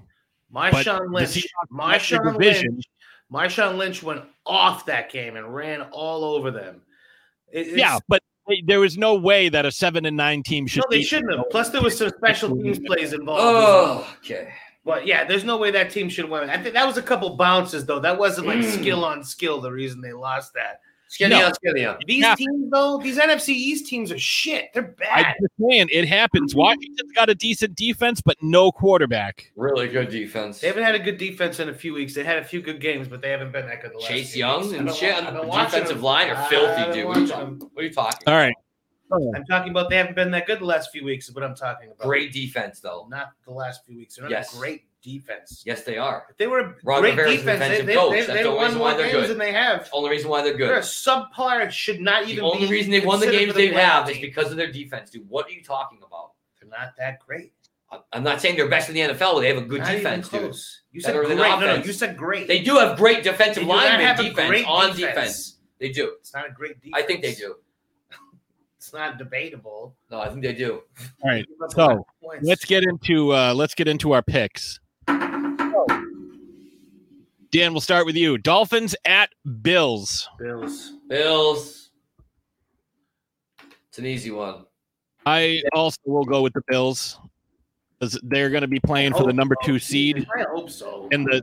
But
Marshawn
the
Lynch.
Seahawks won their
Marshawn
division.
Lynch. Marshawn Lynch went off that game and ran all over them. It- it's-
yeah, but they- there was no way that a seven and nine team should.
no, they
beat-
shouldn't have. Plus, there was some special teams plays involved.
Oh,
okay.
But yeah, there's no way that team should win. I think that was a couple bounces though. That wasn't like skill on skill. The reason they lost that.
Skinny No. on skinny on.
These
Yeah.
teams though, these NFC East teams are shit. They're bad.
I'm just saying it happens. Washington's got a decent defense, but no quarterback.
Really good defense.
They haven't had a good defense in a few weeks. They had a few good games, but they haven't been that good. The last
Chase
few
Young
weeks. I've
and
been
shit
wa-
on
I've
the
been watching
defensive
them.
line are
I've
filthy,
been
dude. What are you
watching
talking?
them.
What are you talking?
All right.
I'm talking about they haven't been that good the last few weeks. Is what I'm talking about.
Great defense, though.
Not the last few weeks. They're not
Yes.
a great defense.
Yes, they are.
If they were a
Ron
great
Rivera's
defense, they-
defensive
they-
coach.
they-
That's
they
the
won
reason
more
why they're
games
good.
than they have.
Only reason why they're good.
They're a subpar. Should not
The
even.
only
be
reason they've won the
considered
games
for the
they have
playoff
is
team.
because of their defense, dude. What are you talking about?
They're not that great.
I'm not saying they're best in the NFL, but they have a good
Not even
defense, dude.
close. You
Better
said
than
great. No, no,
offense.
you said great.
They do have great defensive
They do not
linemen
have a
defense
great
on defense.
defense.
They do.
It's not a great defense.
I think they do.
It's not debatable.
No, I think they do.
All right. So let's get into uh let's get into our picks.
Oh.
Dan, we'll start with you. Dolphins at Bills.
Bills.
Bills. It's an easy one.
I also will go with the Bills because they're going to be playing for the number two seed.
I hope so.
And the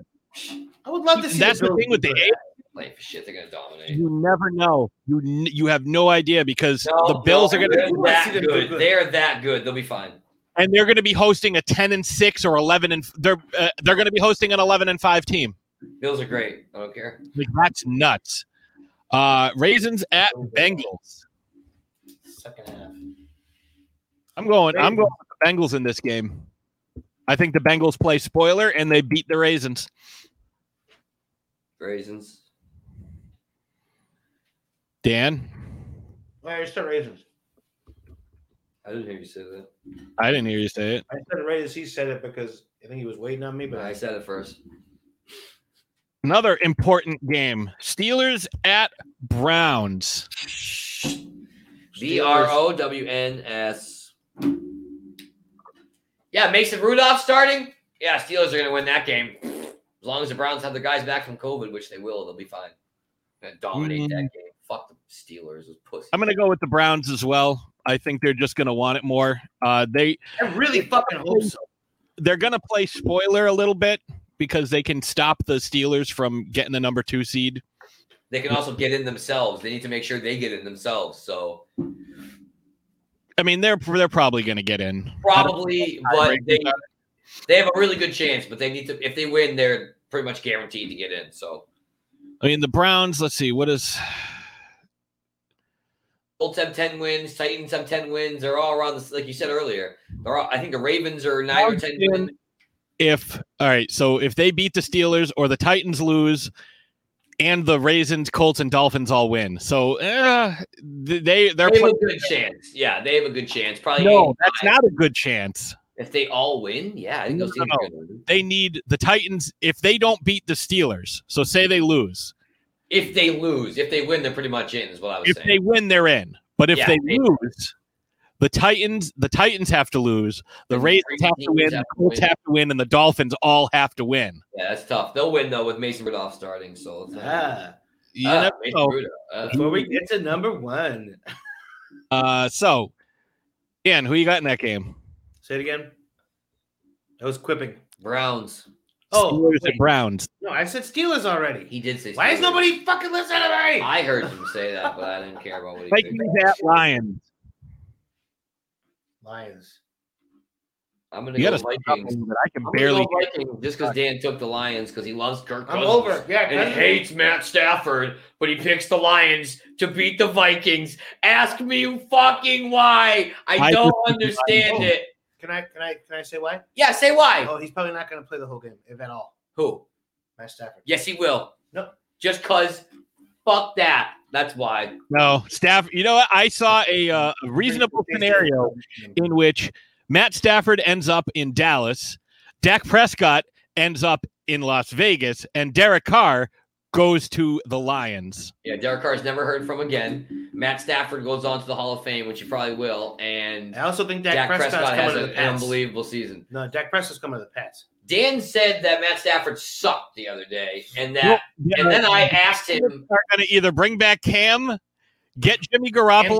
I would love to see.
that's the
Bills
thing with
do
the
that.
Like shit, they're gonna dominate.
you never know. You n- you have no idea because the Bills are going
They're
to
that good. They're that good. They'll be fine.
and they're going to be hosting a ten and six or eleven and f- they're uh, they're going to be hosting an eleven and five team.
Bills are great. I don't care.
Like that's nuts. Uh, raisins at Bengals.
Second half.
I'm going. I'm going with the Bengals in this game. I think the Bengals play spoiler and they beat the Raisins.
Raisins.
Dan,
All right, it's the Ravens.
I didn't hear you say that.
I didn't hear you say it.
I said it right as he said it because I think he was waiting on me. But
I said it first.
Another important game: Steelers at Browns.
B R O W N S. Yeah, Mason Rudolph starting. Yeah, Steelers are gonna win that game. As long as the Browns have their guys back from COVID, which they will, they'll be fine. Gonna dominate that game.
Mm.
Fuck the Steelers, those pussy.
I'm going to go with the Browns as well. I think they're just going to want it more. Uh, they
I really fucking hope so.
they're going to play spoiler a little bit because they can stop the Steelers from getting the number two seed.
They can also get in themselves. They need to make sure they get in themselves. So
I mean, they're they're probably going to get in. I don't-
probably, but they they have a really good chance. But they need to if they win, they're pretty much guaranteed to get in. So
I mean, the Browns. Let's see, what is
Colts have ten wins. Titans have ten wins. They're all around this, like you said earlier. They're all, I think the Ravens are nine or ten wins.
if all right? So if they beat the Steelers or the Titans lose,
and the Raisins, Colts, and Dolphins all win. So eh, th- they they're
they have a
playing-
good chance. Yeah, they have a good chance. Probably
no,
eight.
that's not a good chance.
if they all win. Yeah, I think
No,
those
no,
teams
no.
are gonna win.
They need the Titans if they don't beat the Steelers. So say they lose.
If they lose, if they win, they're pretty much in. Is what I was
If
saying.
they win, they're in. But if
Yeah,
they
they-
lose, the Titans the Titans have to lose. The
The
Raisins
three
have to
teams
win.
have
The
to
Colts
win.
have to win, and the Dolphins all have to win.
yeah, that's tough. They'll win though with Mason Rudolph starting. So it's not-
Yeah.
You
Ah,
never
Mason
know.
Rudolph. Uh,
Before we get to number one,
Uh, so, Dan, who you got in that game?
say it again. I was quipping.
Browns.
Oh,
Steelers and
wait.
Browns.
no, I said Steelers already.
He did say.
Why is
Steelers.
nobody fucking listening to me?
I heard him say that, but I didn't care about what he said.
Vikings at Lions.
Lions.
I'm gonna
You
go
gotta stop
Vikings.
him, but I can
I'm gonna
barely.
go Vikings just because Dan took the Lions because he loves Kirk
I'm
Cousins.
over. Yeah,
and
Cousins.
hates Matt Stafford, but he picks the Lions to beat the Vikings. Ask me fucking why. I,
I
don't
just-
understand
Oh.
it.
Can I can I can I say why?
Yeah, say why.
Oh, he's probably not going to play the whole game, if at all.
Who?
Matt Stafford.
Yes, he will.
No.
Just cause. Fuck that. That's why.
No, staff. You know, what? I saw a, uh, a reasonable scenario in which Matt Stafford ends up in Dallas, Dak Prescott ends up in Las Vegas, and Derek Carr goes to the Lions.
Yeah, Derek Carr's never heard from again. Matt Stafford goes on to the Hall of Fame, which he probably will, and
I also think Dak,
Dak
Prescott's
Prescott
coming
has
to the
an
Pats.
unbelievable season.
No, Dak Prescott's coming to the Pats.
Dan said that Matt Stafford sucked the other day, and that
Well,
and then I
are
asked him,
going to either bring back Cam, get Jimmy Garoppolo,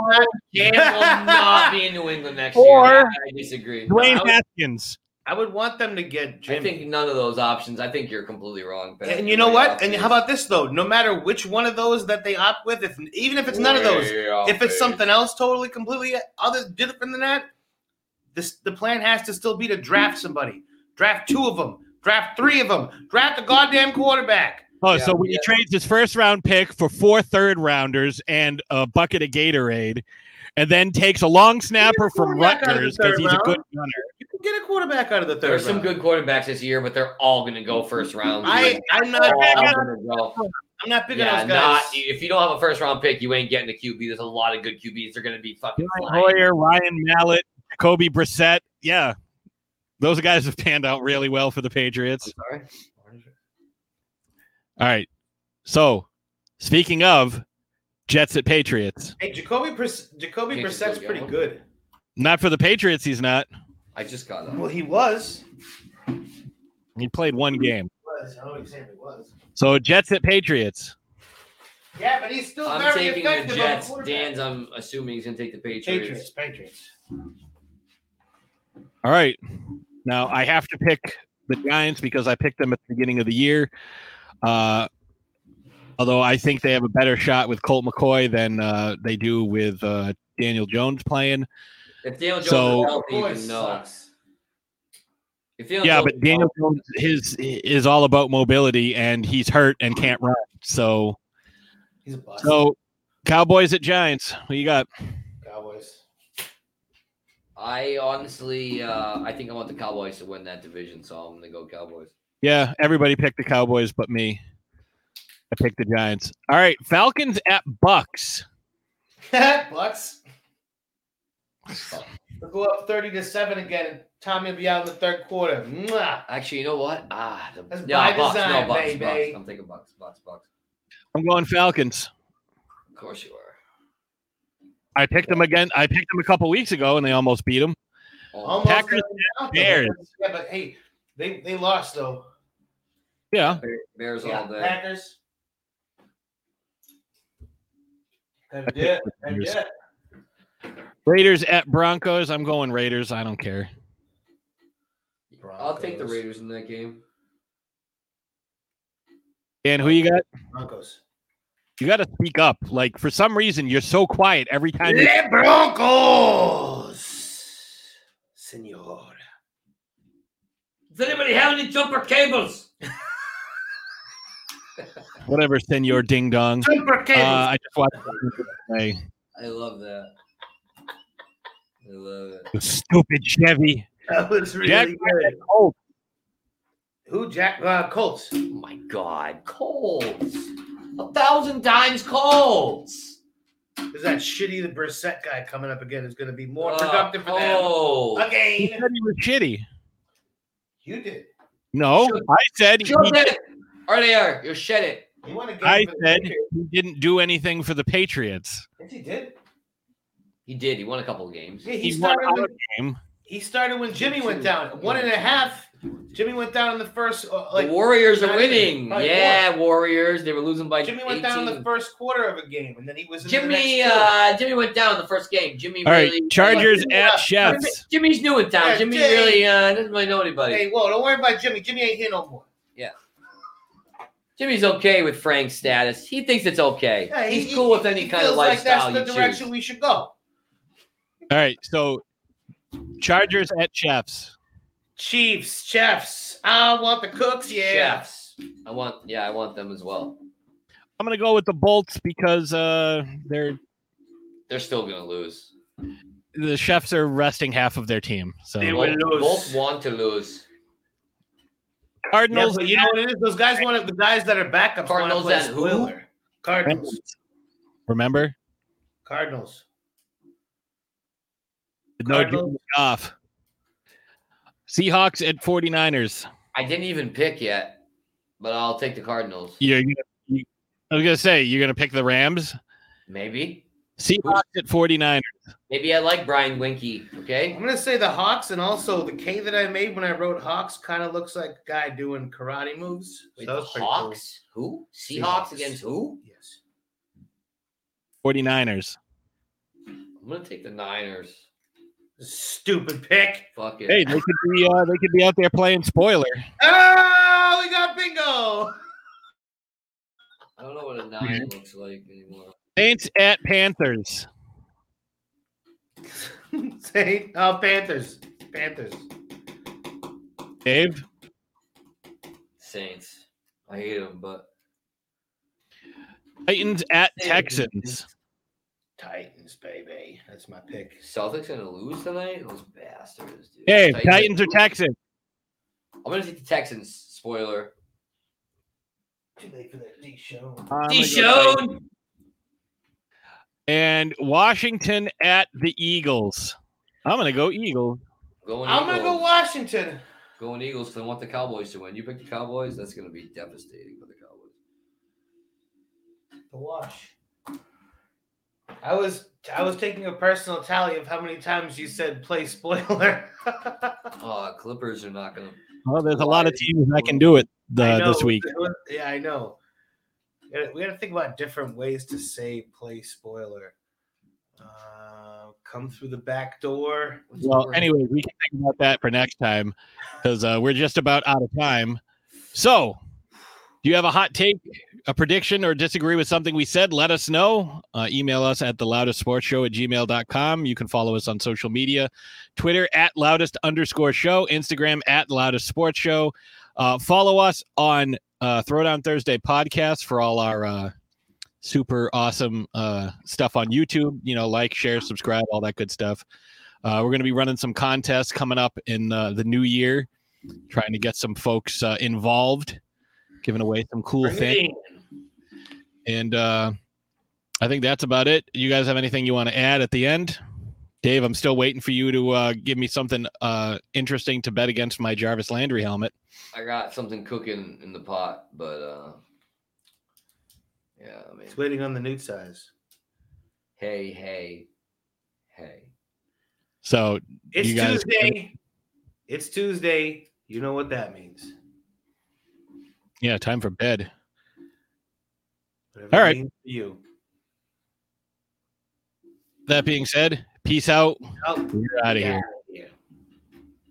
Dan will not be in New England next
Or-
year. I disagree. No,
Dwayne
I, would-
Haskins.
I would want them to get
I
Jimmy.
think none of those options. I think you're completely wrong. Ben.
and you know what? And how about this though? No matter which one of those that they opt with, if even if it's none of those,
Way off
if it's
base.
something else totally completely other different than that, this the plan has to still be to draft somebody, draft two of them, draft three of them, draft a goddamn quarterback.
Oh,
Yeah,
so when
yeah.
he trades his first round pick for four third rounders and a bucket of Gatorade, and then takes a long snapper from
quarterback out of the
Rutgers because
third
he's a good
round.
runner.
You can get a quarterback out of the third.
There's some
round.
good quarterbacks this year, but they're all going to go first round.
I uh, I'm not
They're all
I'm not,
gonna go.
I'm not big
Yeah,
on those guys.
not if you don't have a first round pick, you ain't getting a QB. There's a lot of good QBs. They're going to be fucking.
Eli
flying.
Hoyer, Ryan Mallett, Kobe Brissett. Yeah. Those guys have panned out really well for the Patriots.
Sorry.
All right. So speaking of Jets at Patriots,
hey, Jacoby Bris- Jacoby
Can't just
Brissett's
go
pretty
get
good.
not for the Patriots, he's not.
I just got
Well,
that.
he was.
He played one game.
was. I know what you're saying. He was.
So Jets at Patriots.
Yeah, but he's still
I'm
very
taking the
effective.
Jets.
on the quarterback.
Dan's. I'm assuming he's going to take the
Patriots. Patriots.
All right. Now I have to pick the Giants because I picked them at the beginning of the year. Uh, although I think they have a better shot with Colt McCoy than uh, they do with uh, Daniel Jones playing.
If Daniel Jones
So-
is healthy,
Boy,
then no.
sucks.
If Daniel
Yeah,
Jones
but
is
Daniel
healthy-
Jones his is all about mobility, and he's hurt and can't run. So,
He's a bust.
so Cowboys at Giants. What you got?
Cowboys.
I honestly, uh, I think I want the Cowboys to win that division, so I'm going to go Cowboys.
Yeah, everybody picked the Cowboys, but me. I picked the Giants. All right, Falcons at Bucks.
[LAUGHS] Bucks. They'll go up thirty to seven again, and Tommy will be out in the third quarter. Mwah.
Actually, you know what? Ah, the,
That's
no,
by
Bucks,
design,
no, Bucks,
baby.
Bucks. I'm thinking Bucks, Bucks, Bucks.
I'm going Falcons.
Of course you are.
I picked them again. I picked them a couple weeks ago, and they almost beat them.
Oh,
Almost
Packers,
doesn't count, though.
Bears.
Yeah, but hey, they they lost though.
Yeah,
Bears
Yeah,
all day.
Packers.
I
That
picked
did.
the
That
Bears.
did.
Raiders at Broncos. I'm going Raiders. I don't care.
I'll take the
Broncos.
Raiders in that game.
And who you got?
Broncos.
You got to speak up. Like for some reason, you're so quiet every time. you-
Le Broncos, senor.
Does anybody have any jumper cables?
Whatever, Senor Ding Dong.
Jumper
Uh,
cables.
I just watched play.
I love that. I love it.
You stupid Chevy.
that was really
Jack-
good.
Oh,
Who Jack uh, Colts?
Oh my God, Colts.
A thousand times Colts. There's that shitty the Brissett guy coming up again who's going to be more
Oh,
productive for
Colts.
them. Again,
He said he was shitty.
you did.
No, I said he,
Shut it. RDR, you shut it.
You want to get
I said he didn't do anything for the Patriots.
Yes, he did.
He did. He won a couple of games.
Yeah,
He
he
won
started
out
when-
of game.
He started when Jimmy went down. One and a half. Jimmy went down in the first. Uh, like
the Warriors are
not
winning.
even- probably
Yeah,
more.
Warriors. They were losing by
Jimmy
18.
went down in the first quarter of a game, and then he was in
Jimmy,
The next two.
uh, Jimmy went down in the first game. Jimmy.
All right,
really,
Chargers
Jimmy-
at
Jimmy-
Chefs.
Jimmy's new in town.
Yeah,
Jimmy
Jimmy.
really uh, doesn't really know anybody.
Hey, whoa! Don't worry about Jimmy. Jimmy ain't here no more.
Jimmy's okay with Frank's status. He thinks it's okay.
Yeah, he-
he's cool with any
He
kind of
feels like
lifestyle
that's the
you
direction
choose.
we should go.
All right, so Chargers at Chefs.
Chiefs, chefs. I want the cooks. Yeah.
Chefs. I want. Yeah, I want them as well.
I'm gonna go with the Bolts because uh, they're
They're still gonna lose.
the Chefs are resting half of their team. So
They will lose.
Both want to lose.
Yeah,
Cardinals.
but you know what it is? Those guys want to, the guys that are backups.
Cardinals
want
and
to
who?
play spoiler. Cardinals.
Remember?
Cardinals.
No
Cardinals.
Jared Goff. Seahawks at 49ers.
I didn't even pick yet, but I'll take the Cardinals.
You're, you, I was gonna say you're gonna pick the Rams.
Maybe.
Seahawks at 49ers.
Maybe I like Brian Winky. Okay.
I'm gonna say the Hawks, and also the K that I made when I wrote Hawks kind of looks like a guy doing karate moves. So
Wait,
that
the
was pretty cool.
Hawks? Who? Seahawks,
Seahawks.
against who?
Yes.
49ers.
I'm gonna take the Niners.
Stupid pick.
Fuck it.
Hey, they could be uh, they could be out there playing spoiler.
Oh, we got bingo. [LAUGHS]
I don't know what a nine looks like anymore.
Saints at Panthers.
Say, oh, Panthers. Panthers.
Dave.
Saints. I hate them, but
Titans at Texans.
Titans, baby. That's my pick.
Celtics gonna lose tonight. Those bastards, dude.
Dave, Titans or
lose.
Texans?
I'm gonna take the Texans. Spoiler.
Too late for that D show.
I'm gonna
D
go
Shone.
And Washington at the Eagles. I'm gonna go Eagles.
Going
I'm gonna go
Eagles.
Washington.
Going Eagles 'cause I want the Cowboys to win. You pick the Cowboys, that's gonna be devastating for the Cowboys.
The wash. I was I was taking a personal tally of how many times you said play spoiler. [LAUGHS]
Oh, Clippers are not gonna
Well, there's a lot of teams that can do it
I
the,
know,
this week.
it was- Yeah, I know. We gotta- We got to think about different ways to say play spoiler. Uh, come through the back door.
Well, anyway, we can think about that for next time because uh, we're just about out of time. So, do you have a hot take, a prediction, or disagree with something we said? Let us know. Uh, email us at the loudest sports show at gmail.com. You can follow us on social media Twitter at loudest underscore show, Instagram at loudest sports show. Uh, follow us on uh, Throwdown Thursday podcast for all our uh, super awesome uh, stuff on YouTube. You know, like, share, subscribe, all that good stuff. Uh, we're going to be running some contests coming up in uh, the new year, trying to get some folks uh, involved, giving away some cool
Bring it
things. And uh, I think that's about it. You guys have anything you want to add at the end? Dave, I'm still waiting for you to uh, give me something uh, interesting to bet against my Jarvis Landry helmet.
I got something cooking in the pot, but uh yeah, I mean
It's waiting on the nude size.
hey, hey, hey.
So
It's
you guys,
Tuesday. It's Tuesday. You know what that means.
yeah, time for bed.
Whatever
All
it
right.
means for you.
That being said, peace out.
Oh,
We're out of
yeah.
here.